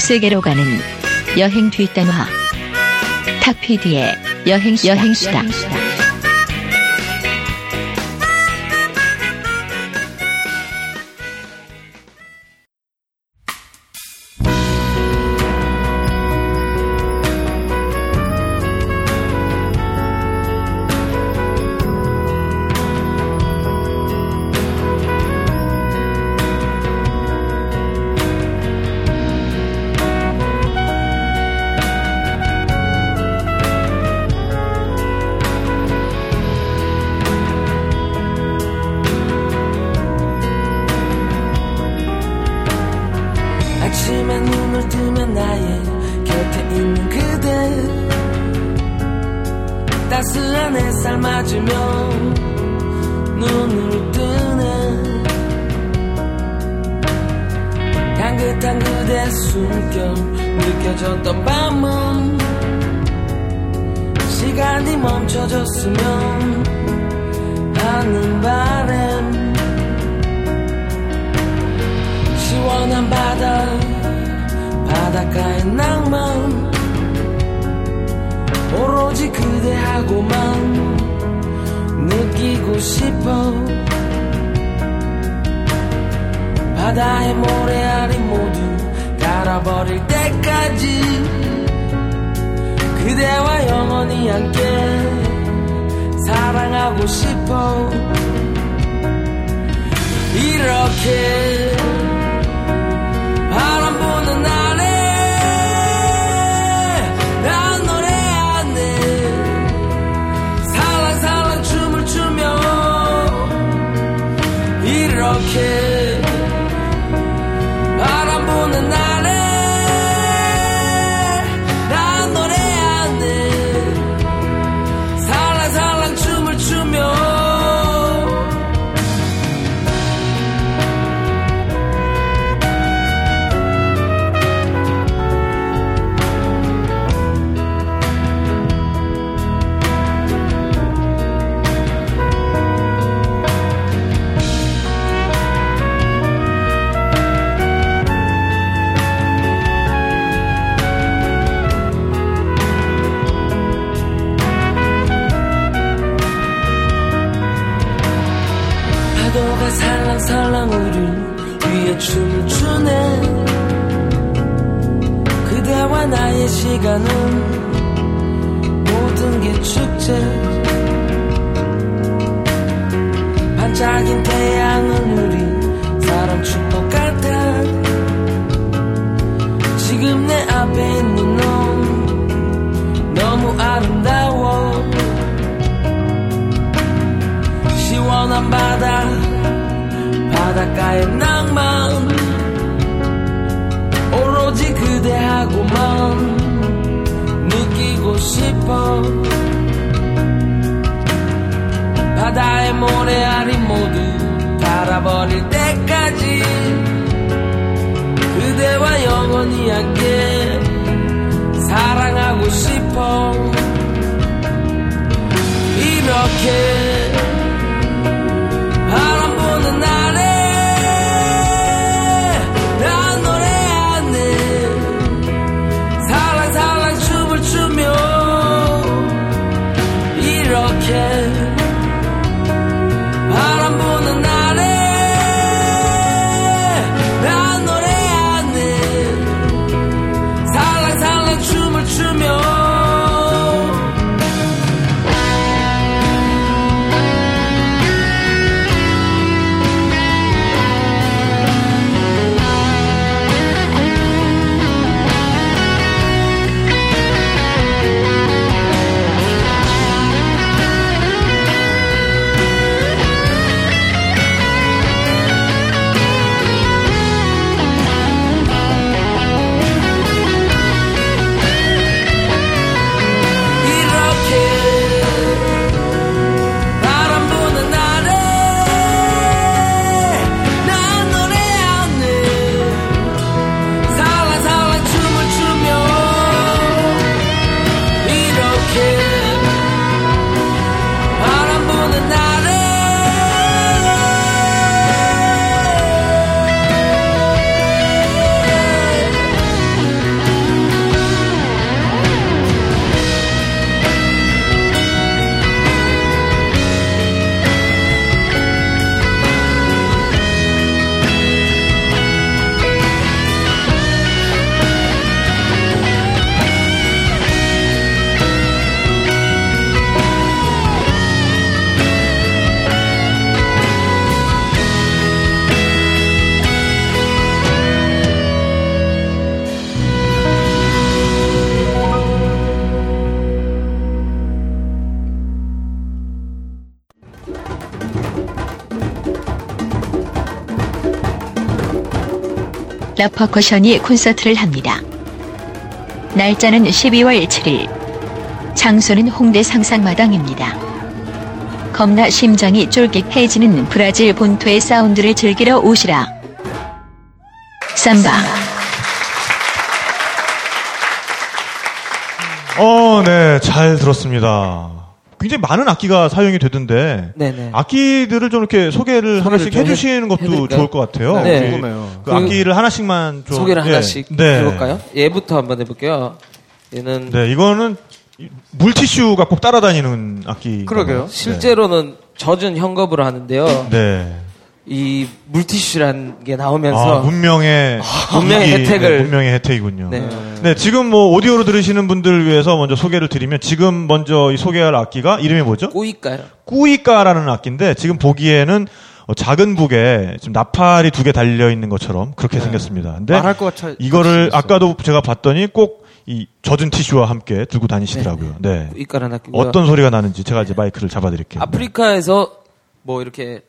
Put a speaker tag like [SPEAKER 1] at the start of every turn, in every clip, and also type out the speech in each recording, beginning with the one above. [SPEAKER 1] 세계로 가는 여행 뒷담화 탁피디의 여행 여행수다.
[SPEAKER 2] 아침에 눈을 뜨면 나의 곁에 있는 그대 따스한 햇살 맞으며 눈을 뜨네 향긋한 그대 숨결 느껴졌던 밤은 시간이 멈춰졌으면 하는 바람 시원한 바다 바닷가의 낭만 오로지 그대하고만 느끼고 싶어 바다의 모래알이 모두 갈아버릴 때까지 그대와 영원히 함께 사랑하고 싶어 이렇게 바람 부는 날에 난 노래하네 살랑살랑 춤을 추며 이렇게 바람 부는 날에 난 노래하네 살랑살랑 춤을 추며 파도가 살랑살랑 우리 위에 춤을 추네 그대와 나의 시간은 모든 게 축제 반짝인 태양은 우리 사랑 축복 같아 지금 내 앞에 있는 넌 너무 아름다워 시원한 바다 바닷가의 낭만 오로지 그대하고만 느끼고 싶어 바다의 모래알이 모두 달아버릴 때까지 그대와 영원히 함께 사랑하고 싶어 이렇게 바람 부는 날에 난 노래하네 살랑살랑 춤을 추며 이렇게 바람 부는 날에 난 노래하네 살랑살랑 춤을 추며
[SPEAKER 1] 라퍼커션이 콘서트를 합니다. 날짜는 12월 7일. 장소는 홍대 상상마당입니다. 겁나 심장이 쫄깃해지는 브라질 본토의 사운드를 즐기러 오시라. 삼바.
[SPEAKER 3] 어, 네, 잘 들었습니다. 굉장히 많은 악기가 사용이 되던데
[SPEAKER 4] 네네.
[SPEAKER 3] 악기들을 좀 이렇게 소개를 하나씩
[SPEAKER 4] 좀
[SPEAKER 3] 해주시는 것도
[SPEAKER 4] 해드릴까요?
[SPEAKER 3] 좋을 것 같아요.
[SPEAKER 4] 네.
[SPEAKER 3] 우리
[SPEAKER 5] 궁금해요.
[SPEAKER 3] 그 악기를 하나씩만 좀
[SPEAKER 4] 소개를
[SPEAKER 3] 예.
[SPEAKER 4] 하나씩
[SPEAKER 3] 네.
[SPEAKER 4] 해볼까요? 얘부터 한번 해볼게요. 얘는
[SPEAKER 3] 네, 이거는 물티슈가 꼭 따라다니는 악기.
[SPEAKER 5] 그러게요.
[SPEAKER 4] 실제로는 젖은 현겁으로 하는데요.
[SPEAKER 3] 네.
[SPEAKER 4] 이 물티슈라는 게 나오면서
[SPEAKER 3] 아, 문명의
[SPEAKER 4] 문명의
[SPEAKER 3] 무기.
[SPEAKER 4] 혜택을.
[SPEAKER 3] 네, 문명의 혜택이군요.
[SPEAKER 4] 네.
[SPEAKER 3] 네. 지금 뭐 오디오로 들으시는 분들 위해서 먼저 소개를 드리면 지금 먼저 이 소개할 악기가 이름이 뭐죠?
[SPEAKER 4] 꼬이까요?
[SPEAKER 3] 꾸이까라는 악기인데 지금 보기에는 어, 작은 북에 지금 나팔이 두 개 달려 있는 것처럼 그렇게 생겼습니다. 근데
[SPEAKER 5] 말할 것 같아.
[SPEAKER 3] 이거를
[SPEAKER 5] 같이
[SPEAKER 3] 아까도 제가 봤더니 꼭 이 젖은 티슈와 함께 들고 다니시더라고요. 네.
[SPEAKER 4] 꼬이까라는 학교
[SPEAKER 3] 어떤 소리가 나는지 제가 이제 마이크를 잡아드릴게요.
[SPEAKER 4] 아프리카에서 뭐 이렇게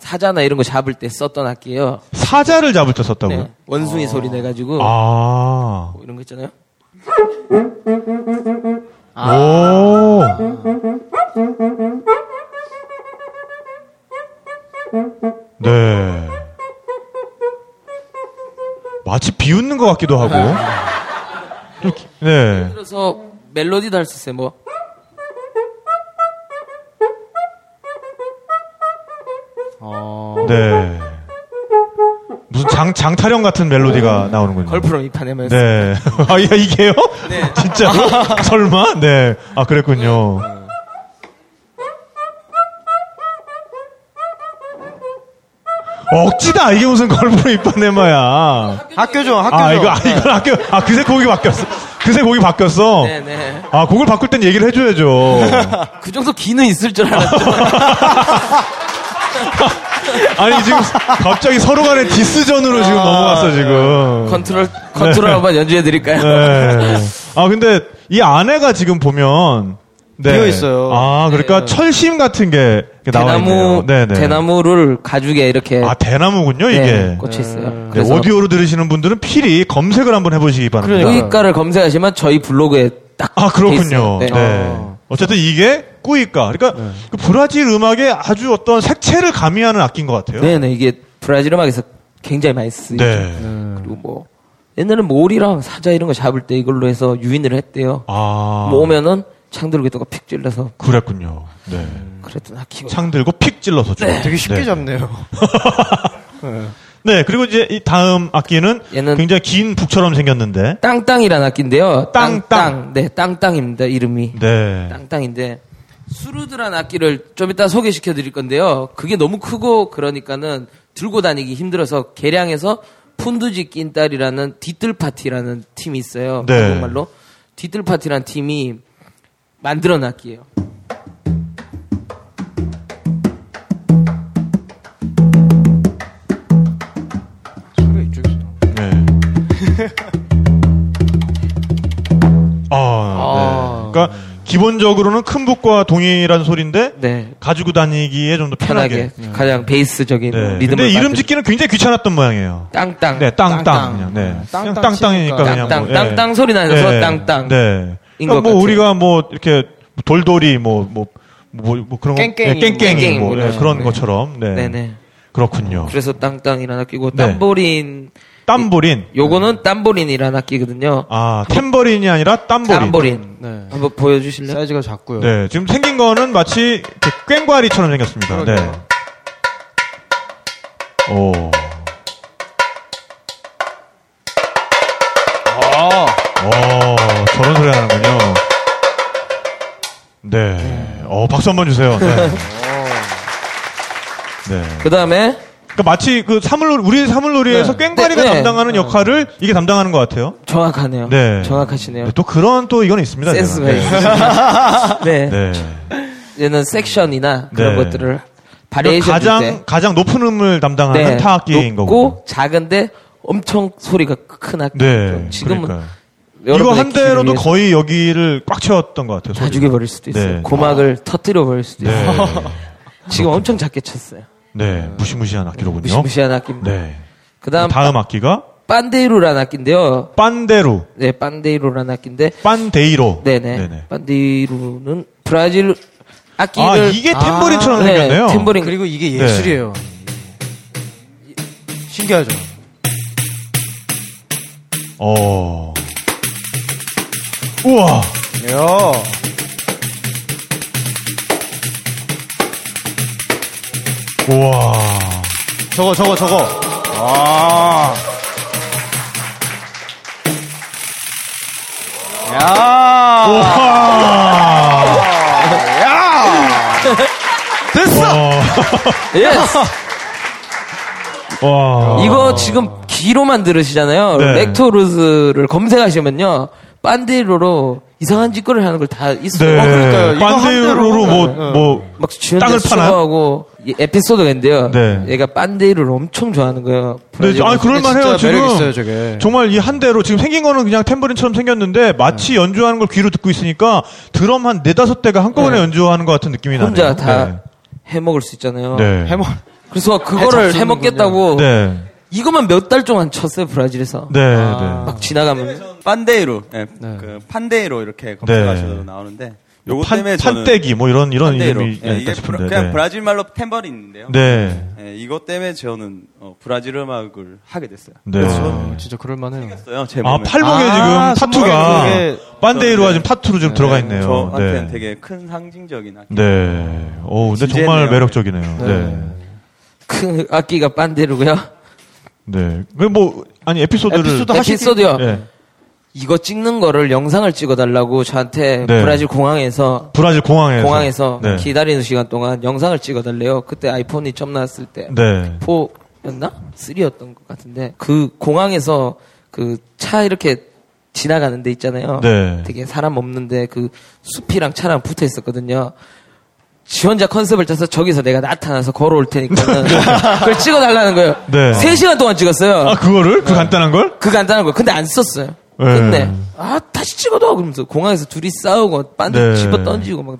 [SPEAKER 4] 사자나 이런 거 잡을 때 썼던 악기예요.
[SPEAKER 3] 사자를 잡을 때 썼다고요?
[SPEAKER 4] 네. 원숭이 소리 내 가지고 뭐
[SPEAKER 3] 아.
[SPEAKER 4] 이런 거 있잖아요.
[SPEAKER 3] 오. 네. 마치 비웃는 것 같기도 하고. 좀 기- 네.
[SPEAKER 4] 그래서 멜로디도 할 수 있어요. 뭐
[SPEAKER 3] 네. 무슨 장, 장타령 같은 멜로디가 나오는군요.
[SPEAKER 4] 걸프롬 이판에 뭐
[SPEAKER 3] 네. 아, 야, 이게요? 진짜로? 설마? 네. 아, 그랬군요. 억지다! 이게 무슨 걸프로 입반네마야.
[SPEAKER 5] 학교죠, 학교죠.
[SPEAKER 3] 아, 이거, 아, 이건 아껴, 아, 그새 곡이 바뀌었어. 그새 곡이 바뀌었어.
[SPEAKER 4] 네네.
[SPEAKER 3] 아, 곡을 바꿀 땐 얘기를 해줘야죠.
[SPEAKER 4] 그 정도 기는 있을 줄 알았죠.
[SPEAKER 3] 아니, 지금 갑자기 서로 간에 디스전으로 지금 넘어갔어, 지금.
[SPEAKER 4] 컨트롤 컨트롤 한번 연주해 드릴까요?
[SPEAKER 3] 네. 아 근데 이 안에가 지금 보면 네.
[SPEAKER 5] 비어 있어요.
[SPEAKER 3] 아 그러니까 철심 같은 게 이렇게 나와 있네요.
[SPEAKER 4] 네. 대나무 대나무를 가죽에 이렇게
[SPEAKER 3] 아 대나무군요
[SPEAKER 4] 네,
[SPEAKER 3] 이게.
[SPEAKER 4] 꽂혀 있어요.
[SPEAKER 3] 네,
[SPEAKER 4] 그래서 그러니까.
[SPEAKER 3] 오디오로 들으시는 분들은 필히 검색을 한번 해보시기 바랍니다.
[SPEAKER 4] 꼬이까를 검색하시면 저희 블로그에 딱.
[SPEAKER 3] 아
[SPEAKER 4] 돼
[SPEAKER 3] 그렇군요.
[SPEAKER 4] 있어요. 네.
[SPEAKER 3] 네. 어쨌든 이게 꾸이까. 그러니까 그 브라질 음악의 아주 어떤 색채를 가미하는 악기인 것 같아요.
[SPEAKER 4] 네, 네, 이게 브라질 음악에서 굉장히 많이 쓰이죠.
[SPEAKER 3] 네.
[SPEAKER 4] 그리고 뭐 옛날에는 몰이랑 사자 이런 거 잡을 때 이걸로 해서 유인을 했대요.
[SPEAKER 3] 아
[SPEAKER 4] 뭐 오면은 창 들고 있다가 픽 찔러서
[SPEAKER 3] 그랬군요. 네.
[SPEAKER 4] 그랬던 아키고.
[SPEAKER 3] 창 들고 픽 찔러서 주고.
[SPEAKER 5] 되게 쉽게
[SPEAKER 3] 네.
[SPEAKER 5] 잡네요.
[SPEAKER 3] 네, 그리고 이제 이 다음 악기는
[SPEAKER 4] 얘는-
[SPEAKER 3] 굉장히 긴 북처럼 생겼는데.
[SPEAKER 4] 땅땅이라는 악기인데요.
[SPEAKER 3] 땅땅.
[SPEAKER 4] 네, 땅땅입니다. 이름이
[SPEAKER 3] 네.
[SPEAKER 4] 땅땅인데 수루드란 악기를 좀 이따 소개시켜 드릴 건데요. 그게 너무 크고 그러니까는 들고 다니기 힘들어서 계량해서 푼두지 낀딸이라는 뒤뜰 파티라는 팀이 있어요.
[SPEAKER 3] 네.
[SPEAKER 4] 정말로 뒤뜰 파티라는 팀이 만들어 악기예요.
[SPEAKER 5] 소리가 이쪽에서 나와.
[SPEAKER 3] 네. 아, 네. 그러니까 기본적으로는 큰 북과 동일한 소리인데
[SPEAKER 4] 네.
[SPEAKER 3] 가지고 다니기에 좀 더
[SPEAKER 4] 편하게, 음.
[SPEAKER 3] 편하게.
[SPEAKER 4] 가장 베이스적인
[SPEAKER 3] 네.
[SPEAKER 4] 리듬을
[SPEAKER 3] 근데 이름
[SPEAKER 4] 만들-
[SPEAKER 3] 짓기는 굉장히 귀찮았던 모양이에요.
[SPEAKER 4] 땅땅
[SPEAKER 3] 네, 땅땅.
[SPEAKER 5] 땅땅.
[SPEAKER 3] 그냥, 네.
[SPEAKER 5] 땅땅
[SPEAKER 3] 그냥
[SPEAKER 5] 치니까.
[SPEAKER 3] 땅땅이니까 그냥
[SPEAKER 4] 땅땅,
[SPEAKER 3] 뭐, 예.
[SPEAKER 4] 땅땅 소리 나면서
[SPEAKER 3] 예.
[SPEAKER 4] 땅땅.
[SPEAKER 3] 네.
[SPEAKER 4] 인것
[SPEAKER 3] 그러니까 뭐
[SPEAKER 4] 같아요.
[SPEAKER 3] 우리가 뭐 이렇게 돌돌이 뭐 뭐 뭐, 뭐 그런 거
[SPEAKER 5] 깽깽이.
[SPEAKER 3] 예, 깽깽이 뭐
[SPEAKER 4] 깽깽이
[SPEAKER 3] 예, 그런
[SPEAKER 4] 네.
[SPEAKER 3] 것처럼 네.
[SPEAKER 4] 네네.
[SPEAKER 3] 그렇군요.
[SPEAKER 4] 그래서 땅땅이라는 악기고
[SPEAKER 3] 네.
[SPEAKER 4] 땀보린
[SPEAKER 3] 땀보린
[SPEAKER 4] 요거는 땀보린이라는 악기거든요.
[SPEAKER 3] 아, 탬버린이 아니라 땀보린.
[SPEAKER 4] 땀보린.
[SPEAKER 5] 네.
[SPEAKER 4] 한번 보여주실래요?
[SPEAKER 5] 사이즈가 작고요.
[SPEAKER 3] 네, 지금 생긴 거는 마치 이렇게 꽹과리처럼 생겼습니다. 네.
[SPEAKER 5] 그러게요.
[SPEAKER 3] 오.
[SPEAKER 5] 아,
[SPEAKER 3] 오, 저런 소리 나는군요. 네. 어, 박수 한번 주세요. 네. 네.
[SPEAKER 4] 그 다음에
[SPEAKER 3] 그러니까 마치 그 사물놀이, 우리 사물놀이에서
[SPEAKER 5] 네.
[SPEAKER 3] 꽹과리가
[SPEAKER 4] 네, 네.
[SPEAKER 3] 담당하는 역할을 이게 담당하는 것 같아요.
[SPEAKER 4] 정확하네요.
[SPEAKER 3] 네.
[SPEAKER 4] 정확하시네요.
[SPEAKER 3] 네, 또 그런 또 이건 있습니다. 제가.
[SPEAKER 4] 센스가 있으시네요. 네.
[SPEAKER 3] 네. 네.
[SPEAKER 4] 얘는 섹션이나 그런
[SPEAKER 3] 네.
[SPEAKER 4] 것들을
[SPEAKER 3] 그러니까
[SPEAKER 4] 바리에이션
[SPEAKER 3] 가장, 가장 높은 음을 담당하는
[SPEAKER 4] 네.
[SPEAKER 3] 타악기인 거고.
[SPEAKER 4] 높고 작은데 엄청 소리가 큰 악기.
[SPEAKER 3] 네.
[SPEAKER 4] 지금은
[SPEAKER 3] 그러니까요. 이거
[SPEAKER 4] 여러분의
[SPEAKER 3] 한
[SPEAKER 4] 귀를
[SPEAKER 3] 대로도
[SPEAKER 4] 위해서
[SPEAKER 3] 거의 여기를 꽉 채웠던 것 같아요.
[SPEAKER 4] 다
[SPEAKER 3] 소리가.
[SPEAKER 4] 죽여버릴 수도 있어요.
[SPEAKER 3] 네.
[SPEAKER 4] 고막을 터뜨려 버릴 수도
[SPEAKER 3] 네.
[SPEAKER 4] 있어요. 지금 엄청 작게 쳤어요.
[SPEAKER 3] 네, 무시무시한 악기로군요.
[SPEAKER 4] 무시무시한 악기입니다.
[SPEAKER 3] 네.
[SPEAKER 4] 그다음
[SPEAKER 3] 다음 악기가
[SPEAKER 4] 빤데이로라는 악기인데요.
[SPEAKER 3] 빤데루,
[SPEAKER 4] 네, 빤데이로라는 악기인데
[SPEAKER 3] 빤데이로.
[SPEAKER 4] 네네. 반디루는 브라질 악기를
[SPEAKER 3] 아, 이게 탬버린처럼
[SPEAKER 4] 아, 네,
[SPEAKER 3] 생겼네요.
[SPEAKER 4] 탬버린 그리고
[SPEAKER 5] 그리고 이게
[SPEAKER 3] 네.
[SPEAKER 5] 예술이에요. 신기하죠.
[SPEAKER 3] 어. 우와.
[SPEAKER 5] 야.
[SPEAKER 3] 우와.
[SPEAKER 5] 저거 저거 저거. 아. 와. 야.
[SPEAKER 3] 우와.
[SPEAKER 5] 야. 됐어.
[SPEAKER 4] 예스!
[SPEAKER 3] 와.
[SPEAKER 4] 이거 지금 귀로만 들으시잖아요.
[SPEAKER 3] 어. 네.
[SPEAKER 4] 렉토루즈를 검색하시면요. 반디로로 이상한 짓거리를 하는 걸 다 있어요.
[SPEAKER 3] 네.
[SPEAKER 5] 어, 그러니까요. 이거
[SPEAKER 3] 반대로
[SPEAKER 5] 한대로
[SPEAKER 3] 뭐,
[SPEAKER 5] 네.
[SPEAKER 3] 뭐,
[SPEAKER 4] 막 주연자
[SPEAKER 3] 땅을 파나요?
[SPEAKER 4] 수거하고 이 에피소드가 있는데요.
[SPEAKER 3] 네.
[SPEAKER 4] 얘가 반데이를 엄청 좋아하는 거예요.
[SPEAKER 3] 네,
[SPEAKER 4] 브라질
[SPEAKER 3] 아니
[SPEAKER 4] 가수.
[SPEAKER 3] 그럴 만해요
[SPEAKER 5] 진짜 매력 있어요,
[SPEAKER 3] 지금.
[SPEAKER 5] 저게.
[SPEAKER 3] 정말 이 한 대로 지금 생긴 거는 그냥 탬버린처럼 생겼는데 마치 연주하는 걸 귀로 듣고 있으니까 드럼 한 네다섯 대가 한꺼번에
[SPEAKER 4] 네.
[SPEAKER 3] 연주하는 것 같은 느낌이 나네요.
[SPEAKER 4] 혼자 다 해먹을 수 있잖아요.
[SPEAKER 3] 네.
[SPEAKER 5] 해머.
[SPEAKER 4] 그래서 그거를
[SPEAKER 5] 해잡수는군요.
[SPEAKER 4] 해먹겠다고
[SPEAKER 3] 네.
[SPEAKER 4] 이것만 몇 달 동안 쳤어요 브라질에서.
[SPEAKER 3] 네. 네.
[SPEAKER 4] 막 지나가면
[SPEAKER 6] 판데이로, 예, 그 판데이로 이렇게 검색하셔도
[SPEAKER 3] 네.
[SPEAKER 6] 나오는데 요거
[SPEAKER 3] 판,
[SPEAKER 6] 때문에 저는
[SPEAKER 3] 판때기 뭐 이런 이런
[SPEAKER 6] 판데이로.
[SPEAKER 3] 이름이
[SPEAKER 6] 예, 이게
[SPEAKER 3] 있다 싶은데.
[SPEAKER 6] 브라- 그냥
[SPEAKER 3] 네.
[SPEAKER 6] 브라질 말로 탬버린인데요.
[SPEAKER 3] 네.
[SPEAKER 6] 예, 이것 때문에 저는 어, 브라질 음악을 하게 됐어요.
[SPEAKER 3] 네.
[SPEAKER 6] 뭐
[SPEAKER 5] 아, 진짜 그럴 만해요.
[SPEAKER 6] 됐어요, 제
[SPEAKER 3] 아
[SPEAKER 6] 몸에.
[SPEAKER 3] 팔목에
[SPEAKER 5] 아,
[SPEAKER 3] 지금
[SPEAKER 5] 손목에
[SPEAKER 3] 타투가
[SPEAKER 5] 그게-
[SPEAKER 3] 반데이로가
[SPEAKER 6] 네.
[SPEAKER 3] 지금 타투로 지금 들어가 있네요.
[SPEAKER 6] 저한테는
[SPEAKER 3] 네.
[SPEAKER 6] 되게 큰 상징적인 악기.
[SPEAKER 3] 네. 오, 근데
[SPEAKER 6] 진지했네요.
[SPEAKER 3] 정말 매력적이네요. 네.
[SPEAKER 4] 큰 악기가 반데이로고요.
[SPEAKER 3] 네. 그뭐 아니 에피소드를
[SPEAKER 5] 에피소드 하시-
[SPEAKER 4] 에피소드요.
[SPEAKER 3] 네.
[SPEAKER 4] 이거 찍는 거를 영상을 찍어달라고 저한테
[SPEAKER 3] 네.
[SPEAKER 4] 브라질 공항에서
[SPEAKER 3] 브라질 공항에서
[SPEAKER 4] 공항에서
[SPEAKER 3] 네.
[SPEAKER 4] 기다리는 시간 동안 영상을 찍어달래요. 그때 아이폰이 처음 나왔을 때.
[SPEAKER 3] 네.
[SPEAKER 4] 4였나? 3였던 것 같은데 그 공항에서 그 차 이렇게 지나가는 데 있잖아요.
[SPEAKER 3] 네.
[SPEAKER 4] 되게 사람 없는데 그 숲이랑 차랑 붙어 있었거든요. 지 혼자 컨셉을 짜서 저기서 내가 나타나서 걸어올 테니까는 그걸 찍어달라는 거예요.
[SPEAKER 3] 네.
[SPEAKER 4] 3시간 동안 찍었어요.
[SPEAKER 3] 아 그거를 그 간단한 걸?
[SPEAKER 4] 그 간단한 거. 근데 안 썼어요.
[SPEAKER 3] 네.
[SPEAKER 4] 근데 아 다시 찍어둬 그러면서 공항에서 둘이 싸우고 반대
[SPEAKER 3] 네.
[SPEAKER 4] 집어 던지고 막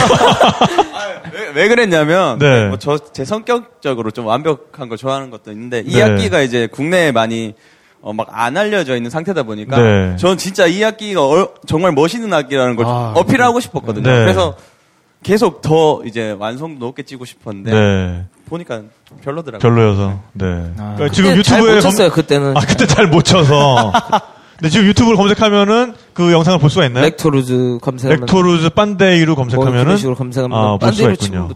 [SPEAKER 6] 왜, 왜 그랬냐면
[SPEAKER 3] 네.
[SPEAKER 6] 뭐 저 제 성격적으로 좀 완벽한 걸 좋아하는 것도 있는데 이
[SPEAKER 3] 네.
[SPEAKER 6] 악기가 이제 국내에 많이 어, 막 안 알려져 있는 상태다 보니까
[SPEAKER 3] 네.
[SPEAKER 6] 전 진짜 이 악기가 얼- 정말 멋있는 악기라는 걸좀
[SPEAKER 5] 아,
[SPEAKER 6] 어필하고 싶었거든요.
[SPEAKER 3] 네.
[SPEAKER 6] 그래서 계속 더 이제 완성도 높게 찍고 싶었는데
[SPEAKER 3] 네.
[SPEAKER 6] 보니까 별로더라고요.
[SPEAKER 3] 별로여서. 네. 그러니까 지금
[SPEAKER 4] 아, 그때 잘못
[SPEAKER 3] 유튜브에 검-
[SPEAKER 4] 쳤어요, 그때는.
[SPEAKER 3] 아 그때 잘 못 쳐서. 근데 지금 유튜브를 검색하면은 그 영상을 볼 수가 있나요?
[SPEAKER 4] 렉토루즈 검색하면
[SPEAKER 3] 렉토루즈 반데이로
[SPEAKER 4] 뭐
[SPEAKER 3] 검색하면은
[SPEAKER 4] 그런 식으로 검색하면 뭐
[SPEAKER 3] 아, 볼 수가
[SPEAKER 4] 반대로
[SPEAKER 3] 있군요.
[SPEAKER 4] 치면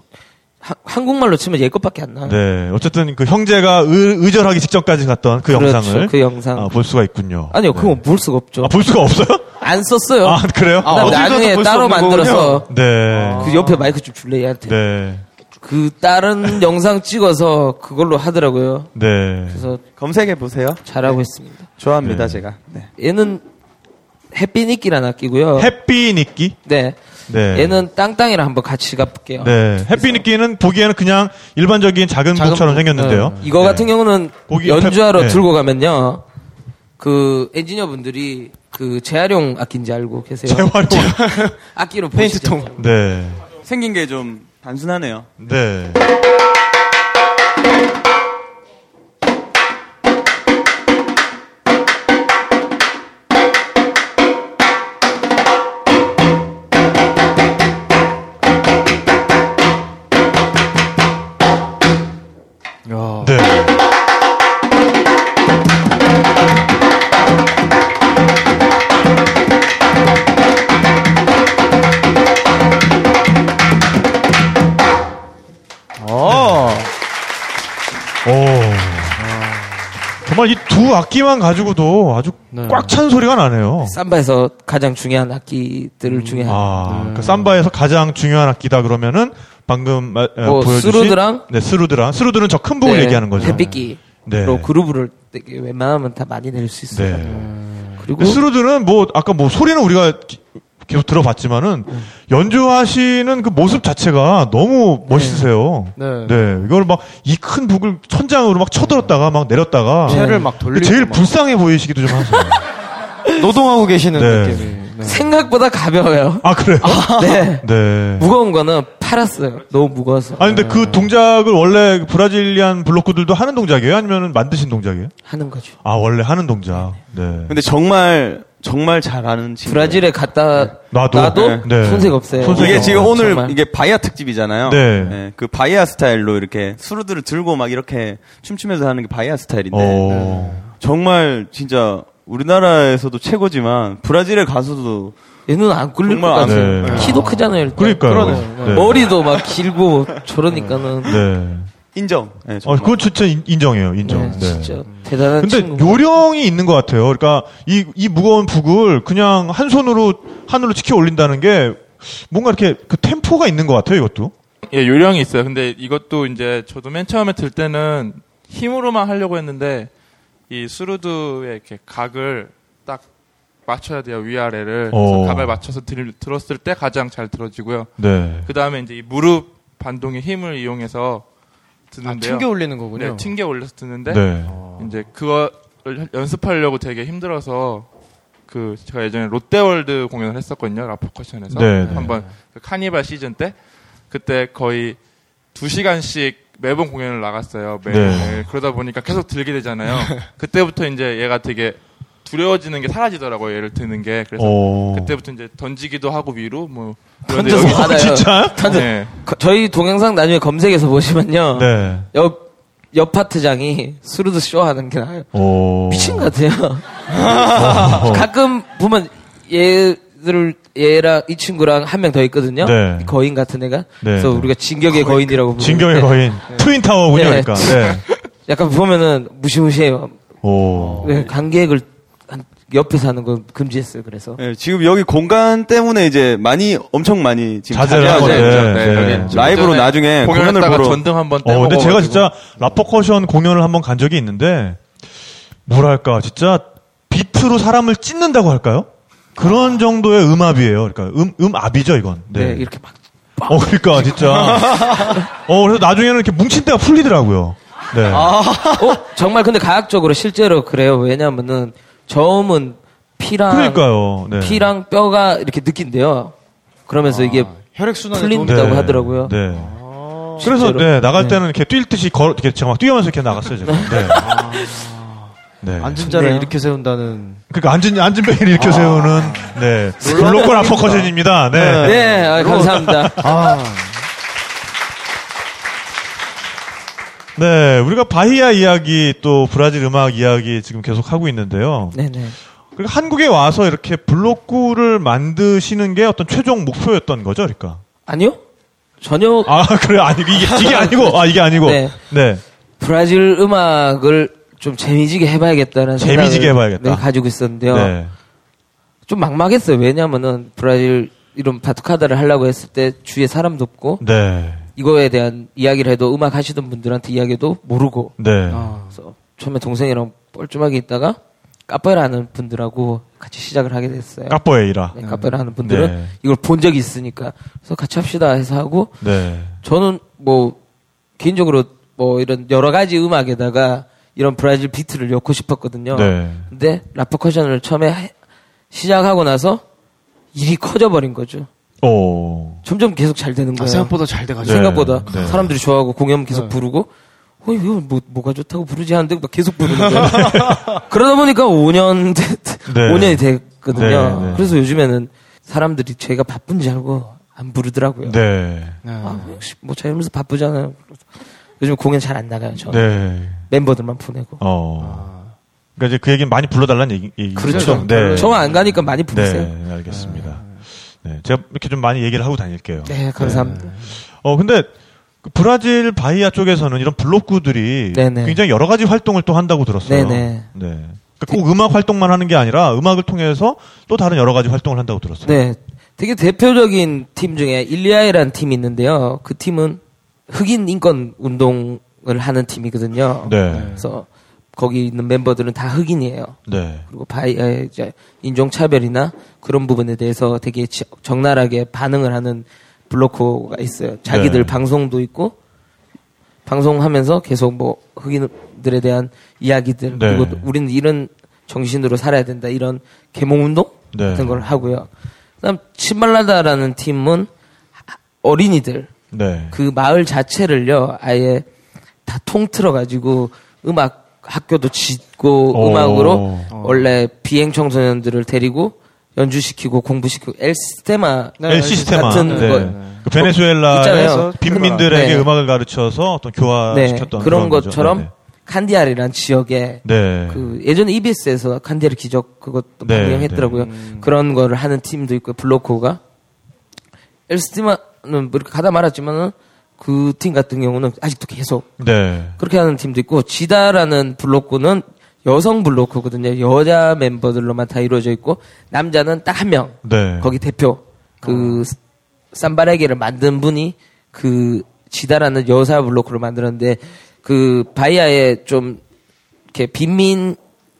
[SPEAKER 4] 하- 한국말로 치면 얘 것밖에 안 나.
[SPEAKER 3] 네, 어쨌든 그 형제가 의, 절하기 직전까지 갔던 그
[SPEAKER 4] 그렇죠,
[SPEAKER 3] 영상을
[SPEAKER 4] 그 영상.
[SPEAKER 3] 아, 볼 수가 있군요.
[SPEAKER 4] 아니요,
[SPEAKER 3] 네.
[SPEAKER 4] 그건 볼 수가 없죠.
[SPEAKER 3] 아, 볼 수가 없어요?
[SPEAKER 4] 안 썼어요. 네.
[SPEAKER 3] 아, 그래요?
[SPEAKER 4] 그다음에
[SPEAKER 3] 아,
[SPEAKER 5] 어디서도
[SPEAKER 4] 나중에
[SPEAKER 5] 볼수
[SPEAKER 4] 따로
[SPEAKER 5] 없는
[SPEAKER 4] 만들어서
[SPEAKER 3] 네,
[SPEAKER 4] 그 옆에 마이크 좀 줄래 얘한테.
[SPEAKER 3] 네,
[SPEAKER 4] 그 다른 영상 찍어서 그걸로 하더라고요.
[SPEAKER 3] 네.
[SPEAKER 4] 그래서
[SPEAKER 6] 검색해 보세요.
[SPEAKER 4] 잘하고 있습니다.
[SPEAKER 6] 좋아합니다
[SPEAKER 3] 네.
[SPEAKER 6] 제가. 네.
[SPEAKER 4] 얘는 햇빛니끼라는 악기고요.
[SPEAKER 3] 해피 니끼.
[SPEAKER 4] 네.
[SPEAKER 3] 네.
[SPEAKER 4] 얘는 땅땅이랑 한번 같이 가볼게요.
[SPEAKER 3] 네, 해피 니끼는 보기에는 그냥 일반적인 작은
[SPEAKER 4] 작은
[SPEAKER 3] 북처럼
[SPEAKER 4] 북.
[SPEAKER 3] 생겼는데요.
[SPEAKER 4] 네. 이거
[SPEAKER 3] 네.
[SPEAKER 4] 같은 경우는
[SPEAKER 3] 거기
[SPEAKER 4] 연주하러
[SPEAKER 3] 옆에- 네.
[SPEAKER 4] 들고 가면요. 그 엔지니어분들이 그 재활용 악기인지 알고 계세요?
[SPEAKER 3] 재활용.
[SPEAKER 4] 악기로
[SPEAKER 5] 페인트통.
[SPEAKER 4] 보시죠.
[SPEAKER 3] 네,
[SPEAKER 6] 생긴 게 좀 단순하네요.
[SPEAKER 3] 네.
[SPEAKER 5] 야.
[SPEAKER 3] 네.
[SPEAKER 5] 어.
[SPEAKER 3] 오. 정말 이 두 악기만 가지고도 아주
[SPEAKER 5] 네.
[SPEAKER 3] 꽉 찬 소리가 나네요.
[SPEAKER 4] 삼바에서 가장 중요한 악기들 중에 하나.
[SPEAKER 3] 아,
[SPEAKER 5] 네.
[SPEAKER 3] 그러니까 삼바에서 가장 중요한 악기다 그러면은 방금 마- 에,
[SPEAKER 4] 뭐,
[SPEAKER 3] 보여주신
[SPEAKER 4] 스루드랑?
[SPEAKER 3] 네 스루드랑 스루드는 저 큰 북을
[SPEAKER 4] 네,
[SPEAKER 3] 얘기하는 거죠.
[SPEAKER 4] 햇빛기로
[SPEAKER 3] 네.
[SPEAKER 4] 그루브를 되게 웬만하면 다 많이 낼 수 있어요.
[SPEAKER 3] 네.
[SPEAKER 4] 그리고
[SPEAKER 3] 근데 스루드는 뭐 아까 뭐 소리는 우리가 기- 계속 들어봤지만은
[SPEAKER 5] 음.
[SPEAKER 3] 연주하시는 그 모습 자체가 너무 멋있으세요.
[SPEAKER 5] 네.
[SPEAKER 3] 이걸 막 이 큰 북을 천장으로 막 쳐들었다가 막 내렸다가
[SPEAKER 5] 네. 채를 막 돌리고
[SPEAKER 3] 제일
[SPEAKER 5] 막.
[SPEAKER 3] 불쌍해 보이시기도 좀 하세요.
[SPEAKER 5] 노동하고 계시는
[SPEAKER 3] 네.
[SPEAKER 5] 느낌이. 네.
[SPEAKER 4] 생각보다 가벼워요.
[SPEAKER 3] 아 그래요?
[SPEAKER 4] 네.
[SPEAKER 3] 네.
[SPEAKER 4] 무거운 거는 팔았어요. 너무 무거워서
[SPEAKER 3] 아니 근데 그 동작을 원래 브라질리안 블록구들도 하는 동작이에요? 아니면 만드신 동작이에요?
[SPEAKER 4] 하는 거죠.
[SPEAKER 3] 아 원래 하는 동작. 네.
[SPEAKER 6] 근데 정말 정말 잘하는 친구.
[SPEAKER 4] 브라질에 갔다
[SPEAKER 3] 나도.
[SPEAKER 4] 나도
[SPEAKER 3] 네.
[SPEAKER 4] 손색 없어요.
[SPEAKER 3] 손색
[SPEAKER 6] 이게
[SPEAKER 3] 어,
[SPEAKER 6] 지금 오늘
[SPEAKER 4] 정말.
[SPEAKER 6] 이게 바이아 특집이잖아요.
[SPEAKER 3] 네.
[SPEAKER 6] 그 바이아 스타일로 이렇게 수루들을 들고 막 이렇게 춤추면서 하는 게 바이아 스타일인데
[SPEAKER 3] 어.
[SPEAKER 6] 정말 진짜 우리나라에서도 최고지만 브라질에 가서도
[SPEAKER 4] 얘는 안 굴릴 것
[SPEAKER 6] 정말 안
[SPEAKER 4] 같아요.
[SPEAKER 3] 네.
[SPEAKER 4] 키도 크잖아요. 일단.
[SPEAKER 3] 그러니까요.
[SPEAKER 4] 그러네요.
[SPEAKER 3] 네.
[SPEAKER 4] 머리도 막 길고 저러니까는
[SPEAKER 3] 네.
[SPEAKER 6] 인정. 네,
[SPEAKER 3] 어,
[SPEAKER 6] 정말.
[SPEAKER 3] 그건 진짜 인- 인정해요. 인정.
[SPEAKER 4] 네,
[SPEAKER 3] 네.
[SPEAKER 4] 진짜 대단한
[SPEAKER 3] 근데
[SPEAKER 4] 친구.
[SPEAKER 3] 요령이 있는 것 같아요. 그러니까 이, 이 무거운 북을 그냥 한 손으로 하늘로 치켜 올린다는 게 뭔가 이렇게 그 템포가 있는 것 같아요. 이것도.
[SPEAKER 7] 예, 요령이 있어요. 근데 이것도 이제 저도 맨 처음에 들 때는 힘으로만 하려고 했는데 이 수루드의 이렇게 각을 딱 맞춰야 돼요 위아래를
[SPEAKER 3] 어.
[SPEAKER 7] 그래서 각을 맞춰서 들, 들었을 때 가장 잘 들어지고요.
[SPEAKER 3] 네.
[SPEAKER 7] 그 다음에 이제 이 무릎 반동의 힘을 이용해서
[SPEAKER 5] 아,
[SPEAKER 7] 드는데요.
[SPEAKER 5] 튕겨 올리는 거군요.
[SPEAKER 7] 네, 튕겨 올려서 드는데
[SPEAKER 3] 네.
[SPEAKER 7] 이제 그거를 연습하려고 되게 힘들어서 그 제가 예전에 롯데월드 공연을 했었거든요 라포커션에서
[SPEAKER 3] 네, 네.
[SPEAKER 7] 한번 그 카니발 시즌 때 그때 거의 두 시간씩 매번 공연을 나갔어요 매일
[SPEAKER 3] 네.
[SPEAKER 7] 매일. 그러다 보니까 계속 들게 되잖아요 그때부터 이제 얘가 되게 두려워지는 게 사라지더라고요 얘를 드는 게 그래서
[SPEAKER 3] 어.
[SPEAKER 7] 그때부터 이제 던지기도 하고 위로 뭐
[SPEAKER 4] 던져서 받아요.
[SPEAKER 3] 진짜?
[SPEAKER 4] 던져.
[SPEAKER 7] 네.
[SPEAKER 4] 거- 저희 동영상 나중에 검색해서 보시면요.
[SPEAKER 3] 네.
[SPEAKER 4] 옆, 옆 파트장이 수루드 쇼 하는 게 나아요.
[SPEAKER 3] 오.
[SPEAKER 4] 미친 것 같아요. 가끔 보면 얘를, 얘랑 이 친구랑 한 명 더 있거든요.
[SPEAKER 3] 네.
[SPEAKER 4] 거인 같은 애가. 그래서
[SPEAKER 3] 네.
[SPEAKER 4] 우리가 진격의 거인, 이라고 부르는데
[SPEAKER 3] 진경의 거인. 트윈타워군요.
[SPEAKER 4] 네.
[SPEAKER 3] 그러니까. 네.
[SPEAKER 4] 약간 보면은 무시무시해요.
[SPEAKER 3] 오.
[SPEAKER 4] 네, 관객을 한- 옆에서 하는 건 금지했어요. 그래서.
[SPEAKER 6] 예, 지금 여기 공간 때문에 이제 많이 엄청 많이 지금
[SPEAKER 3] 자제를 하고
[SPEAKER 6] 자제하죠.
[SPEAKER 3] 네.
[SPEAKER 7] 네,
[SPEAKER 3] 네.
[SPEAKER 7] 여기
[SPEAKER 6] 라이브로
[SPEAKER 7] 전에
[SPEAKER 6] 나중에 공연을
[SPEAKER 7] 공연했다가
[SPEAKER 6] 보러
[SPEAKER 7] 전등 한번
[SPEAKER 3] 어, 근데
[SPEAKER 7] 떼먹어가지고.
[SPEAKER 3] 제가 진짜 라퍼커션 공연을 한 번 간 적이 있는데, 뭐랄까, 진짜 비트로 사람을 찢는다고 할까요? 그런 정도의 음압이에요. 그러니까 음, 음압이죠, 이건.
[SPEAKER 4] 네,
[SPEAKER 3] 네.
[SPEAKER 4] 이렇게 막.
[SPEAKER 3] 어, 그러니까, 진짜. 어, 그래서 나중에는 이렇게 뭉친 데가 풀리더라고요. 네.
[SPEAKER 4] 어, 정말 근데 과학적으로 실제로 그래요. 왜냐면은 저음은 피랑.
[SPEAKER 3] 그러니까요. 네.
[SPEAKER 4] 피랑 뼈가 이렇게 느낀대요. 그러면서 이게
[SPEAKER 5] 혈액 순환에
[SPEAKER 4] 풀린-
[SPEAKER 5] 도움이
[SPEAKER 4] 있다고 하더라고요. 아,
[SPEAKER 3] 네. 그래서,
[SPEAKER 4] 실제로.
[SPEAKER 3] 네, 나갈 때는 이렇게 뛸 듯이 걸어, 이렇게 제가 막 뛰어면서 이렇게 나갔어요, 제가. 네.
[SPEAKER 4] 아.
[SPEAKER 3] 네.
[SPEAKER 5] 앉은 자를
[SPEAKER 4] 좋네요.
[SPEAKER 5] 일으켜 세운다는
[SPEAKER 3] 그러니까 앉은, 앉은 배를 일으켜 세우는, 네. 블록권 아퍼커션입니다. 네.
[SPEAKER 4] 네, 아, 감사합니다.
[SPEAKER 5] 아
[SPEAKER 3] 네, 우리가 바히아 이야기 또 브라질 음악 이야기 지금 계속 하고 있는데요.
[SPEAKER 4] 네네.
[SPEAKER 3] 그리고 한국에 와서 이렇게 블록구를 만드시는 게 어떤 최종 목표였던 거죠, 그러니까.
[SPEAKER 4] 아니요? 전혀
[SPEAKER 3] 아, 그래 아니 이게 이게 아니고 아 이게 아니고. 네.
[SPEAKER 4] 네. 브라질 음악을 좀 재미지게 해봐야겠다는
[SPEAKER 3] 재미지게
[SPEAKER 4] 생각을
[SPEAKER 3] 해봐야겠다.
[SPEAKER 4] 네, 가지고 있었는데요.
[SPEAKER 3] 네.
[SPEAKER 4] 좀 막막했어요. 왜냐면은 브라질 이런 바투카다를 하려고 했을 때 주위에 사람도 없고
[SPEAKER 3] 네.
[SPEAKER 4] 이거에 대한 이야기를 해도 음악 하시던 분들한테 이야기도 모르고 아.
[SPEAKER 3] 네.
[SPEAKER 4] 그래서 처음에 동생이랑 뻘쭘하게 있다가 카페라 하는 분들하고 같이 시작을 하게 됐어요.
[SPEAKER 3] 까뽀에이라.
[SPEAKER 4] 네, 카페라 하는 분들은
[SPEAKER 3] 네.
[SPEAKER 4] 이걸 본 적이 있으니까 그래서 같이 합시다 해서 하고
[SPEAKER 3] 네.
[SPEAKER 4] 저는 뭐 개인적으로 뭐 이런 여러 가지 음악에다가 이런 브라질 비트를 넣고 싶었거든요.
[SPEAKER 3] 네.
[SPEAKER 4] 근데 라퍼커션을 처음에 하- 시작하고 나서 일이 커져버린 거죠.
[SPEAKER 3] 오.
[SPEAKER 4] 점점 계속 잘 되는 거예요.
[SPEAKER 5] 아, 생각보다 잘 돼가지고
[SPEAKER 3] 네.
[SPEAKER 4] 생각보다
[SPEAKER 3] 네.
[SPEAKER 4] 사람들이 좋아하고 공연 계속
[SPEAKER 5] 네.
[SPEAKER 4] 부르고 어 이거 뭐 뭐가 좋다고 부르지 하는데 막 계속 부르는 거예요. 그러다 보니까 5년
[SPEAKER 3] 네.
[SPEAKER 4] 5년이 됐거든요.
[SPEAKER 3] 네, 네.
[SPEAKER 4] 그래서 요즘에는 사람들이 제가 바쁜지 알고 안 부르더라고요.
[SPEAKER 3] 네.
[SPEAKER 4] 아, 역시 뭐 자면서 바쁘잖아요. 그래서 요즘 공연 잘 안 나가요. 저
[SPEAKER 3] 네.
[SPEAKER 4] 멤버들만 보내고.
[SPEAKER 3] 어. 그러니까 이제 그 얘기는 많이 불러달라는 얘기, 얘기죠.
[SPEAKER 4] 그렇죠.
[SPEAKER 3] 네.
[SPEAKER 4] 저만 안 가니까 많이 부르세요. 아.
[SPEAKER 3] 네, 알겠습니다. 네, 제가 이렇게 좀 많이 얘기를 하고 다닐게요.
[SPEAKER 4] 네, 감사합니다.
[SPEAKER 3] 어, 근데 그 브라질 바이아 쪽에서는 이런 블록구들이
[SPEAKER 4] 네네.
[SPEAKER 3] 굉장히 여러 가지 활동을 또 한다고 들었어요.
[SPEAKER 4] 네네.
[SPEAKER 3] 네. 그러니까 꼭 음악 활동만 하는 게 아니라 음악을 통해서 또 다른 여러 가지 활동을 한다고 들었어요.
[SPEAKER 4] 네. 되게 대표적인 팀 중에 일리아이라는 팀이 있는데요. 그 팀은 흑인 인권 운동을 하는 팀이거든요.
[SPEAKER 3] 네.
[SPEAKER 4] 그래서 거기 있는 멤버들은 다 흑인이에요.
[SPEAKER 3] 네.
[SPEAKER 4] 그리고 바이 아, 이제 인종차별이나 그런 부분에 대해서 되게 지- 적나라하게 반응을 하는 블로커가 있어요. 자기들
[SPEAKER 3] 네.
[SPEAKER 4] 방송도 있고 방송하면서 계속 뭐 흑인들에 대한 이야기들
[SPEAKER 3] 네.
[SPEAKER 4] 그리고 또 우리는 이런 정신으로 살아야 된다 이런 계몽 운동
[SPEAKER 3] 네.
[SPEAKER 4] 같은 걸 하고요. 그다음 치발라다라는 팀은 어린이들
[SPEAKER 3] 네.
[SPEAKER 4] 그 마을 자체를요 아예 다 통틀어 가지고 음악 학교도 짓고
[SPEAKER 3] 오. 어.
[SPEAKER 4] 음악으로 원래 비행 청소년들을 데리고 연주시키고 공부시키고 엘스테마
[SPEAKER 3] 엘 시스테마
[SPEAKER 4] 같은
[SPEAKER 3] 네.
[SPEAKER 4] 거
[SPEAKER 3] 그 베네수엘라에서
[SPEAKER 4] 있잖아요.
[SPEAKER 3] 빈민들에게
[SPEAKER 4] 네.
[SPEAKER 3] 음악을 가르쳐서 어떤
[SPEAKER 4] 네,
[SPEAKER 3] 교화시켰던
[SPEAKER 4] 그런
[SPEAKER 3] 거죠.
[SPEAKER 4] 것처럼 칸디알이란
[SPEAKER 3] 네.
[SPEAKER 4] 지역에
[SPEAKER 3] 네.
[SPEAKER 4] 그 예전에 EBS에서 칸디알 기적 그것도
[SPEAKER 3] 네,
[SPEAKER 4] 방영했더라고요. 그런 거를 하는 팀도 있고 블로코가 엘스티마는 뭐 이렇게 가다 말았지만은 그 팀 같은 경우는 아직도 계속
[SPEAKER 3] 네.
[SPEAKER 4] 그렇게 하는 팀도 있고 지다라는 블로코는 여성 블로코거든요. 여자 멤버들로만 다 이루어져 있고 남자는 딱 한 명
[SPEAKER 3] 네. 어.
[SPEAKER 4] 거기 대표 그 쌈바레게를 만든 분이 그 지다라는 여사 블로크를 만들었는데 그 바이아에 좀 이렇게 빈민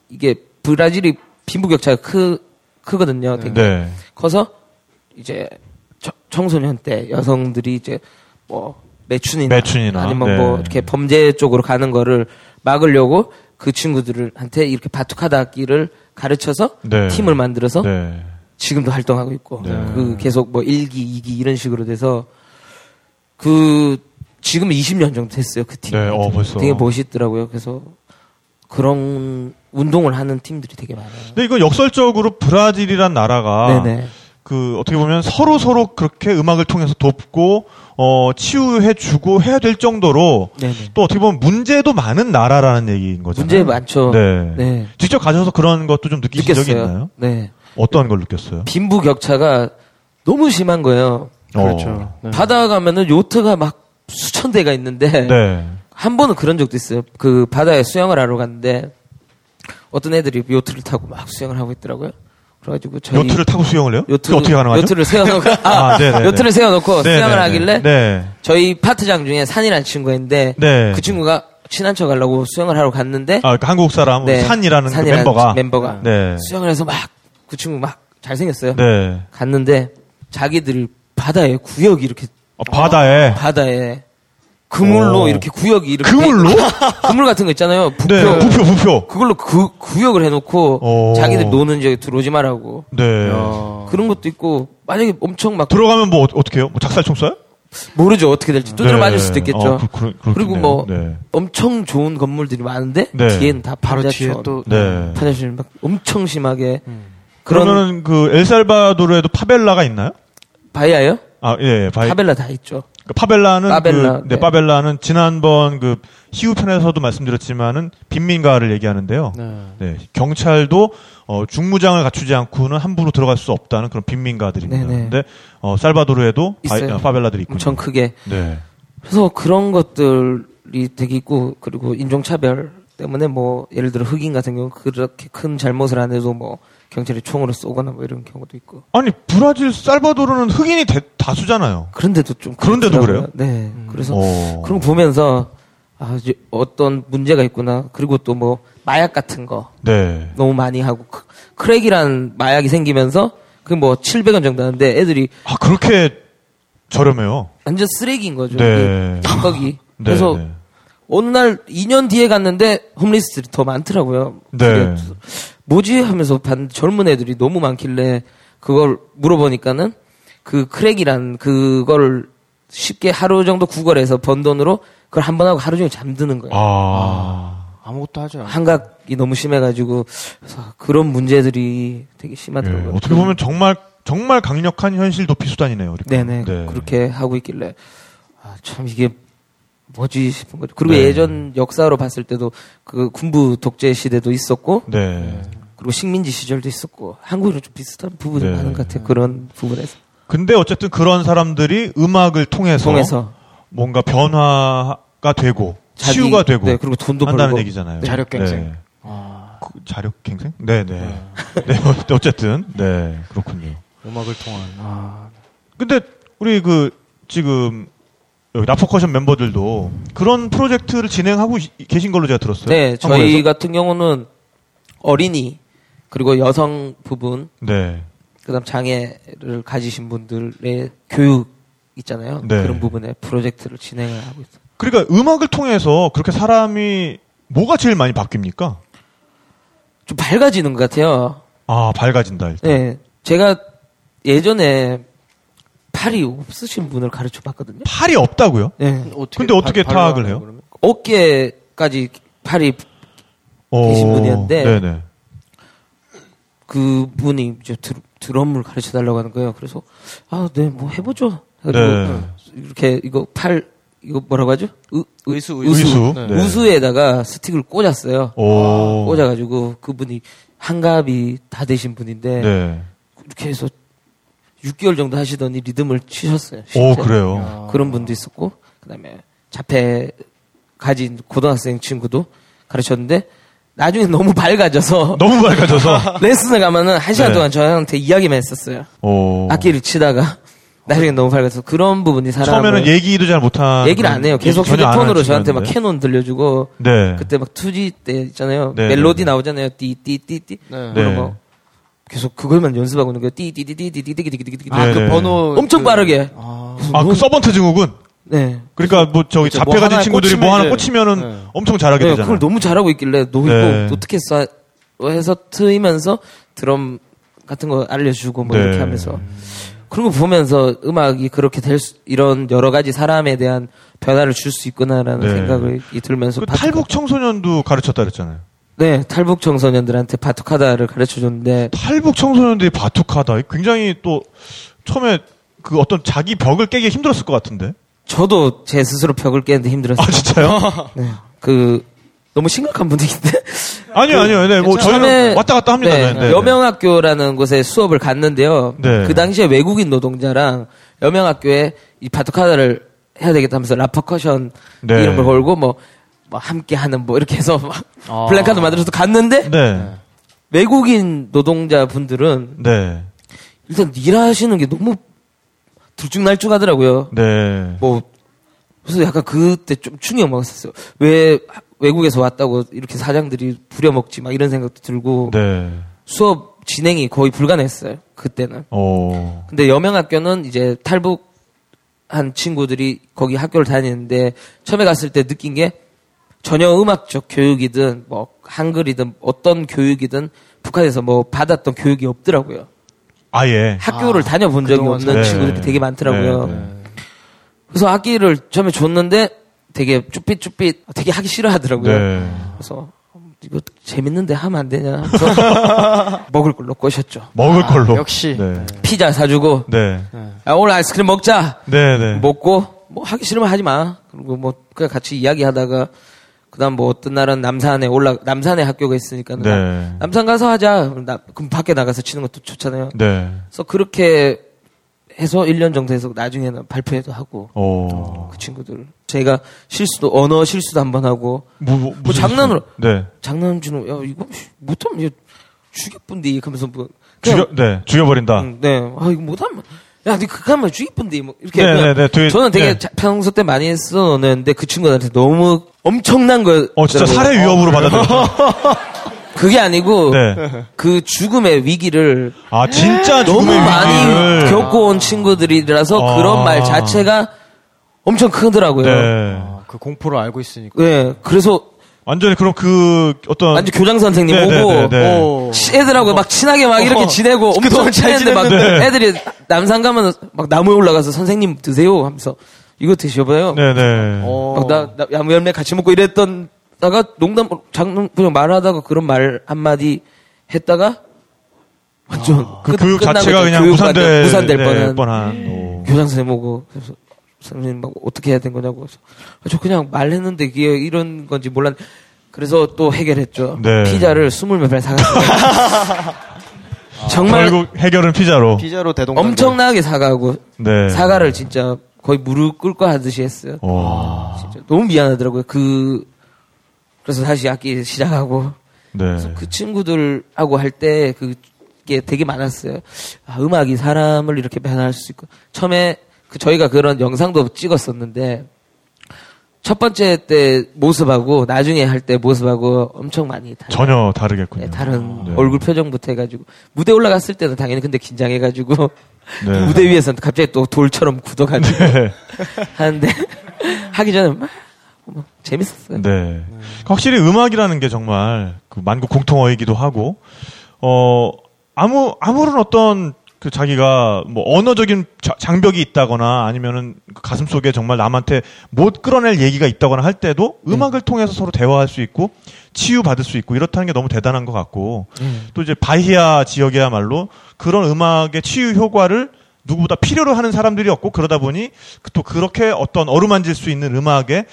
[SPEAKER 4] 이게 브라질이 빈부격차가 크 크거든요. 되게
[SPEAKER 3] 네.
[SPEAKER 4] 커서 이제 청- 청소년 때 여성들이 이제 뭐 매춘이나,
[SPEAKER 3] 매춘이나,
[SPEAKER 4] 아니면
[SPEAKER 3] 네.
[SPEAKER 4] 뭐 이렇게 범죄 쪽으로 가는 거를 막으려고 그 친구들한테 이렇게 바투카다기를 가르쳐서
[SPEAKER 3] 네.
[SPEAKER 4] 팀을 만들어서
[SPEAKER 3] 네.
[SPEAKER 4] 지금도 활동하고 있고
[SPEAKER 3] 네.
[SPEAKER 4] 그 계속 뭐 1기, 2기 이런 식으로 돼서 그 지금 20년 정도 됐어요 그 팀.
[SPEAKER 3] 네, 어, 벌써.
[SPEAKER 4] 되게 멋있더라고요. 그래서 그런 운동을 하는 팀들이 되게 많아요.
[SPEAKER 3] 근데 이거 역설적으로 브라질이란 나라가
[SPEAKER 4] 네네.
[SPEAKER 3] 그 어떻게 보면 서로 서로 그렇게 음악을 통해서 돕고 어 치유해주고 해야 될 정도로
[SPEAKER 4] 네네.
[SPEAKER 3] 또 어떻게 보면 문제도 많은 나라라는 얘기인 거잖아요.
[SPEAKER 4] 문제 많죠.
[SPEAKER 3] 네.
[SPEAKER 4] 네.
[SPEAKER 3] 직접 가셔서 그런 것도 좀 느끼신 적이
[SPEAKER 4] 느꼈어요.
[SPEAKER 3] 있나요?
[SPEAKER 4] 네.
[SPEAKER 3] 어떤 걸 느꼈어요?
[SPEAKER 4] 빈부 격차가 너무 심한 거예요.
[SPEAKER 3] 어.
[SPEAKER 5] 그렇죠. 네.
[SPEAKER 4] 바다 가면은 요트가 막 수천 대가 있는데
[SPEAKER 3] 네.
[SPEAKER 4] 한 번은 그런 적도 있어요. 그 바다에 수영을 하러 갔는데 어떤 애들이 요트를 타고 막 수영을 하고 있더라고요. 그래가지고 저희
[SPEAKER 3] 요트를 타고 수영을 해요?
[SPEAKER 4] 요트를-
[SPEAKER 3] 그게 어떻게 가능하죠?
[SPEAKER 4] 요트를 세워놓고 아,
[SPEAKER 3] 아, 네네네.
[SPEAKER 4] 요트를 세워놓고
[SPEAKER 3] 네,
[SPEAKER 4] 수영을
[SPEAKER 3] 네,
[SPEAKER 4] 하길래
[SPEAKER 3] 네.
[SPEAKER 4] 저희 파트장 중에 산이라는 친구인데
[SPEAKER 3] 네.
[SPEAKER 4] 그 친구가 친한 척하려고 수영을 하러 갔는데
[SPEAKER 3] 아, 그러니까 한국 사람 우리
[SPEAKER 4] 네,
[SPEAKER 3] 산이라는, 그
[SPEAKER 4] 산이라는
[SPEAKER 3] 멤버가
[SPEAKER 4] 멤버가
[SPEAKER 3] 네.
[SPEAKER 4] 수영을 해서 막 그 친구 막 잘생겼어요.
[SPEAKER 3] 네.
[SPEAKER 4] 갔는데 자기들 바다에 구역이 이렇게
[SPEAKER 3] 어, 바다에
[SPEAKER 4] 바다에 그물로
[SPEAKER 3] 오.
[SPEAKER 4] 이렇게 구역이 이렇게
[SPEAKER 3] 그물로?
[SPEAKER 4] 그물 같은 거 있잖아요. 부표.
[SPEAKER 3] 네. 부표 어. 부표.
[SPEAKER 4] 그걸로 그 구역을 해놓고
[SPEAKER 3] 오.
[SPEAKER 4] 자기들 노는 지역에 들어오지 말라고
[SPEAKER 3] 네.
[SPEAKER 5] 어,
[SPEAKER 4] 그런 것도 있고 만약에 엄청 막
[SPEAKER 3] 들어가면 뭐 어떻게 해요? 뭐 작살총 쏴요?
[SPEAKER 4] 모르죠 어떻게 될지 두드려
[SPEAKER 3] 네.
[SPEAKER 4] 맞을 수도 있겠죠.
[SPEAKER 3] 어, 그, 그, 그렇겠네요.
[SPEAKER 4] 그리고 뭐
[SPEAKER 3] 네.
[SPEAKER 4] 엄청 좋은 건물들이 많은데
[SPEAKER 3] 네.
[SPEAKER 4] 뒤에는 다
[SPEAKER 5] 바로 뒤에
[SPEAKER 4] 판자촌,
[SPEAKER 5] 또 음.
[SPEAKER 3] 네.
[SPEAKER 4] 판자촌 막 엄청 심하게 그런
[SPEAKER 3] 그러면은 그 엘살바도르에도 파벨라가 있나요?
[SPEAKER 4] 바이아요?
[SPEAKER 3] 아, 예, 예. 바이,
[SPEAKER 4] 파벨라 다 있죠.
[SPEAKER 3] 그 파벨라는
[SPEAKER 4] 파벨라,
[SPEAKER 3] 그, 네,
[SPEAKER 4] 네.
[SPEAKER 3] 파벨라는 지난번 그 희우 편에서도 말씀드렸지만은 빈민가를 얘기하는데요.
[SPEAKER 5] 네.
[SPEAKER 3] 네, 경찰도 어, 중무장을 갖추지 않고는 함부로 들어갈 수 없다는 그런 빈민가들입니다.
[SPEAKER 4] 네네.
[SPEAKER 3] 근데 어, 살바도르에도 바이-
[SPEAKER 4] 있어요.
[SPEAKER 3] 아, 파벨라들이 있군요.
[SPEAKER 4] 엄청 크게
[SPEAKER 3] 네.
[SPEAKER 4] 그래서 그런 것들이 되게 있고 그리고 인종차별 때문에 뭐 예를 들어 흑인 같은 경우 그렇게 큰 잘못을 안 해도 뭐 경찰이 총으로 쏘거나 뭐 이런 경우도 있고
[SPEAKER 3] 아니 브라질 살바도르는 흑인이 대- 다수잖아요.
[SPEAKER 4] 그런데도 좀
[SPEAKER 3] 그런데도
[SPEAKER 4] 그렇더라고요. 네 그래서
[SPEAKER 3] 어.
[SPEAKER 4] 그런 거 보면서 아 이제 어떤 문제가 있구나 그리고 또 뭐 마약 같은 거
[SPEAKER 3] 네.
[SPEAKER 4] 너무 많이 하고 크- 크랙이란 마약이 생기면서 그 뭐 700원 정도 하는데 애들이
[SPEAKER 3] 아 그렇게 저렴해요.
[SPEAKER 4] 완전 쓰레기인 거죠
[SPEAKER 3] 네.
[SPEAKER 4] 이게 감각이
[SPEAKER 3] 네,
[SPEAKER 4] 그래서
[SPEAKER 3] 네.
[SPEAKER 4] 어느 날 2년 뒤에 갔는데 홈리스들이 더 많더라고요.
[SPEAKER 3] 네.
[SPEAKER 4] 길에. 뭐지 하면서 반 젊은 애들이 너무 많길래 그걸 물어보니까는 그 크랙이란 그걸 쉽게 하루 정도 구걸해서 번 돈으로 그걸 한 번 하고 하루 종일 잠드는 거예요.
[SPEAKER 3] 아.
[SPEAKER 5] 아무것도 하지 않아.
[SPEAKER 4] 한각이 너무 심해가지고 그래서 그런 문제들이 되게
[SPEAKER 3] 예,
[SPEAKER 4] 심하더라고요.
[SPEAKER 3] 어떻게 보면 정말 정말 강력한 현실 도피 수단이네요. 우리.
[SPEAKER 4] 네네
[SPEAKER 3] 네.
[SPEAKER 4] 그렇게 하고 있길래 아, 참 이게 뭐지 싶은 거죠. 그리고
[SPEAKER 3] 네.
[SPEAKER 4] 예전 역사로 봤을 때도 그 군부 독재 시대도 있었고
[SPEAKER 3] 네.
[SPEAKER 4] 그리고 식민지 시절도 있었고 한국이랑 좀 비슷한 부분이
[SPEAKER 3] 네.
[SPEAKER 4] 많은 것 같아요. 그런 부분에서
[SPEAKER 3] 근데 어쨌든 그런 사람들이 음악을 통해서,
[SPEAKER 4] 통해서
[SPEAKER 3] 뭔가 변화가 되고
[SPEAKER 4] 자기-
[SPEAKER 3] 치유가 되고
[SPEAKER 4] 네, 그리고 돈도
[SPEAKER 3] 한다는
[SPEAKER 4] 벌고.
[SPEAKER 3] 얘기잖아요.
[SPEAKER 5] 네. 자력갱생.
[SPEAKER 3] 네.
[SPEAKER 4] 아.
[SPEAKER 3] 그 자력갱생? 네네. 네, 어- 어쨌든 네 그렇군요.
[SPEAKER 5] 음악을 통한. 아,
[SPEAKER 3] 근데 우리 그 지금 여기 나포커션 멤버들도 그런 프로젝트를 진행하고 이- 계신 걸로 제가 들었어요.
[SPEAKER 4] 네 저희
[SPEAKER 3] 한국에서?
[SPEAKER 4] 같은 경우는 어린이 그리고 여성 부분
[SPEAKER 3] 네.
[SPEAKER 4] 그다음 장애를 가지신 분들의 교육 있잖아요.
[SPEAKER 3] 네.
[SPEAKER 4] 그런 부분에 프로젝트를 진행을 하고 있어요.
[SPEAKER 3] 그러니까 음악을 통해서 그렇게 사람이 뭐가 제일 많이 바뀝니까?
[SPEAKER 4] 좀 밝아지는 것 같아요.
[SPEAKER 3] 아 밝아진다 일단.
[SPEAKER 4] 네, 제가 예전에 팔이 없으신 분을 가르쳐 봤거든요.
[SPEAKER 3] 팔이 없다고요?
[SPEAKER 4] 네.
[SPEAKER 3] 근데 어떻게 타악을 해요?
[SPEAKER 4] 어깨까지 팔이 계신 분이었는데.
[SPEAKER 3] 네네.
[SPEAKER 4] 그분이 이제 드, 드럼을 가르쳐 달라고 하는 거예요. 그래서 아, 네, 뭐 해보죠. 그래가지고
[SPEAKER 3] 네.
[SPEAKER 4] 이렇게 이거 팔 이거 뭐라고 하죠? 의,
[SPEAKER 6] 의수,
[SPEAKER 3] 의수. 네.
[SPEAKER 4] 에다가 스틱을 꽂았어요.
[SPEAKER 3] 오.
[SPEAKER 4] 아, 꽂아가지고 그분이 한갑이 다 되신 분인데
[SPEAKER 3] 네.
[SPEAKER 4] 이렇게 해서 6개월 정도 하시더니 리듬을 치셨어요.
[SPEAKER 3] 오
[SPEAKER 4] 실제로.
[SPEAKER 3] 그래요.
[SPEAKER 6] 아.
[SPEAKER 4] 그런 분도 있었고 그다음에 자폐 가진 고등학생 친구도 가르쳤는데 나중에 너무 밝아져서
[SPEAKER 3] 너무 밝아져서.
[SPEAKER 4] 레슨을 가면은 한 시간
[SPEAKER 3] 네.
[SPEAKER 4] 동안 저한테 이야기만 했었어요.
[SPEAKER 3] 오.
[SPEAKER 4] 악기를 치다가 나중에 너무 밝아서 그런 부분이 사람
[SPEAKER 3] 처음에는 얘기도 잘 못한.
[SPEAKER 4] 를안 해요. 계속
[SPEAKER 3] 전혀 안
[SPEAKER 4] 휴대폰으로
[SPEAKER 3] 하는
[SPEAKER 4] 저한테 막
[SPEAKER 3] 친구였는데.
[SPEAKER 4] 캐논 들려주고
[SPEAKER 3] 네.
[SPEAKER 4] 그때 막 투지 때 있잖아요.
[SPEAKER 3] 네,
[SPEAKER 4] 멜로디
[SPEAKER 3] 네, 네.
[SPEAKER 4] 나오잖아요. 띠띠띠띠
[SPEAKER 5] 네.
[SPEAKER 3] 네.
[SPEAKER 4] 그런 거 계속 그걸만 연습하고 있는 거예요. 띠띠띠띠띠띠띠띠띠띠
[SPEAKER 5] 아, 그
[SPEAKER 3] 네네.
[SPEAKER 5] 번호.
[SPEAKER 4] 엄청 빠르게.
[SPEAKER 5] 아.
[SPEAKER 4] 그래서
[SPEAKER 3] 아,
[SPEAKER 4] 너무-
[SPEAKER 3] 그 서번트 증후군.
[SPEAKER 4] 네.
[SPEAKER 3] 그러니까 뭐 저기
[SPEAKER 5] 그렇죠. 뭐
[SPEAKER 3] 잡혀가진
[SPEAKER 5] 하나
[SPEAKER 3] 친구들이 뭐
[SPEAKER 5] 꽂히면
[SPEAKER 3] 하나
[SPEAKER 5] 이제-
[SPEAKER 3] 꽂히면은
[SPEAKER 5] 네.
[SPEAKER 3] 엄청 잘하게
[SPEAKER 4] 네,
[SPEAKER 3] 되잖아요.
[SPEAKER 4] 그걸 너무 잘하고 있길래 너 이거
[SPEAKER 3] 네.
[SPEAKER 4] 어떻게 써 해서 트이면서 드럼 같은 거 알려주고 뭐
[SPEAKER 3] 네.
[SPEAKER 4] 이렇게 하면서 그런 거 보면서 음악이 그렇게 될 수, 이런 여러 가지 사람에 대한 변화를 줄 수 있구나라는
[SPEAKER 3] 네.
[SPEAKER 4] 생각을 이 들면서
[SPEAKER 3] 그
[SPEAKER 4] 바투카-
[SPEAKER 3] 탈북 청소년도 가르쳤다 그랬잖아요.
[SPEAKER 4] 네 탈북 청소년들한테 바투카다를 가르쳐 줬는데
[SPEAKER 3] 탈북 청소년들이 바툭하다. 굉장히 또 처음에 그 어떤 자기 벽을 깨기 힘들었을 것 같은데.
[SPEAKER 4] 저도 제 스스로 벽을 깨는데
[SPEAKER 3] 아
[SPEAKER 4] 힘들었어요.
[SPEAKER 3] 진짜요?
[SPEAKER 4] 네. 그 너무 심각한 분위기인데
[SPEAKER 3] 아니요 아니요. 네, 뭐
[SPEAKER 4] 그 처음에-
[SPEAKER 3] 저희는 왔다 갔다 합니다. 네, 네, 네.
[SPEAKER 4] 여명학교라는 곳에 수업을 갔는데요.
[SPEAKER 3] 네.
[SPEAKER 4] 그 당시에 외국인 노동자랑 여명학교에 이 바투카다를 해야 되겠다 하면서 라퍼커션
[SPEAKER 3] 네.
[SPEAKER 4] 이런 걸 걸고 뭐, 뭐 함께 하는 뭐 이렇게 해서 막 플랜카드 만들어서 갔는데
[SPEAKER 3] 네.
[SPEAKER 4] 외국인 노동자 분들은
[SPEAKER 3] 네.
[SPEAKER 4] 일단 일하시는 게 너무 들쭉날쭉 하더라고요.
[SPEAKER 3] 네.
[SPEAKER 4] 뭐 그래서 약간 그때 좀 충격 먹었었어요. 왜 외국에서 왔다고 이렇게 사장들이 부려먹지 막 이런 생각도 들고
[SPEAKER 3] 네.
[SPEAKER 4] 수업 진행이 거의 불가능했어요. 그때는.
[SPEAKER 3] 어.
[SPEAKER 4] 근데 여명학교는 이제 탈북한 친구들이 거기 학교를 다니는데 처음에 갔을 때 느낀 게 전혀 음악적 교육이든 뭐 한글이든 어떤 교육이든 북한에서 뭐 받았던 교육이 없더라고요.
[SPEAKER 3] 아예.
[SPEAKER 4] 학교를 다녀본 적이
[SPEAKER 5] 그동안
[SPEAKER 4] 없는
[SPEAKER 3] 네.
[SPEAKER 4] 친구들이 되게 많더라고요.
[SPEAKER 3] 네, 네.
[SPEAKER 4] 그래서 악기를 처음에 줬는데 되게 쭈삣쭈삣 되게 하기 싫어하더라고요.
[SPEAKER 3] 네.
[SPEAKER 4] 그래서 이거 재밌는데 하면 안 되냐 하면서 먹을 걸로 꼬셨죠.
[SPEAKER 3] 먹을 걸로.
[SPEAKER 5] 역시.
[SPEAKER 3] 네.
[SPEAKER 4] 피자 사주고
[SPEAKER 3] 네.
[SPEAKER 4] 아, 오늘 아이스크림 먹자.
[SPEAKER 3] 네. 네.
[SPEAKER 4] 먹고 뭐 하기 싫으면 하지 마. 그리고 뭐 그냥 같이 이야기하다가 그다음 뭐 어떤 날은 남산에 올라 남산에 학교가 있으니까
[SPEAKER 3] 네.
[SPEAKER 4] 남- 남산 가서 하자. 그럼 나- 그럼 밖에 나가서 치는 것도 좋잖아요.
[SPEAKER 3] 네.
[SPEAKER 4] 그래서 그렇게 해서 1년 정도 해서 나중에는 발표회도 하고
[SPEAKER 3] 어.
[SPEAKER 4] 그 친구들 제가 실수도 언어 실수도 한 번 하고
[SPEAKER 3] 뭐, 뭐, 무슨-
[SPEAKER 4] 장난으로.
[SPEAKER 3] 네.
[SPEAKER 4] 장난치는 야 이거 뭐, 못하면 이거 죽여뿐디 그러면서 뭐 그냥
[SPEAKER 3] 죽여, 네. 죽여버린다.
[SPEAKER 4] 응, 네. 아, 이거 못하면. 야, 니 그거 하면 죽이쁜데, 뭐, 이렇게.
[SPEAKER 3] 네,
[SPEAKER 4] 그냥
[SPEAKER 3] 네, 네, 되게-
[SPEAKER 4] 저는 되게
[SPEAKER 3] 네.
[SPEAKER 4] 자- 평소 때 많이 써놓는데 그 친구들한테 너무 엄청난 거. 어,
[SPEAKER 3] 어, 진짜 살해 위협으로 받아들였죠.
[SPEAKER 4] 그게 아니고,
[SPEAKER 3] 네.
[SPEAKER 4] 그 죽음의 위기를
[SPEAKER 3] 아, 진짜
[SPEAKER 4] 너무
[SPEAKER 3] 죽음의
[SPEAKER 4] 많이
[SPEAKER 3] 위기를.
[SPEAKER 4] 겪어온 친구들이라서
[SPEAKER 3] 아.
[SPEAKER 4] 그런 말 자체가 엄청 크더라고요. 네.
[SPEAKER 3] 네.
[SPEAKER 5] 아, 그 공포를 알고 있으니까.
[SPEAKER 4] 그래서
[SPEAKER 3] 완전히 그럼 그 어떤
[SPEAKER 4] 완전 교장 선생님
[SPEAKER 3] 네,
[SPEAKER 4] 오고,
[SPEAKER 3] 네, 네, 네.
[SPEAKER 5] 오.
[SPEAKER 4] 치- 애들하고 막 친하게 막 이렇게 지내고 엄청 친했는데 막
[SPEAKER 3] 어. 지냈는데.
[SPEAKER 4] 애들이 남산 가면 막 나무에 올라가서 선생님 드세요 하면서 이거 드셔봐요.
[SPEAKER 3] 네네.
[SPEAKER 5] 어.
[SPEAKER 4] 막나 나, 야무 열매 같이 먹고 이랬던 다가 농담 장난 그냥 말하다가 그런 말 한마디 했다가 완전
[SPEAKER 3] 그
[SPEAKER 4] 끝-
[SPEAKER 3] 교육
[SPEAKER 4] 끝나고
[SPEAKER 3] 자체가
[SPEAKER 4] 이제
[SPEAKER 3] 그냥
[SPEAKER 4] 교육
[SPEAKER 3] 무산될,
[SPEAKER 4] 완전 무산될
[SPEAKER 3] 네,
[SPEAKER 4] 뻔한
[SPEAKER 3] 뻔한. 어. 오.
[SPEAKER 4] 교장 선생님 오고 그래서 선생님 막 어떻게 해야 된 거냐고 그래서 아, 저 그냥 말했는데 이게 이런 건지 몰랐 그래서 또 해결했죠
[SPEAKER 3] 네.
[SPEAKER 4] 피자를 스물 몇발 사갔어요 정말
[SPEAKER 3] 결국 해결은 피자로.
[SPEAKER 5] 피자로 대동.
[SPEAKER 4] 엄청나게 사과하고
[SPEAKER 3] 네.
[SPEAKER 4] 사과를 진짜 거의 무릎 꿇고 하듯이 했어요
[SPEAKER 3] 와.
[SPEAKER 4] 진짜 너무 미안하더라고요 그 그래서 다시 악기 시작하고
[SPEAKER 3] 네.
[SPEAKER 4] 그래서 그 친구들하고 할 때 그게 되게 많았어요. 아, 음악이 사람을 이렇게 변화할 수 있고 처음에 그 저희가 그런 영상도 찍었었는데 첫 번째 때 모습하고 나중에 할 때 모습하고 엄청 많이 달라요.
[SPEAKER 3] 전혀 다르겠군요.
[SPEAKER 4] 네, 다른
[SPEAKER 3] 네.
[SPEAKER 4] 얼굴 표정부터 해가지고 무대 올라갔을 때는 당연히 근데 긴장해가지고
[SPEAKER 3] 네.
[SPEAKER 4] 무대 위에서는 갑자기 또 돌처럼 굳어가지고
[SPEAKER 3] 네.
[SPEAKER 4] 하는데 하기 전에 막 뭐, 재밌었어요.
[SPEAKER 3] 네. 확실히 음악이라는 게 정말 그 만국 공통어이기도 하고, 어, 아무, 아무런 어떤 그 자기가 뭐 언어적인 자- 장벽이 있다거나 아니면은 그 가슴 속에 정말 남한테 못 끌어낼 얘기가 있다거나 할 때도 음악을 통해서 서로 대화할 수 있고 치유받을 수 있고 이렇다는 게 너무 대단한 것 같고
[SPEAKER 4] 음.
[SPEAKER 3] 또 이제 바히아 지역이야말로 그런 음악의 치유 효과를 누구보다 필요로 하는 사람들이 없고 그러다 보니 그- 또 그렇게 어떤 어루만질 수 있는 음악의 에,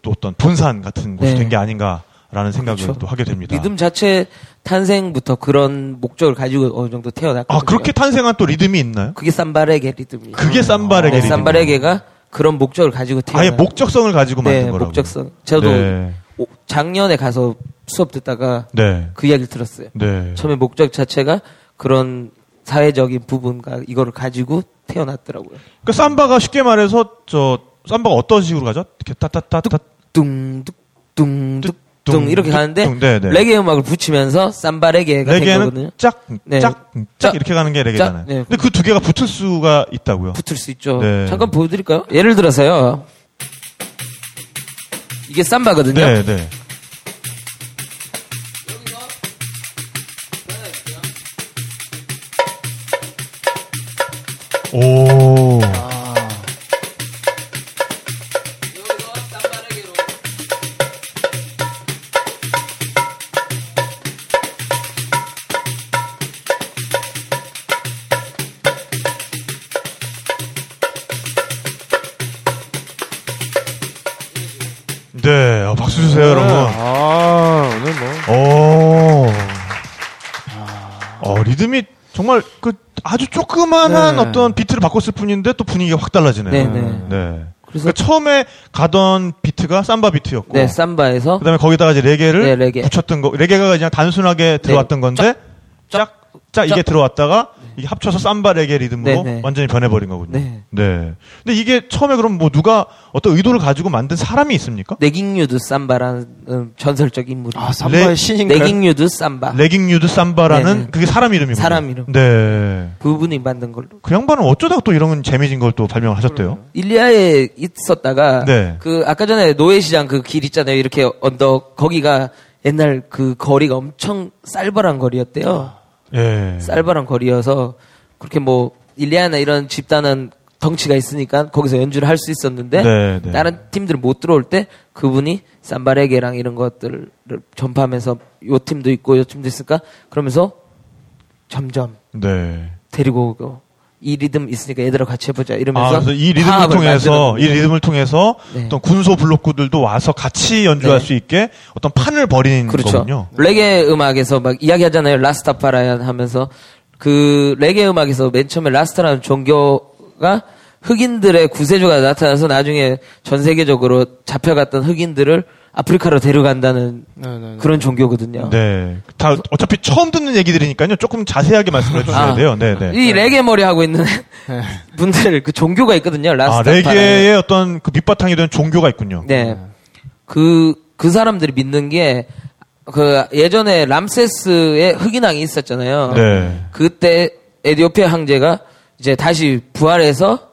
[SPEAKER 3] 또 어떤 본산 같은 곳이
[SPEAKER 4] 네.
[SPEAKER 3] 된 게 아닌가라는 생각을
[SPEAKER 4] 그렇죠.
[SPEAKER 3] 또 하게 됩니다.
[SPEAKER 4] 리듬 자체 탄생부터 그런 목적을 가지고 어느 정도 태어났거든요.
[SPEAKER 3] 아 그렇게 탄생한 또 리듬이 있나요?
[SPEAKER 4] 그게 삼바레게 리듬이에요.
[SPEAKER 3] 그게 삼바레게
[SPEAKER 4] 네,
[SPEAKER 3] 리듬.
[SPEAKER 4] 삼바레게가 그런 목적을 가지고 태어난
[SPEAKER 3] 아예 목적성을 가지고 만든
[SPEAKER 4] 네,
[SPEAKER 3] 거라고.
[SPEAKER 4] 목적성. 저도
[SPEAKER 3] 네.
[SPEAKER 4] 오- 작년에 가서 수업 듣다가
[SPEAKER 3] 네.
[SPEAKER 4] 그 이야기를 들었어요.
[SPEAKER 3] 네.
[SPEAKER 4] 처음에 목적 자체가 그런 사회적인 부분과 이거를 가지고 태어났더라고요.
[SPEAKER 3] 그 삼바가 쉽게 말해서 저 삼바가 어떤 식으로 가죠? 이렇게 따따따따
[SPEAKER 4] 뚱뚝 뚱뚝
[SPEAKER 3] 뚝,
[SPEAKER 4] 뚱 이렇게
[SPEAKER 3] 뚝,
[SPEAKER 4] 가는데
[SPEAKER 3] 뚝, 네, 네.
[SPEAKER 4] 레게 음악을 붙이면서 삼바 레게가 된 거거든요.
[SPEAKER 3] 레게는 짝,
[SPEAKER 4] 네.
[SPEAKER 3] 짝, 짝
[SPEAKER 4] 짝,
[SPEAKER 3] 이렇게 가는 게 레게잖아요.
[SPEAKER 4] 짝, 네.
[SPEAKER 3] 근데 그 두 개가 붙을 수가 있다고요.
[SPEAKER 4] 붙을 수 있죠.
[SPEAKER 3] 네.
[SPEAKER 4] 잠깐 보여드릴까요? 예를 들어서요. 이게 삼바거든요.
[SPEAKER 3] 네, 네. 오. 네, 아, 박수 주세요, 여러분.
[SPEAKER 5] 아, 오늘 뭐.
[SPEAKER 3] 오. 어, 리듬이 정말 그 아주 조그만한
[SPEAKER 5] 네.
[SPEAKER 3] 어떤 비트를 바꿨을 뿐인데 또 분위기가 확 달라지네요.
[SPEAKER 4] 네, 네.
[SPEAKER 3] 네.
[SPEAKER 4] 그래서
[SPEAKER 3] 그러니까 처음에 가던 비트가 삼바 비트였고
[SPEAKER 4] 네 삼바에서
[SPEAKER 3] 어. 그다음에 거기다가 이제 레게를
[SPEAKER 4] 네, 레게. 네.
[SPEAKER 3] 붙였던 거 레게가 그냥 단순하게 들어왔던 건데 짝, 짝, 이게
[SPEAKER 4] 짝.
[SPEAKER 3] 들어왔다가 이게 합쳐서 삼바 레게 리듬으로
[SPEAKER 4] 네, 네.
[SPEAKER 3] 완전히 변해버린 거군요.
[SPEAKER 4] 네.
[SPEAKER 3] 근데 이게 처음에 그럼 뭐 누가 어떤 의도를 가지고 만든 사람이 있습니까?
[SPEAKER 4] 네깅유드 삼바라는 음, 전설적 인물이
[SPEAKER 5] 아, 삼바의
[SPEAKER 3] 레-
[SPEAKER 5] 신인가?
[SPEAKER 4] 네깅유드 삼바
[SPEAKER 3] 레깅 뉴드 삼바라는
[SPEAKER 4] 네, 네.
[SPEAKER 3] 그게 사람 이름이군요.
[SPEAKER 4] 사람 이름.
[SPEAKER 3] 네.
[SPEAKER 4] 그분이 만든 걸로
[SPEAKER 3] 그 양반은 어쩌다가 또 이런 재미진 걸 또 발명을 하셨대요.
[SPEAKER 4] 음. 일리아에 있었다가
[SPEAKER 3] 네.
[SPEAKER 4] 그 아까 전에 노예시장 그 길 있잖아요 이렇게 언덕 거기가 옛날 그 거리가 엄청 쌀벌한 거리였대요
[SPEAKER 3] 예.
[SPEAKER 4] 네. 쌀벌한 거리여서 그렇게 뭐 일리아나 이런 집단은 덩치가 있으니까 거기서 연주를 할 수 있었는데
[SPEAKER 3] 네, 네.
[SPEAKER 4] 다른 팀들 못 들어올 때 그분이 삼바레게랑 이런 것들을 전파하면서 요 팀도 있고 요 팀도 있으니까 그러면서 점점
[SPEAKER 3] 네.
[SPEAKER 4] 데리고 오고 이 리듬 있으니까 얘들아 같이 해보자 이러면서
[SPEAKER 3] 아, 그래서 이 리듬을
[SPEAKER 4] 화합을
[SPEAKER 3] 통해서,
[SPEAKER 4] 만드는
[SPEAKER 3] 이 리듬을 통해서
[SPEAKER 4] 네.
[SPEAKER 3] 어떤 군소 블록구들도 와서 같이 연주할
[SPEAKER 4] 네.
[SPEAKER 3] 수 있게 어떤 판을 벌이는
[SPEAKER 4] 그렇죠.
[SPEAKER 3] 거군요.
[SPEAKER 4] 레게 음악에서 막 이야기하잖아요. 라스타파라얀 하면서 그 레게 음악에서 맨 처음에 라스타라는 종교가 흑인들의 구세주가 나타나서 나중에 전 세계적으로 잡혀갔던 흑인들을 아프리카로 데려간다는
[SPEAKER 5] 네네네.
[SPEAKER 4] 그런 종교거든요.
[SPEAKER 3] 네. 다 어차피 처음 듣는 얘기들이니까요. 조금 자세하게 말씀해 주셔야
[SPEAKER 4] 아.
[SPEAKER 3] 돼요. 네, 네.
[SPEAKER 4] 이 레게 머리 하고 있는
[SPEAKER 5] 네.
[SPEAKER 4] 분들 그 종교가 있거든요.
[SPEAKER 3] 아,
[SPEAKER 4] 라스타파라.
[SPEAKER 3] 레게의 어떤 그 밑바탕이 된 종교가 있군요.
[SPEAKER 4] 네. 그, 그 사람들이 믿는 게, 그, 예전에 람세스의 흑인왕이 있었잖아요.
[SPEAKER 3] 네.
[SPEAKER 4] 그때 에디오피아 황제가 이제 다시 부활해서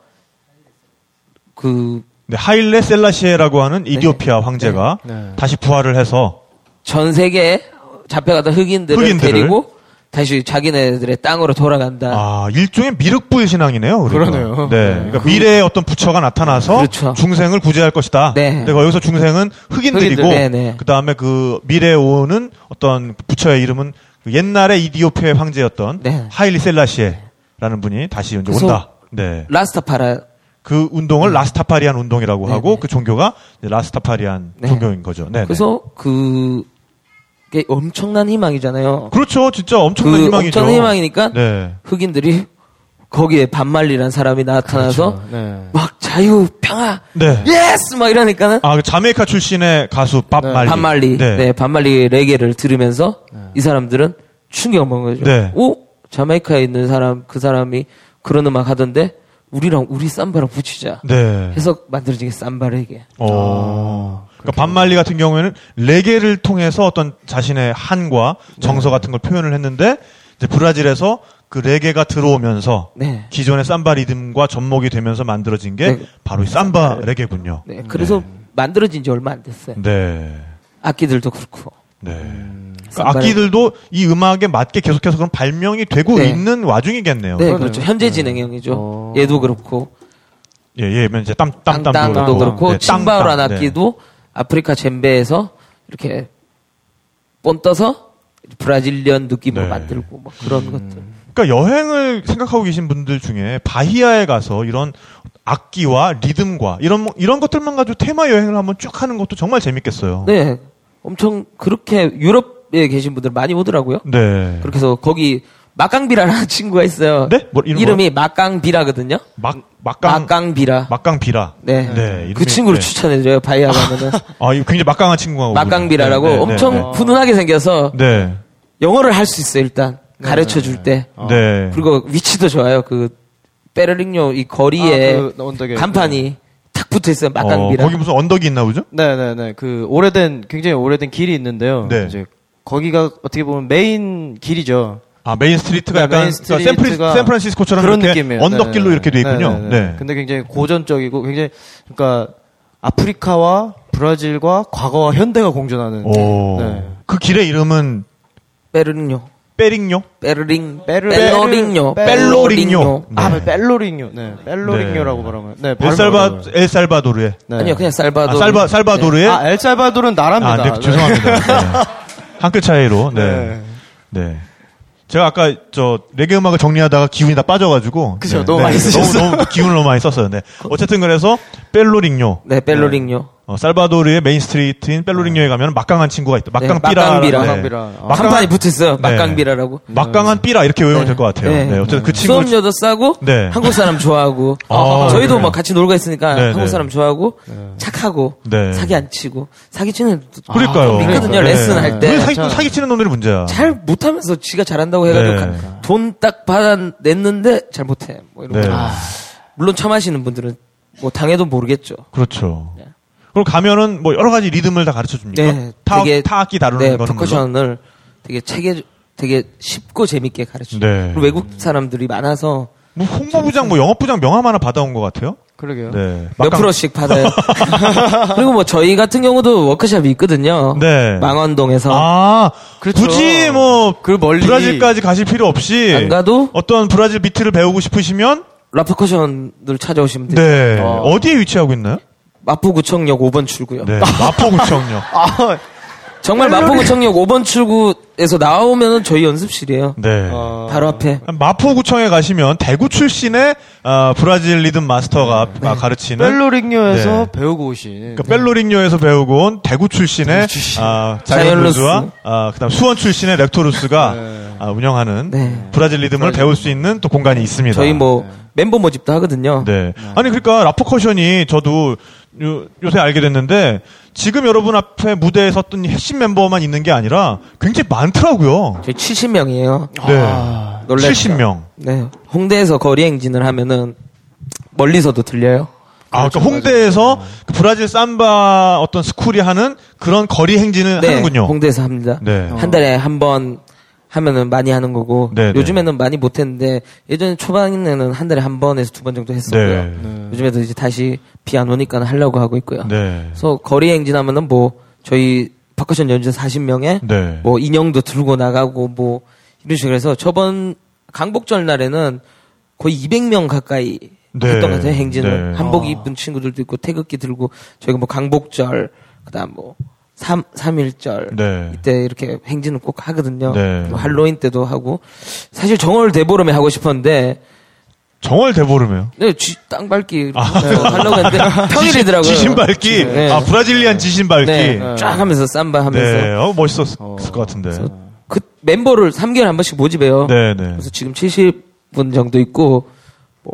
[SPEAKER 4] 그,
[SPEAKER 3] 네, 하일레 셀라시에라고 하는
[SPEAKER 4] 네.
[SPEAKER 3] 이디오피아 황제가
[SPEAKER 5] 네.
[SPEAKER 3] 다시 부활을 해서
[SPEAKER 4] 전 세계에 잡혀가던 흑인들을,
[SPEAKER 3] 흑인들을?
[SPEAKER 4] 데리고 다시 자기네들의 땅으로 돌아간다.
[SPEAKER 3] 아, 일종의 미륵부의 신앙이네요. 그러니까.
[SPEAKER 5] 그러네요.
[SPEAKER 3] 네. 그러니까 미래의 어떤 부처가 나타나서
[SPEAKER 4] 그렇죠.
[SPEAKER 3] 중생을 구제할 것이다.
[SPEAKER 4] 네.
[SPEAKER 3] 근데 여기서 중생은 흑인들이고
[SPEAKER 4] 흑인들, 네, 네.
[SPEAKER 3] 그다음에 그 미래에 오는 어떤 부처의 이름은 그 옛날에 이디오피아의 황제였던
[SPEAKER 4] 네.
[SPEAKER 3] 하일리 셀라시에라는 분이 다시 이제
[SPEAKER 4] 그래서-
[SPEAKER 3] 온다. 네.
[SPEAKER 4] 라스타파라.
[SPEAKER 3] 그 운동을 라스타파리안 운동이라고
[SPEAKER 4] 네,
[SPEAKER 3] 하고
[SPEAKER 4] 네.
[SPEAKER 3] 그 종교가 이제 라스타파리안
[SPEAKER 4] 네.
[SPEAKER 3] 종교인 거죠. 네. 네.
[SPEAKER 4] 그래서 그, 게 엄청난 희망이잖아요.
[SPEAKER 3] 그렇죠. 진짜 엄청난
[SPEAKER 4] 그
[SPEAKER 3] 희망이죠.
[SPEAKER 4] 엄청난 희망이니까
[SPEAKER 3] 네.
[SPEAKER 4] 흑인들이 거기에 반말리라는 사람이 나타나서
[SPEAKER 3] 그렇죠.
[SPEAKER 5] 네.
[SPEAKER 4] 막 자유 평화
[SPEAKER 3] 네.
[SPEAKER 4] 예스 막 이러니까는
[SPEAKER 3] 아, 그 자메이카 출신의 가수 밥
[SPEAKER 5] 네.
[SPEAKER 3] 말리.
[SPEAKER 4] 반말리
[SPEAKER 3] 네.
[SPEAKER 4] 네. 반말리 레게를 들으면서 이 사람들은 충격 먹은 거죠.
[SPEAKER 3] 네.
[SPEAKER 4] 오 자메이카에 있는 사람 그 사람이 그런 음악 하던데 우리랑 우리 삼바랑 붙이자
[SPEAKER 3] 네.
[SPEAKER 4] 해서 만들어진 게 삼바 레게.
[SPEAKER 3] 어.
[SPEAKER 4] 아,
[SPEAKER 3] 그러니까 반말리 같은 경우에는 레게를 통해서 어떤 자신의 한과
[SPEAKER 4] 네.
[SPEAKER 3] 정서 같은 걸 표현을 했는데 이제 브라질에서 그 레게가 들어오면서
[SPEAKER 4] 네.
[SPEAKER 3] 기존의 삼바 리듬과 접목이 되면서 만들어진 게
[SPEAKER 4] 네.
[SPEAKER 3] 바로 이 삼바 레게군요.
[SPEAKER 4] 네. 그래서 만들어진 지 얼마 안 됐어요.
[SPEAKER 3] 네.
[SPEAKER 4] 악기들도 그렇고
[SPEAKER 3] 네. 그러니까 악기들도 이 음악에 맞게 계속해서 그런 발명이 되고
[SPEAKER 4] 네.
[SPEAKER 3] 있는 와중이겠네요.
[SPEAKER 4] 네,
[SPEAKER 5] 그러네요.
[SPEAKER 4] 그렇죠. 현재 진행형이죠.
[SPEAKER 5] 어.
[SPEAKER 4] 얘도 그렇고
[SPEAKER 3] 예, 예, 면 이제 땀, 땀, 땀도,
[SPEAKER 4] 땅땅도 그렇고
[SPEAKER 3] 네, 땅,
[SPEAKER 4] 침바우란
[SPEAKER 3] 땅, 네.
[SPEAKER 4] 악기도 아프리카 젬베에서 이렇게 본떠서 브라질리언 느낌으로
[SPEAKER 3] 네.
[SPEAKER 4] 만들고 막 그런 것들.
[SPEAKER 3] 그러니까 여행을 생각하고 계신 분들 중에 바히아에 가서 이런 악기와 리듬과 이런 이런 것들만 가지고 테마 여행을 한번 쭉 하는 것도 정말 재밌겠어요.
[SPEAKER 4] 네, 엄청 그렇게 유럽에 계신 분들 많이 오더라고요.
[SPEAKER 3] 네.
[SPEAKER 4] 그렇게 해서 거기 마깡비라라는 친구가 있어요.
[SPEAKER 3] 네? 뭐 이름
[SPEAKER 4] 이름이 마깡비라거든요.
[SPEAKER 3] 막 막강
[SPEAKER 4] 마깡비라.
[SPEAKER 3] 막강 비라.
[SPEAKER 4] 네.
[SPEAKER 3] 네,
[SPEAKER 4] 그
[SPEAKER 3] 이름이-
[SPEAKER 4] 친구를
[SPEAKER 3] 네.
[SPEAKER 4] 추천해드려요. 바이아 가면은
[SPEAKER 3] 아, 이거 굉장히 막강한 친구하고.
[SPEAKER 4] 마깡비라라고
[SPEAKER 3] 네, 네,
[SPEAKER 4] 엄청 훈훈하게 생겨서
[SPEAKER 3] 네.
[SPEAKER 4] 영어를 할 수 있어요. 일단 가르쳐 줄 때.
[SPEAKER 3] 네. 네.
[SPEAKER 4] 그리고 위치도 좋아요. 그 페르링요 이 거리에
[SPEAKER 5] 아, 그 언덕에.
[SPEAKER 4] 간판이 탁 붙어 있어요.
[SPEAKER 3] 네. 어,
[SPEAKER 4] 막강비라.
[SPEAKER 3] 거기 무슨 언덕이 있나 보죠?
[SPEAKER 5] 네네네. 그 오래된 굉장히 오래된 길이 있는데요.
[SPEAKER 3] 네.
[SPEAKER 5] 이제 거기가 어떻게 보면 메인 길이죠.
[SPEAKER 3] 아, 메인 스트리트가
[SPEAKER 5] 네,
[SPEAKER 3] 약간
[SPEAKER 5] 메인 스트리트가
[SPEAKER 3] 그러니까 샌프리, 샌프란시스코처럼
[SPEAKER 5] 그런
[SPEAKER 3] 이렇게
[SPEAKER 5] 느낌이에요.
[SPEAKER 3] 언덕길로
[SPEAKER 5] 네네네.
[SPEAKER 3] 이렇게 돼 있군요.
[SPEAKER 5] 네네네.
[SPEAKER 3] 네.
[SPEAKER 5] 근데 굉장히 고전적이고 굉장히 그러니까 아프리카와 브라질과 과거와 현대가 공존하는.
[SPEAKER 3] 오.
[SPEAKER 5] 네.
[SPEAKER 3] 그 길의 이름은
[SPEAKER 4] 페르링요.
[SPEAKER 3] 빼링요?
[SPEAKER 4] 페르링.
[SPEAKER 5] 페르-
[SPEAKER 4] 벨로링요.
[SPEAKER 5] 페르-
[SPEAKER 3] 벨로링요.
[SPEAKER 5] 아,
[SPEAKER 3] 네.
[SPEAKER 5] 네, 벨로링요. 네, 벨로링요라고
[SPEAKER 3] 네.
[SPEAKER 5] 말하면. 네, 발음
[SPEAKER 3] 엘살바
[SPEAKER 5] 어려워요.
[SPEAKER 3] 엘살바도르에.
[SPEAKER 5] 네.
[SPEAKER 4] 아니요, 그냥
[SPEAKER 3] 아,
[SPEAKER 4] 살바도.
[SPEAKER 3] 살바 살바도르에.
[SPEAKER 5] 아, 엘살바도르는 나라입니다.
[SPEAKER 3] 네? 아, 네, 죄송합니다. 한 끗 차이로. 네.
[SPEAKER 5] 네.
[SPEAKER 3] 네. 제가 아까 저 레게 음악을 정리하다가 기운이 다 빠져가지고
[SPEAKER 5] 그죠,
[SPEAKER 3] 네,
[SPEAKER 5] 너무
[SPEAKER 3] 네.
[SPEAKER 5] 많이 쓰셨어요.
[SPEAKER 3] 너무, 너무 기운을 너무 많이 썼어요. 네. 어쨌든 그래서 벨로링요,
[SPEAKER 4] 네, 벨로링요.
[SPEAKER 3] 어, 살바도르의 메인 스트리트인 벨로링요에 가면 막강한 친구가 있다.
[SPEAKER 4] 네,
[SPEAKER 3] 막강 삐라, 음.
[SPEAKER 4] 막강비라.
[SPEAKER 5] 막강비라. 아.
[SPEAKER 4] 간판이 붙어 있어요.
[SPEAKER 3] 네.
[SPEAKER 4] 막강비라라고.
[SPEAKER 3] 막강한 삐라 이렇게 외우면
[SPEAKER 4] 네.
[SPEAKER 3] 될 것 같아요.
[SPEAKER 4] 네.
[SPEAKER 3] 네. 어쨌든 그 친구
[SPEAKER 4] 수업료도 싸고
[SPEAKER 3] 네.
[SPEAKER 4] 한국 사람 좋아하고
[SPEAKER 3] 아,
[SPEAKER 4] 저희도
[SPEAKER 3] 그래요?
[SPEAKER 4] 뭐 같이 놀고 있으니까
[SPEAKER 3] 네,
[SPEAKER 4] 한국
[SPEAKER 3] 네.
[SPEAKER 4] 사람 좋아하고 착하고
[SPEAKER 3] 네.
[SPEAKER 4] 사기 안 치고 사기 치는
[SPEAKER 3] 아, 그러니까요.
[SPEAKER 4] 좀 있거든요, 레슨 할 때.
[SPEAKER 3] 왜 사기 사기 치는 놈들이 문제야.
[SPEAKER 4] 잘 못하면서 지가 잘한다고 해가지고
[SPEAKER 3] 아. 네.
[SPEAKER 4] 돈 딱 받아냈는데 잘 못해 뭐 이런
[SPEAKER 3] 네.
[SPEAKER 4] 거. 물론 처음 하시는 분들은 뭐 당해도 모르겠죠.
[SPEAKER 3] 그렇죠. 그럼 가면은 뭐 여러 가지 리듬을 다 가르쳐 줍니까?
[SPEAKER 4] 네,
[SPEAKER 3] 그러니까 타,
[SPEAKER 4] 되게-
[SPEAKER 3] 악기 다루는 거는
[SPEAKER 4] 네,
[SPEAKER 3] 물론?
[SPEAKER 4] 퍼커션을 되게 체계 되게 쉽고 재밌게 가르쳐.
[SPEAKER 3] 네.
[SPEAKER 4] 그리고 외국 사람들이 많아서
[SPEAKER 3] 뭐 홍보부장, 뭐 영업부장 명함 하나 받아온 것 같아요.
[SPEAKER 5] 그러게요.
[SPEAKER 3] 네.
[SPEAKER 4] 몇
[SPEAKER 3] 막강-
[SPEAKER 4] 프로씩 받아요. 그리고 뭐 저희 같은 경우도 워크샵이 있거든요.
[SPEAKER 3] 네.
[SPEAKER 4] 망원동에서
[SPEAKER 3] 아,
[SPEAKER 5] 그렇죠.
[SPEAKER 3] 굳이 뭐
[SPEAKER 5] 그 멀리
[SPEAKER 3] 브라질까지 가실 필요 없이
[SPEAKER 4] 안 가도
[SPEAKER 3] 어떤 브라질 비트를 배우고 싶으시면
[SPEAKER 4] 라퍼커션을 찾아오시면 돼요.
[SPEAKER 3] 네 어. 디에 위치하고 있나요?
[SPEAKER 4] 마포구청역 5번 출구요.
[SPEAKER 3] 네 마포구청역.
[SPEAKER 5] 아,
[SPEAKER 4] 정말
[SPEAKER 3] 네.
[SPEAKER 4] 마포구청역 5번 출구에서 나오면 저희 연습실이에요.
[SPEAKER 3] 네.
[SPEAKER 5] 어,
[SPEAKER 4] 바로 앞에.
[SPEAKER 3] 마포구청에 가시면 대구 출신의 어, 브라질 리듬 마스터가
[SPEAKER 4] 네.
[SPEAKER 3] 아, 가르치는
[SPEAKER 5] 벨로링요에서
[SPEAKER 3] 네.
[SPEAKER 5] 배우고 오신.
[SPEAKER 3] 그러니까 벨로링요에서 배우고 온 대구 출신의 아, 자이언루스와
[SPEAKER 4] 자이언루스.
[SPEAKER 3] 아, 그다음 수원 출신의 렉토루스가 아, 운영하는
[SPEAKER 4] 네.
[SPEAKER 3] 브라질 리듬을 배울 수 있는 또 공간이 있습니다.
[SPEAKER 4] 저희 뭐 멤버 모집도 하거든요.
[SPEAKER 3] 네. 아니 그러니까 라퍼커션이 저도 요, 요새 알게 됐는데 지금 여러분 앞에 무대에 섰던 핵심 멤버만 있는 게 아니라 굉장히 많더라고요.
[SPEAKER 4] 저희 70명이에요.
[SPEAKER 3] 네.
[SPEAKER 5] 아,
[SPEAKER 4] 놀랍다.
[SPEAKER 3] 70명.
[SPEAKER 4] 네. 홍대에서 거리 행진을 하면은 멀리서도 들려요.
[SPEAKER 3] 아, 그러니까 홍대에서 그 브라질 삼바 어떤 스쿨이 하는 그런 거리 행진을
[SPEAKER 4] 네.
[SPEAKER 3] 하는군요.
[SPEAKER 4] 홍대에서 합니다.
[SPEAKER 3] 네.
[SPEAKER 4] 한 달에 한 번 하면은 많이 하는 거고
[SPEAKER 3] 네, 네.
[SPEAKER 4] 요즘에는 많이 못 했는데 예전에 초반에는 한 달에 한 번에서 두 번 정도 했었고요.
[SPEAKER 3] 네.
[SPEAKER 4] 요즘에도 이제 다시 비 안 오니까 하려고 하고 있고요.
[SPEAKER 3] 네.
[SPEAKER 4] 그래서 거리 행진하면은 뭐 저희 퍼커션 연주 40명에
[SPEAKER 3] 네.
[SPEAKER 4] 뭐 인형도 들고 나가고 뭐 이런 식으로 해서 저번 강복절 날에는 거의 200명 가까이
[SPEAKER 3] 네.
[SPEAKER 4] 했던 것 같아요 행진을
[SPEAKER 3] 네.
[SPEAKER 4] 한복 입은 친구들도 있고 태극기 들고 저희가 뭐 강복절 그다음 뭐 삼, 삼일절
[SPEAKER 3] 네.
[SPEAKER 4] 이때 이렇게 행진을 꼭 하거든요
[SPEAKER 3] 네.
[SPEAKER 4] 뭐 할로윈 때도 하고 사실 정월 대보름에 하고 싶었는데
[SPEAKER 3] 정월 대보름이에요.
[SPEAKER 4] 네, 쥐, 땅 밟기 하려고 했는데 평일이더라고요
[SPEAKER 3] 아. 지신 밝기.
[SPEAKER 4] 네.
[SPEAKER 3] 아, 브라질리안 지신 밝기.
[SPEAKER 4] 네,
[SPEAKER 3] 네.
[SPEAKER 4] 쫙 하면서 쌈바 하면서
[SPEAKER 3] 어, 멋있었을 것 같은데.
[SPEAKER 4] 그 멤버를 3개월 한 번씩 모집해요.
[SPEAKER 3] 네, 네.
[SPEAKER 4] 그래서 지금 70분 정도 있고 뭐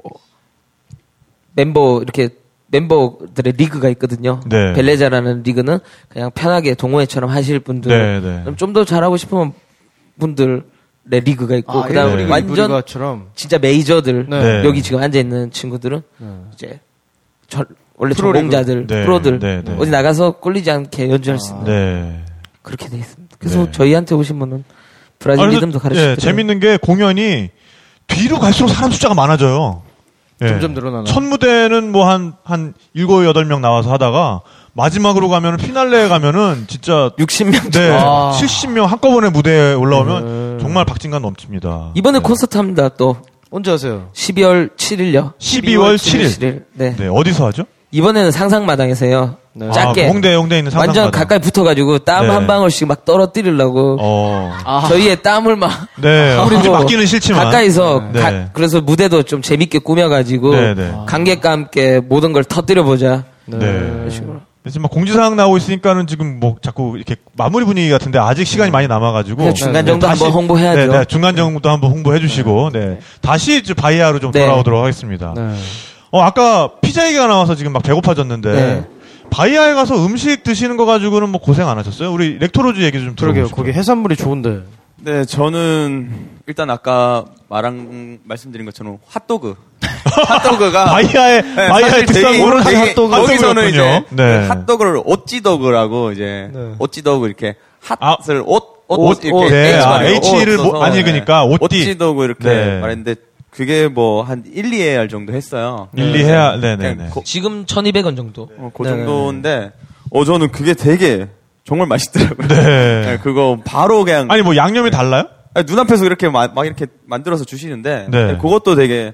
[SPEAKER 4] 멤버 이렇게 멤버들의 리그가 있거든요.
[SPEAKER 3] 네.
[SPEAKER 4] 벨레자라는 리그는 그냥 편하게 동호회처럼 하실 분들
[SPEAKER 3] 네, 네.
[SPEAKER 4] 좀 더 잘하고 싶은 분들의 리그가 있고
[SPEAKER 5] 아,
[SPEAKER 4] 어, 그다음
[SPEAKER 5] 일본의
[SPEAKER 4] 에
[SPEAKER 3] 네.
[SPEAKER 4] 완전
[SPEAKER 5] 우리가처럼.
[SPEAKER 4] 진짜 메이저들
[SPEAKER 5] 네.
[SPEAKER 4] 여기 지금 앉아 있는 친구들은 이제 전- 원래
[SPEAKER 5] 프로리그.
[SPEAKER 4] 전공자들
[SPEAKER 3] 네,
[SPEAKER 4] 프로들
[SPEAKER 3] 네, 네.
[SPEAKER 4] 어디 나가서 꼴리지 않게 연주할
[SPEAKER 5] 아.
[SPEAKER 4] 수 있는
[SPEAKER 3] 네.
[SPEAKER 4] 그렇게 돼 있습니다. 그래서
[SPEAKER 3] 네.
[SPEAKER 4] 저희한테 오신 분은 아, 브라질
[SPEAKER 3] 아, 그래서,
[SPEAKER 4] 리듬도 가르치고
[SPEAKER 3] 예, 재밌는 게 공연이 뒤로 갈수록 사람 숫자가 많아져요. 예.
[SPEAKER 5] 점점 늘어나나요?
[SPEAKER 3] 첫 무대는 뭐 한, 한 일곱, 여덟 명 나와서 하다가 마지막으로 가면은 피날레에 가면은 진짜
[SPEAKER 6] 60명
[SPEAKER 3] 네,
[SPEAKER 4] 아. 네.
[SPEAKER 3] 70명 한꺼번에 무대에 올라오면 정말 박진감 넘칩니다.
[SPEAKER 4] 이번에 콘서트 합니다. 또
[SPEAKER 5] 언제 하세요?
[SPEAKER 4] 12월 7일요.
[SPEAKER 3] 12월 7일.
[SPEAKER 4] 네.
[SPEAKER 3] 네, 어디서 하죠?
[SPEAKER 4] 이번에는 상상마당에서요.
[SPEAKER 5] 네.
[SPEAKER 3] 아,
[SPEAKER 4] 작게.
[SPEAKER 3] 홍대 홍대에 있는 상상마당.
[SPEAKER 4] 완전 가까이 붙어가지고 땀
[SPEAKER 3] 네.
[SPEAKER 4] 한 방울씩 막 떨어뜨리려고
[SPEAKER 3] 어.
[SPEAKER 4] 아. 저희의 땀을 막
[SPEAKER 3] 네.
[SPEAKER 4] 뿌리고
[SPEAKER 3] 굳이 맡기는 싫지만
[SPEAKER 4] 아, 가까이서
[SPEAKER 3] 네.
[SPEAKER 4] 가-
[SPEAKER 3] 네.
[SPEAKER 4] 그래서 무대도 좀 재밌게 꾸며가지고
[SPEAKER 3] 네, 네.
[SPEAKER 4] 관객과 함께 모든 걸 터뜨려 보자.
[SPEAKER 3] 네.
[SPEAKER 4] 이런 식으로.
[SPEAKER 3] 지금 막 공지사항 나오고 있으니까는 지금 뭐 자꾸 이렇게 마무리 분위기 같은데 아직 시간이 많이 남아가지고
[SPEAKER 4] 그냥 중간 정도
[SPEAKER 3] 뭐, 네, 다시-
[SPEAKER 4] 한번 홍보해야죠.
[SPEAKER 3] 네, 네, 중간 정도 한번 홍보해 주시고 네. 다시 이제 바이아로 좀
[SPEAKER 4] 네.
[SPEAKER 3] 돌아오도록 하겠습니다.
[SPEAKER 5] 네.
[SPEAKER 3] 어 아까 피자 얘기가 나와서 지금 막 배고파졌는데
[SPEAKER 4] 네.
[SPEAKER 3] 바이아에 가서 음식 드시는 거 가지고는 뭐 고생 안 하셨어요? 우리 렉토로즈 얘기 좀
[SPEAKER 5] 그러게요.
[SPEAKER 3] 들어보고
[SPEAKER 5] 거기
[SPEAKER 3] 싶어요.
[SPEAKER 5] 해산물이 좋은데.
[SPEAKER 6] 네, 저는 일단 아까 말한 말씀드린 것처럼 핫도그. 핫도그가
[SPEAKER 3] 바이아의
[SPEAKER 6] 네,
[SPEAKER 3] 바이아의
[SPEAKER 6] 사실
[SPEAKER 3] 특산
[SPEAKER 6] 되게-
[SPEAKER 3] 오로지
[SPEAKER 6] 되게
[SPEAKER 3] 핫도그
[SPEAKER 6] 거기서는 이제
[SPEAKER 3] 핫도그였군요. 네.
[SPEAKER 6] 핫도그를 옷지더그라고 이제
[SPEAKER 5] 네.
[SPEAKER 6] 옷지더그 이렇게
[SPEAKER 3] 아,
[SPEAKER 6] 핫을 옷, 옷,
[SPEAKER 3] 옷, 옷,
[SPEAKER 6] 이렇게
[SPEAKER 3] 네,
[SPEAKER 6] H
[SPEAKER 3] 아,
[SPEAKER 6] 발음이
[SPEAKER 3] H를 못-
[SPEAKER 6] 없어서,
[SPEAKER 3] 안 읽으니까
[SPEAKER 6] 네.
[SPEAKER 3] 옷띠.
[SPEAKER 6] 옷지더그 이렇게
[SPEAKER 3] 네.
[SPEAKER 6] 말했는데 그게 뭐 한 1, 2회알 정도 했어요. 네.
[SPEAKER 3] 일리 해야
[SPEAKER 6] 그냥
[SPEAKER 3] 네네네.
[SPEAKER 6] 고-
[SPEAKER 4] 지금 1,200원 정도.
[SPEAKER 6] 어, 그 정도인데 어 저는 그게 되게 정말 맛있더라고요.
[SPEAKER 3] 네.
[SPEAKER 6] 네, 그거 바로 그냥
[SPEAKER 3] 아니 뭐 양념이 달라요?
[SPEAKER 6] 아니, 눈앞에서 이렇게 마- 막 이렇게 만들어서 주시는데
[SPEAKER 3] 네.
[SPEAKER 6] 그것도 되게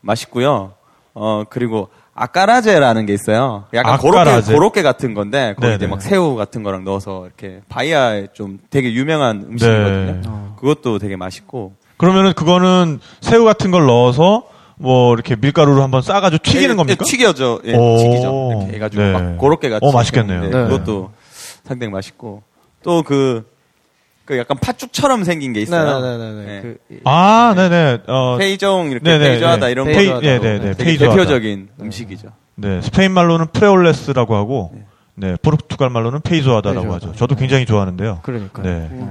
[SPEAKER 6] 맛있고요. 어 그리고 아까라제라는 게 있어요. 약간
[SPEAKER 3] 아까라제.
[SPEAKER 6] 고로케 고로케 같은 건데 거기 이제
[SPEAKER 3] 네네.
[SPEAKER 6] 막 새우 같은 거랑 넣어서 이렇게 바이아에 좀 되게 유명한 음식이거든요.
[SPEAKER 3] 네.
[SPEAKER 5] 어.
[SPEAKER 6] 그것도 되게 맛있고
[SPEAKER 3] 그러면은 그거는 새우 같은 걸 넣어서 뭐 이렇게 밀가루로 한번 싸가지고 튀기는
[SPEAKER 6] 예,
[SPEAKER 3] 겁니까?
[SPEAKER 6] 예, 튀겨져, 예,
[SPEAKER 3] 오.
[SPEAKER 6] 튀기죠. 이렇게 해가지고
[SPEAKER 3] 네.
[SPEAKER 6] 막 고로케 같이.
[SPEAKER 3] 어, 맛있겠네요.
[SPEAKER 6] 네,
[SPEAKER 3] 네.
[SPEAKER 6] 그것도 상당히 맛있고 또 그 그 약간 팥죽처럼 생긴 게 있어요.
[SPEAKER 5] 네네네네.
[SPEAKER 6] 네.
[SPEAKER 5] 그,
[SPEAKER 3] 아, 네네. 어,
[SPEAKER 6] 페이종 이렇게
[SPEAKER 3] 네네,
[SPEAKER 6] 페이저하다
[SPEAKER 3] 네.
[SPEAKER 6] 이런
[SPEAKER 3] 페이-
[SPEAKER 6] 거.
[SPEAKER 3] 네, 네, 네.
[SPEAKER 6] 되게
[SPEAKER 3] 페이저하다.
[SPEAKER 6] 대표적인 음식이죠.
[SPEAKER 3] 네, 스페인 말로는 프레올레스라고 하고, 네, 포르투갈 말로는 페이조하다라고
[SPEAKER 5] 페이조하다.
[SPEAKER 3] 하죠. 저도 굉장히 좋아하는데요.
[SPEAKER 5] 그러니까요.
[SPEAKER 3] 네.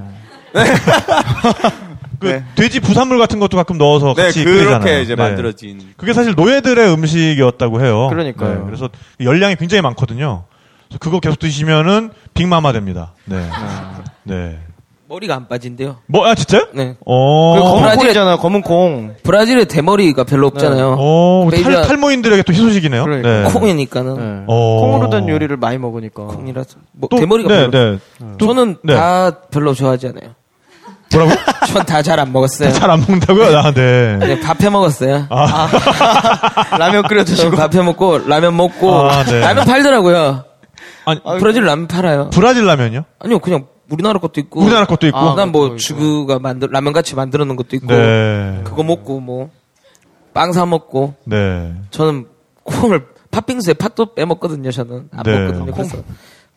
[SPEAKER 3] 그
[SPEAKER 6] 네.
[SPEAKER 3] 돼지 부산물 같은 것도 가끔 넣어서
[SPEAKER 6] 네,
[SPEAKER 3] 같이
[SPEAKER 6] 그렇게
[SPEAKER 3] 끓이잖아요.
[SPEAKER 6] 이제
[SPEAKER 3] 네.
[SPEAKER 6] 만들어진.
[SPEAKER 3] 그게 사실 노예들의 음식이었다고 해요. 네.
[SPEAKER 5] 그러니까요.
[SPEAKER 3] 그래서 열량이 굉장히 많거든요. 그래서 그거 계속 드시면은 빅마마 됩니다. 네. 네.
[SPEAKER 4] 머리가 안 빠진대요.
[SPEAKER 3] 뭐, 아, 진짜요?
[SPEAKER 4] 네.
[SPEAKER 3] 어.
[SPEAKER 5] 그 검은
[SPEAKER 4] 브라질에-
[SPEAKER 5] 공이잖아요. 검은 공.
[SPEAKER 4] 브라질의 대머리가 별로 없잖아요.
[SPEAKER 3] 어, 우리
[SPEAKER 4] 베이비야.
[SPEAKER 3] 탈, 탈모인들에게 또 희소식이네요.
[SPEAKER 5] 그러니까.
[SPEAKER 3] 네.
[SPEAKER 4] 콩이니까는
[SPEAKER 5] 네.
[SPEAKER 3] 어.
[SPEAKER 5] 콩으로 된 요리를 많이 먹으니까.
[SPEAKER 4] 콩이라서 뭐
[SPEAKER 3] 또,
[SPEAKER 4] 대머리가
[SPEAKER 3] 네,
[SPEAKER 4] 별로.
[SPEAKER 3] 네. 또,
[SPEAKER 4] 저는
[SPEAKER 3] 네.
[SPEAKER 4] 다 별로 좋아하지 않아요.
[SPEAKER 3] 뭐라고?
[SPEAKER 4] 전 다 잘 안 먹었어요.
[SPEAKER 3] 잘 안 먹는다고요? 아, 네.
[SPEAKER 4] 네, 아. 밥해 먹었어요.
[SPEAKER 3] 아.
[SPEAKER 5] 라면 끓여
[SPEAKER 4] 저는
[SPEAKER 5] 드시고.
[SPEAKER 4] 밥해 먹고 라면 먹고
[SPEAKER 3] 아, 네.
[SPEAKER 4] 라면 팔더라고요.
[SPEAKER 3] 아니,
[SPEAKER 4] 브라질 라면 팔아요.
[SPEAKER 3] 브라질 라면이요?
[SPEAKER 4] 아니요, 그냥 우리나라 것도 있고.
[SPEAKER 3] 우리나라 것도 있고.
[SPEAKER 4] 아, 난뭐
[SPEAKER 5] 그렇죠.
[SPEAKER 4] 주그가 만들 라면 같이 만들어 놓은 것도 있고.
[SPEAKER 3] 네.
[SPEAKER 4] 그거 먹고 뭐 빵 사 먹고
[SPEAKER 3] 네.
[SPEAKER 4] 저는 콩을 팥빙수에 팥도 빼먹거든요. 저는 안
[SPEAKER 3] 네.
[SPEAKER 4] 먹거든요. 그래서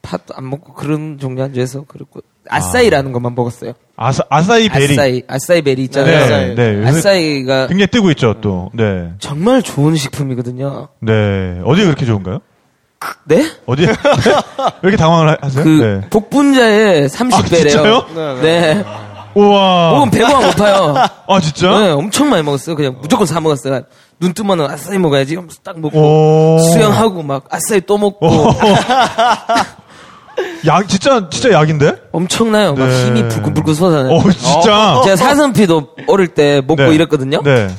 [SPEAKER 4] 팥도 안 먹고 그런 종류 안 좋아해서 그렇고 아싸이라는 것만 먹었어요.
[SPEAKER 3] 아사, 아사이 베리.
[SPEAKER 4] 아싸이, 아싸이 베리 있잖아요.
[SPEAKER 3] 네, 네. 요새
[SPEAKER 4] 아싸이가
[SPEAKER 3] 굉장히 뜨고 있죠, 또.
[SPEAKER 4] 음.
[SPEAKER 3] 네.
[SPEAKER 4] 정말 좋은 식품이거든요.
[SPEAKER 3] 네. 어디에 그렇게 좋은가요?
[SPEAKER 4] 네?
[SPEAKER 3] 어디에? 네? 왜 이렇게 당황을 하- 하세요?
[SPEAKER 4] 그
[SPEAKER 3] 네. 아,
[SPEAKER 4] 복분자의 30배래요.
[SPEAKER 3] 진짜요? 아.
[SPEAKER 4] 네.
[SPEAKER 3] 우와.
[SPEAKER 4] 먹으면 배가 안 고파요.
[SPEAKER 3] 아, 진짜?
[SPEAKER 4] 네, 엄청 많이 먹었어요. 그냥 무조건 사 먹었어요. 눈 뜨면은 아싸이 먹어야지. 하면서 딱 먹고
[SPEAKER 3] 오.
[SPEAKER 4] 수영하고 막 아싸이 또 먹고
[SPEAKER 3] 약, 진짜, 진짜 약인데?
[SPEAKER 4] 엄청나요. 막
[SPEAKER 3] 네.
[SPEAKER 4] 힘이 불끈불끈 솟아나요.
[SPEAKER 3] 어, 진짜.
[SPEAKER 4] 제가 사슴피도 어릴 때 먹고
[SPEAKER 3] 네.
[SPEAKER 4] 이랬거든요.
[SPEAKER 3] 네.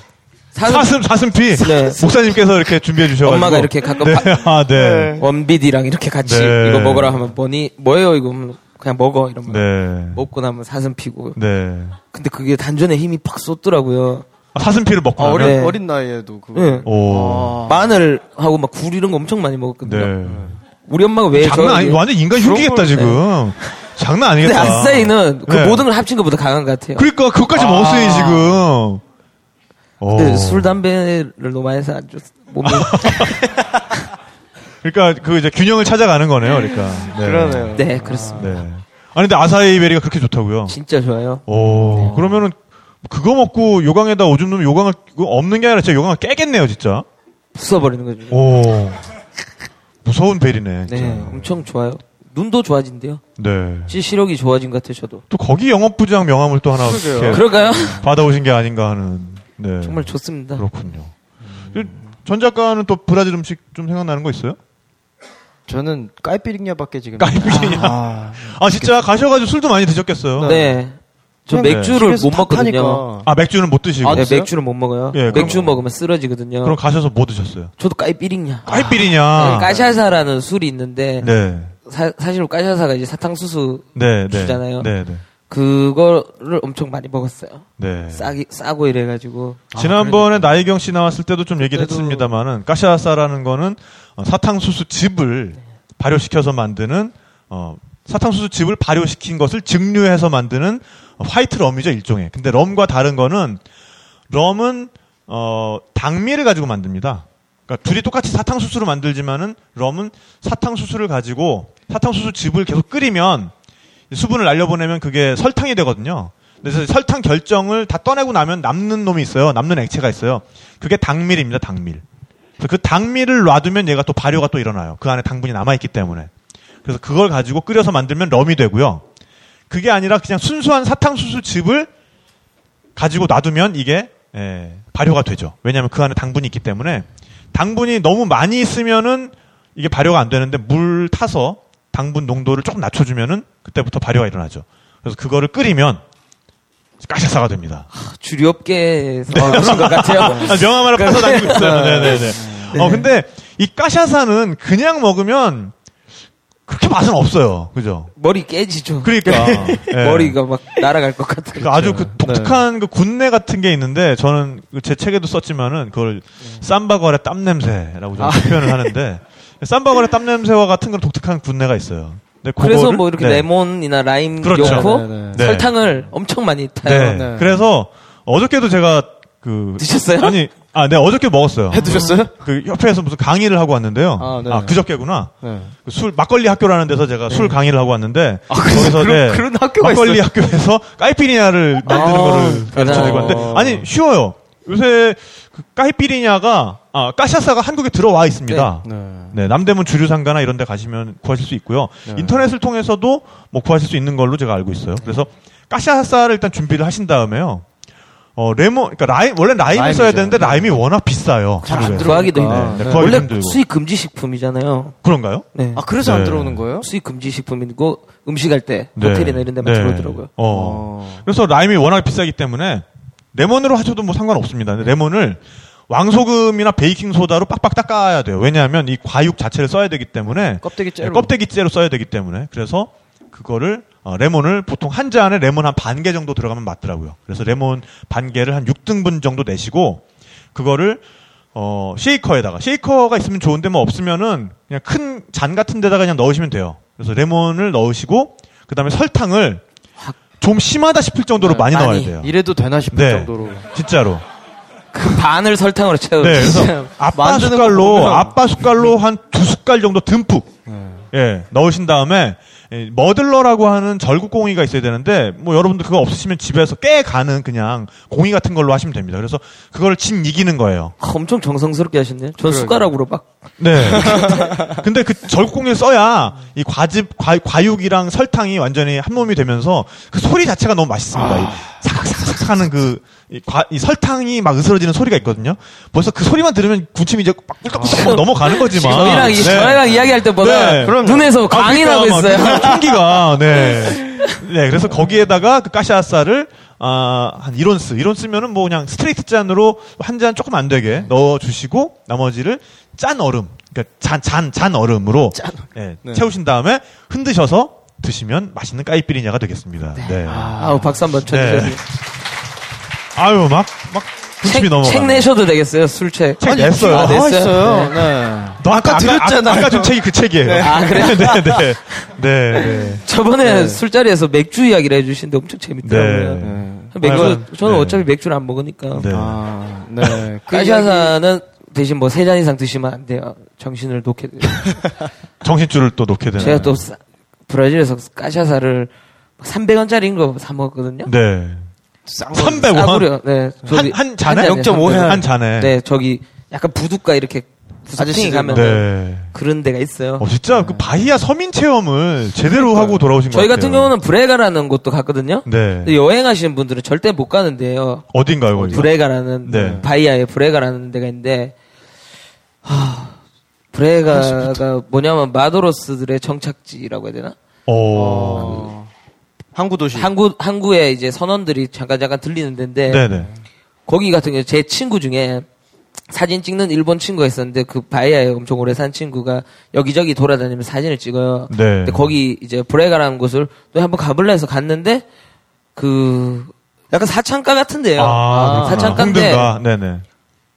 [SPEAKER 4] 사슴
[SPEAKER 3] 사슴, 사슴피.
[SPEAKER 4] 네.
[SPEAKER 3] 목사님께서 이렇게 준비해 주셔가지고.
[SPEAKER 4] 엄마가 이렇게 가끔
[SPEAKER 3] 네.
[SPEAKER 4] 바-
[SPEAKER 3] 아, 네.
[SPEAKER 4] 원비디랑 이렇게 같이
[SPEAKER 3] 네.
[SPEAKER 4] 이거 먹으라 하면 뭐니 뭐예요 이거 하면 그냥 먹어 이러면
[SPEAKER 3] 네.
[SPEAKER 4] 먹고 나면 사슴피고
[SPEAKER 3] 네.
[SPEAKER 4] 근데 그게 단전에 힘이 팍 쏟더라고요.
[SPEAKER 3] 아, 사슴피를 먹고
[SPEAKER 5] 아,
[SPEAKER 3] 나면?
[SPEAKER 5] 어린,
[SPEAKER 4] 네.
[SPEAKER 5] 어린 나이에도 그거.
[SPEAKER 4] 예.
[SPEAKER 3] 오.
[SPEAKER 5] 아.
[SPEAKER 4] 마늘하고 막 굴 이런 거 엄청 많이
[SPEAKER 3] 네.
[SPEAKER 4] 먹었거든요. 우리 엄마가 왜
[SPEAKER 3] 장난 아니,
[SPEAKER 4] 아. 네, 저를-
[SPEAKER 3] 완전 인간 흉기겠다, 지금. 장난
[SPEAKER 4] 네. 근데
[SPEAKER 3] 아니겠다.
[SPEAKER 4] 아싸이는 그
[SPEAKER 3] 네.
[SPEAKER 4] 모든 걸 합친 것보다 강한 것 같아요.
[SPEAKER 3] 그러니까, 그것까지 먹었으니, 지금.
[SPEAKER 4] 근데
[SPEAKER 3] 오.
[SPEAKER 4] 네, 술 담배를 너무 많이 해서 아주 몸이
[SPEAKER 3] 그러니까, 그 이제 균형을 찾아가는 거네요, 그러니까. 네.
[SPEAKER 5] 그러네요.
[SPEAKER 4] 네 그렇습니다.
[SPEAKER 3] 네. 아니, 근데 아사이베리가 그렇게 좋다고요?
[SPEAKER 4] 진짜 좋아요.
[SPEAKER 3] 오. 어,
[SPEAKER 4] 네.
[SPEAKER 3] 그러면은, 그거 먹고 요강에다 오줌 넣으면 요강을, 그거 없는 게 아니라 진짜 요강을 깨겠네요, 진짜.
[SPEAKER 4] 부숴버리는 거죠.
[SPEAKER 3] 오. 무서운 베리네, 어,
[SPEAKER 4] 네
[SPEAKER 3] 진짜.
[SPEAKER 4] 엄청 좋아요. 눈도 좋아진대요.
[SPEAKER 3] 네.
[SPEAKER 4] 시 시력이 좋아진 것 같아요 저도.
[SPEAKER 3] 또 거기 영업부장 명함을 또 하나 이렇게
[SPEAKER 4] 그럴까요?
[SPEAKER 3] 받아오신 게 아닌가 하는. 네.
[SPEAKER 4] 정말 좋습니다.
[SPEAKER 3] 그렇군요. 전 작가는 또 브라질 음식 좀 생각나는 거 있어요?
[SPEAKER 5] 저는
[SPEAKER 4] 아,
[SPEAKER 5] 까이피링냐밖에 지금.
[SPEAKER 3] 까이피리냐?
[SPEAKER 5] 아,
[SPEAKER 3] 아 진짜 가셔가지고 술도 많이 드셨겠어요.
[SPEAKER 4] 네. 저
[SPEAKER 5] 그냥
[SPEAKER 4] 맥주를
[SPEAKER 5] 집에서
[SPEAKER 4] 못
[SPEAKER 5] 다
[SPEAKER 4] 먹거든요.
[SPEAKER 5] 파니까.
[SPEAKER 3] 아 맥주는 못 드시고
[SPEAKER 4] 네,
[SPEAKER 5] 드세요?
[SPEAKER 4] 맥주를 못 먹어요.
[SPEAKER 3] 예,
[SPEAKER 4] 맥주
[SPEAKER 3] 그럼-
[SPEAKER 4] 먹으면 쓰러지거든요.
[SPEAKER 3] 그럼 가셔서 뭐 드셨어요? 아,
[SPEAKER 4] 저도 까이삐링냐.
[SPEAKER 3] 까이삐리냐?
[SPEAKER 4] 아, 네, 까샤사라는 술이 있는데
[SPEAKER 3] 네,
[SPEAKER 4] 사, 실로 까샤사가 이제 사탕수수
[SPEAKER 3] 네, 네.
[SPEAKER 4] 주잖아요.
[SPEAKER 3] 네, 네.
[SPEAKER 4] 그거를 엄청 많이 먹었어요.
[SPEAKER 3] 네.
[SPEAKER 4] 싸기 싸고 이래가지고
[SPEAKER 3] 아, 지난번에 나혜경 씨 나왔을 때도 좀 얘기를
[SPEAKER 4] 그때도-
[SPEAKER 3] 했습니다만은 까샤사라는 거는 어, 사탕수수 즙을
[SPEAKER 4] 네.
[SPEAKER 3] 발효시켜서 만드는 어, 사탕수수 즙을 발효시킨 것을 증류해서 만드는 어, 화이트 럼이죠 일종의. 근데 럼과 다른 거는 럼은 어, 당미를 가지고 만듭니다. 그러니까 둘이 똑같이 사탕수수로 만들지만은 럼은 사탕수수를 가지고 사탕수수 즙을 계속 끓이면 수분을 날려보내면 그게 설탕이 되거든요. 그래서 설탕 결정을 다 떠내고 나면 남는 놈이 있어요. 남는 액체가 있어요. 그게 당밀입니다. 당밀. 그래서 그 당밀을 놔두면 얘가 또 발효가 또 일어나요. 그 안에 당분이 남아있기 때문에. 그래서 그걸 가지고 끓여서 만들면 럼이 되고요. 그게 아니라 그냥 순수한 사탕수수 즙을 가지고 놔두면 이게 예, 발효가 되죠. 왜냐하면 그 안에 당분이 있기 때문에 당분이 너무 많이 있으면은 이게 발효가 안 되는데 물 타서 당분 농도를 조금 낮춰주면은 그때부터 발효가 일어나죠. 그래서 그거를 끓이면 까샤사가 됩니다.
[SPEAKER 4] 주류업계에서 그런 것 같아요.
[SPEAKER 3] 아, 명함 하나 파서 다니고 있어요. 네네네. 어 근데 이 까샤사는 그냥 먹으면 그렇게 맛은 없어요. 그죠?
[SPEAKER 4] 머리 깨지죠.
[SPEAKER 3] 그러니까 예.
[SPEAKER 4] 네. 머리가 막 날아갈 것 같은.
[SPEAKER 3] 그 아주 그 독특한 그 군내 같은 게 있는데 저는 그제 책에도 썼지만은 그걸 쌈바거래 땀 냄새라고 저는 표현을 하는데 쌈바거래 땀 냄새와 같은 그런 독특한 군내가 있어요. 근데
[SPEAKER 4] 그래서
[SPEAKER 3] 그거를-
[SPEAKER 4] 뭐 이렇게
[SPEAKER 3] 네.
[SPEAKER 4] 레몬이나 라임
[SPEAKER 3] 그렇죠.
[SPEAKER 4] 넣고
[SPEAKER 5] 네,
[SPEAKER 3] 네.
[SPEAKER 4] 설탕을 엄청 많이 타요.
[SPEAKER 3] 네.
[SPEAKER 5] 네.
[SPEAKER 3] 그래서 어저께도 제가 그
[SPEAKER 4] 드셨어요?
[SPEAKER 3] 아니 아 네 어저께 먹었어요.
[SPEAKER 5] 해 드셨어요?
[SPEAKER 3] 그 협회에서 무슨 강의를 하고 왔는데요.
[SPEAKER 5] 아,
[SPEAKER 3] 아,
[SPEAKER 5] 네.
[SPEAKER 3] 그저께구나.
[SPEAKER 5] 네.
[SPEAKER 3] 그술 막걸리 학교라는 데서 제가 술 강의를 하고 왔는데 거기서
[SPEAKER 5] 그런-
[SPEAKER 3] 네,
[SPEAKER 5] 그런 학교가
[SPEAKER 3] 막걸리 학교에서 까이피리냐를 만드는
[SPEAKER 4] 아,
[SPEAKER 3] 거를 가르쳐주고
[SPEAKER 4] 대단하다.
[SPEAKER 3] 왔는데 아니 쉬워요. 요새 그 까이피리냐가 아 까샤사가 한국에 들어와 있습니다. 네.
[SPEAKER 5] 네.
[SPEAKER 3] 남대문 주류상가나 이런 데 가시면 구하실 수 있고요.
[SPEAKER 4] 네.
[SPEAKER 3] 인터넷을 통해서도 뭐 구하실 수 있는 걸로 제가 알고 있어요. 그래서 까샤사를 일단 준비를 하신 다음에요. 어, 레몬, 그러니까 라임, 원래 라임을
[SPEAKER 5] 라임이죠.
[SPEAKER 3] 써야 되는데 라임이 워낙 비싸요. 한국에서.
[SPEAKER 4] 구하기도 네. 힘들어요.
[SPEAKER 3] 네, 네, 구하기도
[SPEAKER 4] 원래
[SPEAKER 3] 힘들고.
[SPEAKER 4] 수입 금지 식품이잖아요.
[SPEAKER 3] 그런가요?
[SPEAKER 4] 네.
[SPEAKER 5] 아, 그래서
[SPEAKER 3] 네.
[SPEAKER 5] 안 들어오는 거예요?
[SPEAKER 4] 수입 금지 식품이고 음식할 때
[SPEAKER 3] 네.
[SPEAKER 4] 호텔이나 이런 데만
[SPEAKER 3] 네.
[SPEAKER 4] 들어오더라고요.
[SPEAKER 3] 어. 그래서 라임이 워낙 비싸기 때문에 레몬으로 하셔도 뭐 상관없습니다. 근데 레몬을 왕소금이나 베이킹 소다로 빡빡 닦아야 돼요. 왜냐하면 이 과육 자체를 써야 되기 때문에
[SPEAKER 5] 껍데기 째로.
[SPEAKER 3] 네, 껍데기째로 써야 되기 때문에 그래서 그거를 어, 레몬을 보통 한 잔에 레몬 한 반 개 정도 들어가면 맞더라고요. 그래서 레몬 반 개를 한 6등분 정도 내시고 그거를 어, 쉐이커에다가 쉐이커가 있으면 좋은데 뭐 없으면은 그냥 큰 잔 같은 데다가 그냥 넣으시면 돼요. 그래서 레몬을 넣으시고 그다음에 설탕을 좀 심하다 싶을 정도로
[SPEAKER 5] 네, 아,
[SPEAKER 3] 많이,
[SPEAKER 4] 많이.
[SPEAKER 3] 넣어야 돼요.
[SPEAKER 5] 이래도 되나 싶을
[SPEAKER 3] 네.
[SPEAKER 5] 정도로.
[SPEAKER 3] 진짜로.
[SPEAKER 4] 그 반을 설탕으로 채우고
[SPEAKER 3] 네, 그래서
[SPEAKER 4] 진짜
[SPEAKER 3] 아빠
[SPEAKER 5] 만드는 네. 거
[SPEAKER 3] 숟갈로
[SPEAKER 5] 보면-
[SPEAKER 3] 아빠 숟갈로 한 두 숟갈 정도 듬뿍 예 넣으신 다음에 예, 머들러라고 하는 절구공이가 있어야 되는데 뭐 여러분들 그거 없으시면 집에서 깨 가는 그냥 공이 같은 걸로 하시면 됩니다. 그래서 그걸 진 이기는 거예요.
[SPEAKER 4] 아, 엄청 정성스럽게 하셨네요. 전 숟가락으로 막
[SPEAKER 3] 네. 근데 그 절구공을 써야 이 과즙 과, 과육이랑 설탕이 완전히 한 몸이 되면서 그 소리 자체가 너무 맛있습니다. 이 사각사각사각 하는 그이 과, 이 설탕이 막 으스러지는 소리가 있거든요. 벌써 그 소리만 들으면 군침이 이제 막 꿀떡꿀떡 막 넘어가는 거지만.
[SPEAKER 4] 저희랑 아, 이- 저희랑 이야기할 때보다
[SPEAKER 3] 네.
[SPEAKER 4] 그럼 눈에서 광이 나고 있어요.
[SPEAKER 3] 향기가 네. 네, 그래서 거기에다가 그 까샤아싸를 아, 한 이론스, 이론스면은 뭐 그냥 스트레이트 잔으로 한 잔 조금 안 되게 넣어 주시고 나머지를 짠 얼음. 그러니까 잔 잔 잔 얼음으로 예, 채우신 다음에 흔드셔서 드시면 맛있는 까이삐리냐가 되겠습니다. 네.
[SPEAKER 4] 아우 박수 한번 쳐주세
[SPEAKER 3] 네.
[SPEAKER 4] 요
[SPEAKER 3] 아유, 막 막
[SPEAKER 4] 책,
[SPEAKER 3] 군침이 넘어가.
[SPEAKER 4] 책 내셔도 되겠어요 술책.
[SPEAKER 3] 책
[SPEAKER 5] 아니,
[SPEAKER 3] 냈어요.
[SPEAKER 5] 아,
[SPEAKER 4] 아, 냈어요?
[SPEAKER 5] 냈어요.
[SPEAKER 4] 네.
[SPEAKER 5] 네.
[SPEAKER 3] 너 아까
[SPEAKER 5] 드렸잖아요.
[SPEAKER 3] 아까, 아까 준 책이 그 책이에요.
[SPEAKER 4] 아, 그래요?
[SPEAKER 3] 네, 네, 네. 네, 네.
[SPEAKER 4] 저번에 술자리에서 맥주 이야기를 해주시는데 엄청 재밌더라고요.
[SPEAKER 3] 네.
[SPEAKER 4] 맥주
[SPEAKER 3] 아유,
[SPEAKER 4] 저는
[SPEAKER 3] 네.
[SPEAKER 4] 어차피 맥주를 안 먹으니까.
[SPEAKER 3] 네.
[SPEAKER 5] 아, 네. 그
[SPEAKER 4] 까샤사는 대신 뭐 세 잔 이상 드시면 안 돼요. 정신을 놓게 돼요.
[SPEAKER 3] 정신줄을 또 놓게 되는.
[SPEAKER 4] 제가 또 사- 브라질에서 까샤사를 300원짜리인 거 사 먹었거든요.
[SPEAKER 3] 네.
[SPEAKER 5] 싼
[SPEAKER 3] 300원.
[SPEAKER 4] 싸구려. 네. 저기
[SPEAKER 3] 한, 한 잔에
[SPEAKER 4] 한 잔에
[SPEAKER 3] 0.5
[SPEAKER 4] 300.
[SPEAKER 3] 한 잔에.
[SPEAKER 4] 네, 저기 약간 부두가 이렇게 부서핑이
[SPEAKER 5] 아저씨들.
[SPEAKER 4] 가면
[SPEAKER 3] 네.
[SPEAKER 4] 그런 데가 있어요.
[SPEAKER 3] 어, 진짜 그 바히야 서민 체험을 제대로 하고 돌아오신 것
[SPEAKER 4] 저희
[SPEAKER 3] 같아요.
[SPEAKER 4] 같은 경우는 브레가라는 곳도 갔거든요.
[SPEAKER 3] 네.
[SPEAKER 4] 근데 여행하시는 분들은 절대 못 가는데요.
[SPEAKER 3] 어딘가요, 거기?
[SPEAKER 4] 브레가라는
[SPEAKER 3] 네.
[SPEAKER 4] 바이아에 브레가라는 데가 있는데 하, 브레가가 뭐냐면 마도로스들의 정착지라고 해야 되나?
[SPEAKER 3] 어.
[SPEAKER 5] 항구 도시.
[SPEAKER 4] 항구 항구에 이제 선원들이 잠깐 잠깐 들리는 데인데
[SPEAKER 3] 네네.
[SPEAKER 4] 거기 같은 경우 제 친구 중에 사진 찍는 일본 친구가 있었는데 그 바이아에 엄청 오래 산 친구가 여기저기 돌아다니면서 사진을 찍어요.
[SPEAKER 3] 네.
[SPEAKER 4] 근데 거기 이제 브레가라는 곳을 또 한번 가볼라 해서 갔는데 그 약간 사창가 같은데요.
[SPEAKER 3] 아, 그렇구나.
[SPEAKER 4] 네. 사창가인데
[SPEAKER 3] 홍대인가? 네네.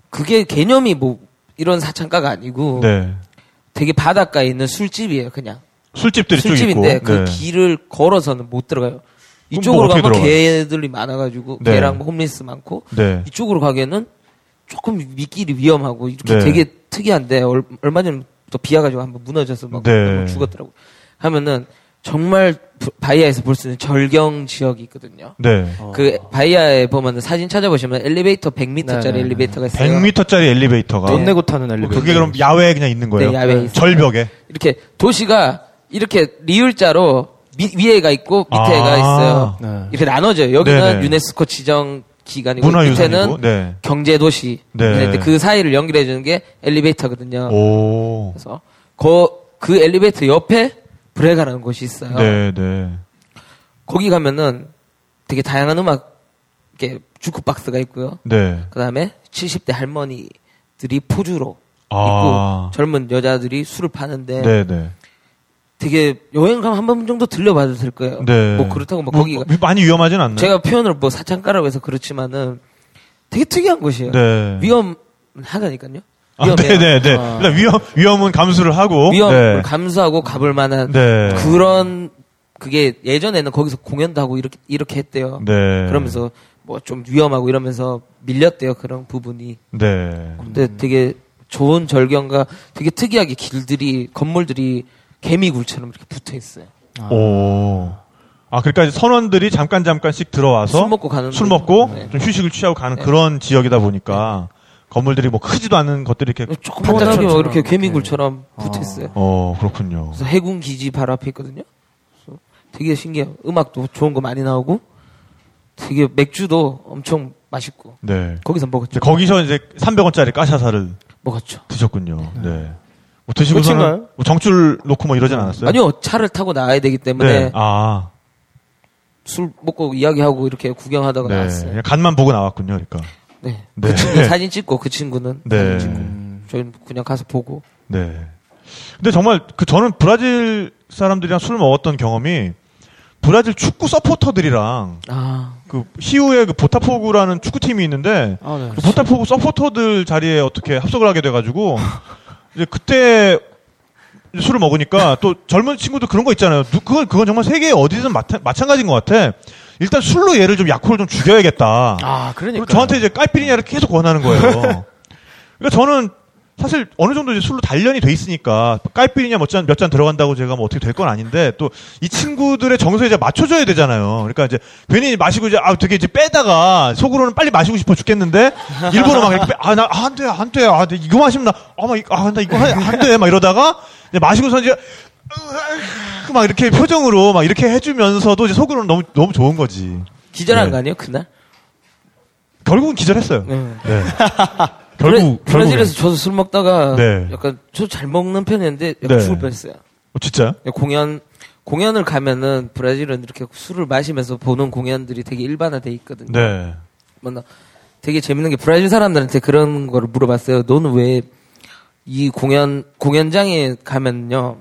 [SPEAKER 4] 그게 개념이 뭐 이런 사창가가 아니고
[SPEAKER 3] 네.
[SPEAKER 4] 되게 바닷가에 있는 술집이에요, 그냥.
[SPEAKER 3] 술집들이 쭉 있고.
[SPEAKER 4] 술집인데
[SPEAKER 3] 네.
[SPEAKER 4] 그 길을 걸어서는 못 들어가요.
[SPEAKER 3] 뭐
[SPEAKER 4] 이쪽으로
[SPEAKER 3] 어떻게
[SPEAKER 4] 가면
[SPEAKER 3] 들어가요?
[SPEAKER 4] 개들이 많아가지고
[SPEAKER 3] 네.
[SPEAKER 4] 개랑 뭐 홈리스 많고
[SPEAKER 3] 네.
[SPEAKER 4] 이쪽으로 가기에는 조금 밑길이 위험하고 이렇게
[SPEAKER 3] 네.
[SPEAKER 4] 되게 특이한데 얼, 마 전에 또 비와가지고 한번 무너져서 막
[SPEAKER 3] 네.
[SPEAKER 4] 한번 죽었더라고. 하면은 정말 부- 바이아에서 볼 수 있는 절경 지역이 있거든요.
[SPEAKER 3] 네.
[SPEAKER 4] 그 바이아에 보면 사진 찾아보시면 엘리베이터 100m짜리
[SPEAKER 5] 네, 네,
[SPEAKER 4] 엘리베이터가 있어요.
[SPEAKER 3] 100m짜리 엘리베이터가. 어,
[SPEAKER 5] 돈 내고 타는 엘리베이터.
[SPEAKER 3] 그게 그럼 야외에 그냥 있는 거예요?
[SPEAKER 4] 네, 야외에 있어요.
[SPEAKER 3] 절벽에.
[SPEAKER 4] 이렇게 도시가 이렇게 리을자로 미- 위에가 있고 밑에가
[SPEAKER 3] 아.
[SPEAKER 4] 있어요.
[SPEAKER 5] 네.
[SPEAKER 4] 이렇게 나눠져요. 여기는
[SPEAKER 3] 네네.
[SPEAKER 4] 유네스코 지정 기관이고
[SPEAKER 3] 문화유산이고.
[SPEAKER 4] 밑에는
[SPEAKER 3] 네.
[SPEAKER 4] 경제 도시.
[SPEAKER 3] 네.
[SPEAKER 4] 근데 그 사이를 연결해 주는 게 엘리베이터거든요.
[SPEAKER 3] 오.
[SPEAKER 4] 그래서 그, 그 엘리베이터 옆에 브레가라는 곳이 있어요.
[SPEAKER 3] 네, 네.
[SPEAKER 4] 거기 가면은 되게 다양한 음악 이렇게 주크박스가 있고요.
[SPEAKER 3] 네.
[SPEAKER 4] 그다음에 70대 할머니들이 포주로
[SPEAKER 3] 아.
[SPEAKER 4] 있고 젊은 여자들이 술을 파는데
[SPEAKER 3] 네, 네.
[SPEAKER 4] 되게 여행 가면 한 번 정도 들려봐도 될 거예요.
[SPEAKER 3] 네.
[SPEAKER 4] 뭐 그렇다고 뭐
[SPEAKER 3] 뭐,
[SPEAKER 4] 거기가
[SPEAKER 3] 많이 위험하진 않나요?
[SPEAKER 4] 제가 표현을 뭐 사창가라고 해서 그렇지만은 되게 특이한 곳이에요.
[SPEAKER 3] 네.
[SPEAKER 4] 위험하다니까요. 어.
[SPEAKER 3] 아, 네, 네, 네. 일단 위험 위험은 감수를 하고
[SPEAKER 4] 위험을
[SPEAKER 3] 네.
[SPEAKER 4] 감수하고 가볼 만한
[SPEAKER 3] 네.
[SPEAKER 4] 그런 그게 예전에는 거기서 공연도 하고 이렇게 이렇게 했대요.
[SPEAKER 3] 네.
[SPEAKER 4] 그러면서 뭐 좀 위험하고 이러면서 밀렸대요 그런 부분이.
[SPEAKER 3] 네.
[SPEAKER 4] 근데 되게 좋은 절경과 되게 특이하게 길들이 건물들이 개미굴처럼 이렇게 붙어 있어요.
[SPEAKER 3] 오. 아, 그러니까 이제 선원들이 잠깐 잠깐씩 들어와서
[SPEAKER 4] 술 먹고 가는
[SPEAKER 3] 술
[SPEAKER 4] 거죠.
[SPEAKER 3] 먹고
[SPEAKER 4] 네.
[SPEAKER 3] 좀 휴식을 취하고 가는 그런 지역이다 보니까 건물들이 뭐 크지도 않은 것들이 이렇게
[SPEAKER 4] 조금
[SPEAKER 3] 바짝
[SPEAKER 4] 바닥에 막 이렇게
[SPEAKER 5] 뭐 이렇게.
[SPEAKER 4] 개미굴처럼 붙어 있어요.
[SPEAKER 3] 어, 그렇군요.
[SPEAKER 4] 그래서 해군 기지 바로 앞에 있거든요. 그래서 되게 신기해요. 음악도 좋은 거 많이 나오고 되게 맥주도 엄청 맛있고
[SPEAKER 3] 네.
[SPEAKER 4] 거기서
[SPEAKER 3] 이제
[SPEAKER 4] 먹었죠.
[SPEAKER 3] 거기서 이제 300원짜리 까샤사를
[SPEAKER 4] 먹었죠.
[SPEAKER 3] 드셨군요. 네. 뭐 드시고서는
[SPEAKER 5] 끝인가요?
[SPEAKER 3] 뭐 정줄 놓고 뭐 이러진 않았어요?
[SPEAKER 4] 아니요 차를 타고 나와야 되기 때문에
[SPEAKER 3] 네. 아.
[SPEAKER 4] 술 먹고 이야기하고 이렇게 구경하다가
[SPEAKER 3] 네.
[SPEAKER 4] 나왔어요.
[SPEAKER 3] 그냥 간만 보고 나왔군요. 그러니까.
[SPEAKER 4] 네.
[SPEAKER 3] 네.
[SPEAKER 4] 그 친구 사진 찍고 그 친구는
[SPEAKER 3] 네.
[SPEAKER 4] 사진 찍고 저희는 그냥 가서 보고
[SPEAKER 3] 네. 근데 정말 그 저는 브라질 사람들이랑 술 먹었던 경험이 브라질 축구 서포터들이랑
[SPEAKER 4] 아
[SPEAKER 3] 그 희우의 그 보타포구라는 축구팀이 있는데
[SPEAKER 5] 아, 네.
[SPEAKER 3] 그
[SPEAKER 4] 그렇죠.
[SPEAKER 3] 보타포구 서포터들 자리에 어떻게 합석을 하게 돼가지고 이제 그때 이제 술을 먹으니까 또 젊은 친구들 그런 거 있잖아요. 누- 그건 그건 정말 세계 어디든 마타- 마찬가지인 것 같아. 일단 술로 얘를 좀 약호를 좀 죽여야겠다.
[SPEAKER 5] 아,
[SPEAKER 3] 그리고
[SPEAKER 5] 그러니까.
[SPEAKER 3] 저한테 이제 깔피리냐를 계속 권하는 거예요. 그러니까 저는 사실 어느 정도 이제 술로 단련이 돼 있으니까 깔피리냐 몇 잔 몇 잔 들어간다고 제가 뭐 어떻게 될 건 아닌데 또 이 친구들의 정서에 이제 맞춰줘야 되잖아요. 그러니까 이제 괜히 마시고 이제 아 되게 이제 빼다가 속으로는 빨리 마시고 싶어 죽겠는데 일부러 막 이렇게 아나안 돼, 안 돼. 아, 나 이거 마시면 나아막아나 이거 안 돼. 막 이러다가 이제 마시고서 이제 으악, 막 이렇게 표정으로 막 이렇게 해주면서도 이제 속으로는 너무 너무 좋은 거지.
[SPEAKER 4] 기절한
[SPEAKER 3] 네.
[SPEAKER 4] 거 아니에요 그날?
[SPEAKER 3] 결국은 기절했어요.
[SPEAKER 4] 네.
[SPEAKER 3] 네. 결국
[SPEAKER 4] 브라,
[SPEAKER 3] 결국
[SPEAKER 4] 질에서 저도 술 먹다가
[SPEAKER 3] 네.
[SPEAKER 4] 약간 저 잘 먹는 편이었는데 약간
[SPEAKER 3] 네.
[SPEAKER 4] 죽을 뻔했어요.
[SPEAKER 3] 어, 진짜요?
[SPEAKER 4] 공연 공연을 가면은 브라질은 이렇게 술을 마시면서 보는 공연들이 되게 일반화돼 있거든요.
[SPEAKER 3] 네.
[SPEAKER 4] 뭔가 되게 재밌는 게 브라질 사람들한테 그런 거를 물어봤어요. 너는 왜 이 공연 공연장에 가면요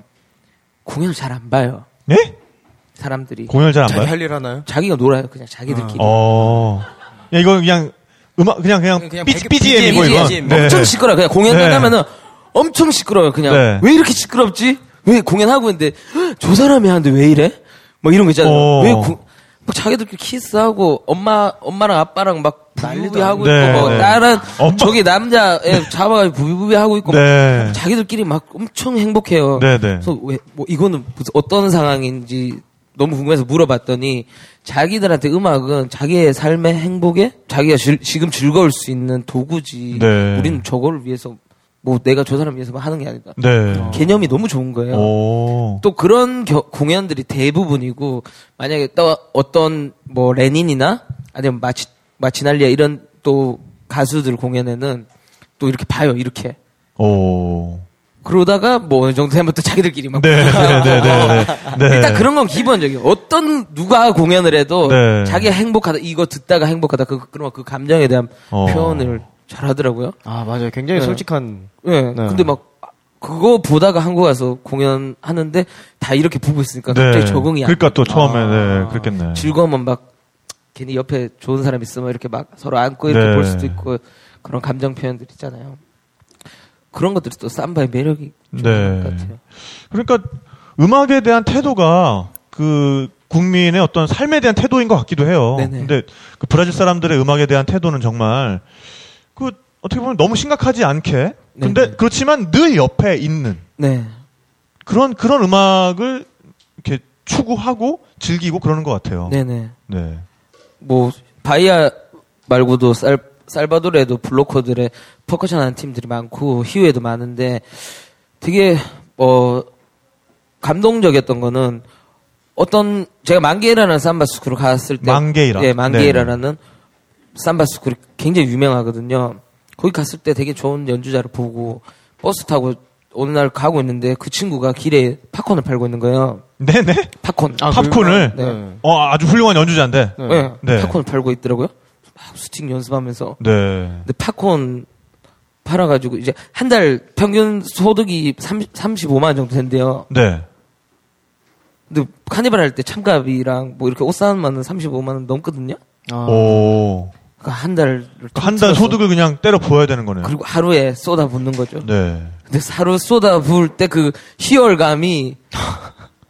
[SPEAKER 4] 공연을 잘 안 봐요
[SPEAKER 3] 예?
[SPEAKER 4] 사람들이
[SPEAKER 3] 공연을 잘 안
[SPEAKER 5] 자기
[SPEAKER 3] 봐요?
[SPEAKER 5] 할 일 하나요?
[SPEAKER 4] 자기가 놀아요 그냥 자기들끼리.
[SPEAKER 3] 어. 야, 이건 그냥 음악 그냥 그냥,
[SPEAKER 5] 그냥
[SPEAKER 3] 삐지
[SPEAKER 5] 배경-
[SPEAKER 3] BGM이고 이건.
[SPEAKER 5] BGM.
[SPEAKER 3] 네.
[SPEAKER 4] 뭐 엄청 시끄러워. 그냥 공연
[SPEAKER 3] 네.
[SPEAKER 4] 끝나면은 엄청 시끄러워요. 그냥
[SPEAKER 3] 네.
[SPEAKER 4] 왜 이렇게 시끄럽지? 왜 공연하고 있는데 헉, 저 사람이 하는데 왜 이래? 뭐 이런 거 있잖아요.
[SPEAKER 3] 어.
[SPEAKER 4] 왜 구- 막 자기들끼리 키스하고 엄마 엄마랑 아빠랑 막 부비부비 하고
[SPEAKER 3] 네,
[SPEAKER 4] 있고 뭐
[SPEAKER 3] 네.
[SPEAKER 4] 다른
[SPEAKER 3] 엄마.
[SPEAKER 4] 저기 남자애 잡아가지고 부비부비 하고 있고
[SPEAKER 3] 네.
[SPEAKER 4] 막 자기들끼리 막 엄청 행복해요.
[SPEAKER 3] 네, 네.
[SPEAKER 4] 그래서 왜 뭐 이거는 무슨 어떤 상황인지 너무 궁금해서 물어봤더니 자기들한테 음악은 자기의 삶의 행복에 자기가 즐- 지금 즐거울 수 있는 도구지.
[SPEAKER 3] 네.
[SPEAKER 4] 우리는 저걸 위해서 뭐 내가 저 사람 위해서 하는 게 아니다.
[SPEAKER 3] 네.
[SPEAKER 4] 개념이 너무 좋은 거예요.
[SPEAKER 3] 오.
[SPEAKER 4] 또 그런 겨- 공연들이 대부분이고 만약에 또 어떤 뭐 레닌이나 아니면 마치 마치날리아 이런 또 가수들 공연에는 또 이렇게 봐요. 이렇게
[SPEAKER 3] 오.
[SPEAKER 4] 그러다가 뭐 어느 정도 되면 또 자기들끼리 막뭐 아,
[SPEAKER 3] 네, 네, 네, 네, 네. 네.
[SPEAKER 4] 일단 그런 건 기본적이에요. 어떤 누가 공연을 해도
[SPEAKER 3] 네.
[SPEAKER 4] 자기 가 행복하다 이거 듣다가 행복하다 그 그런 그 감정에 대한
[SPEAKER 3] 어.
[SPEAKER 4] 표현을 잘 하더라고요.
[SPEAKER 5] 아 맞아요. 굉장히
[SPEAKER 4] 네.
[SPEAKER 5] 솔직한.
[SPEAKER 4] 예.
[SPEAKER 5] 네.
[SPEAKER 4] 근데 막 그거 보다가 한국 와서 공연 하는데 다 이렇게 보고 있으니까
[SPEAKER 3] 네.
[SPEAKER 4] 갑자기 적응이 안
[SPEAKER 3] 그러니까 또 처음에
[SPEAKER 4] 아.
[SPEAKER 3] 네, 그랬겠네.
[SPEAKER 4] 즐거우면 막 괜히 옆에 좋은 사람 있으면 이렇게 막 서로 안고 이렇게
[SPEAKER 3] 네.
[SPEAKER 4] 볼 수도 있고 그런 감정 표현들 있잖아요. 그런 것들이 또 삼바의 매력이 좀
[SPEAKER 3] 네.
[SPEAKER 4] 있는 것 같아요.
[SPEAKER 3] 그러니까 음악에 대한 태도가 그 국민의 어떤 삶에 대한 태도인 것 같기도 해요.
[SPEAKER 4] 네네.
[SPEAKER 3] 근데 그 브라질 사람들의 음악에 대한 태도는 정말 그 어떻게 보면 너무 심각하지 않게 근데
[SPEAKER 4] 네네.
[SPEAKER 3] 그렇지만 늘 옆에 있는
[SPEAKER 4] 네.
[SPEAKER 3] 그런 그런 음악을 이렇게 추구하고 즐기고 그러는 것 같아요.
[SPEAKER 4] 네네.
[SPEAKER 3] 네.
[SPEAKER 4] 뭐 바이아 말고도 살 살바도르에도 블로커들의 퍼커션 하는 팀들이 많고 희우에도 많은데 되게 어 감동적이었던 거는 어떤 제가 만게이라는 삼바 스쿨을 갔을 때
[SPEAKER 3] 망게이라.
[SPEAKER 4] 예, 만게이라라는 삼바 스쿨이 굉장히 유명하거든요. 거기 갔을 때 되게 좋은 연주자를 보고 버스 타고 어느 날 가고 있는데 그 친구가 길에 팝콘을 팔고 있는 거예요.
[SPEAKER 3] 네네.
[SPEAKER 4] 팝콘.
[SPEAKER 3] 아, 팝콘을
[SPEAKER 4] 네.
[SPEAKER 3] 어 아주 훌륭한 연주자인데.
[SPEAKER 5] 네.
[SPEAKER 4] 예,
[SPEAKER 3] 네.
[SPEAKER 4] 팝콘을 팔고 있더라고요. 막 스팅 연습하면서.
[SPEAKER 3] 네.
[SPEAKER 4] 근데 팝콘 팔아가지고 이제 한 달 평균 소득이 30, 35만 원 정도 된대요.
[SPEAKER 3] 네.
[SPEAKER 4] 근데 카니발 할 때 참가비랑 뭐 이렇게 옷 사는 만은 35만 원 넘거든요.
[SPEAKER 5] 아,
[SPEAKER 3] 오.
[SPEAKER 4] 그러니까 한 달을
[SPEAKER 3] 한 달
[SPEAKER 4] 틀어서
[SPEAKER 3] 소득을 그냥 때려 부어야 되는 거네요.
[SPEAKER 4] 그리고 하루에 쏟아 붓는 거죠.
[SPEAKER 3] 네.
[SPEAKER 4] 근데 하루 쏟아 부을 때 그 희열감이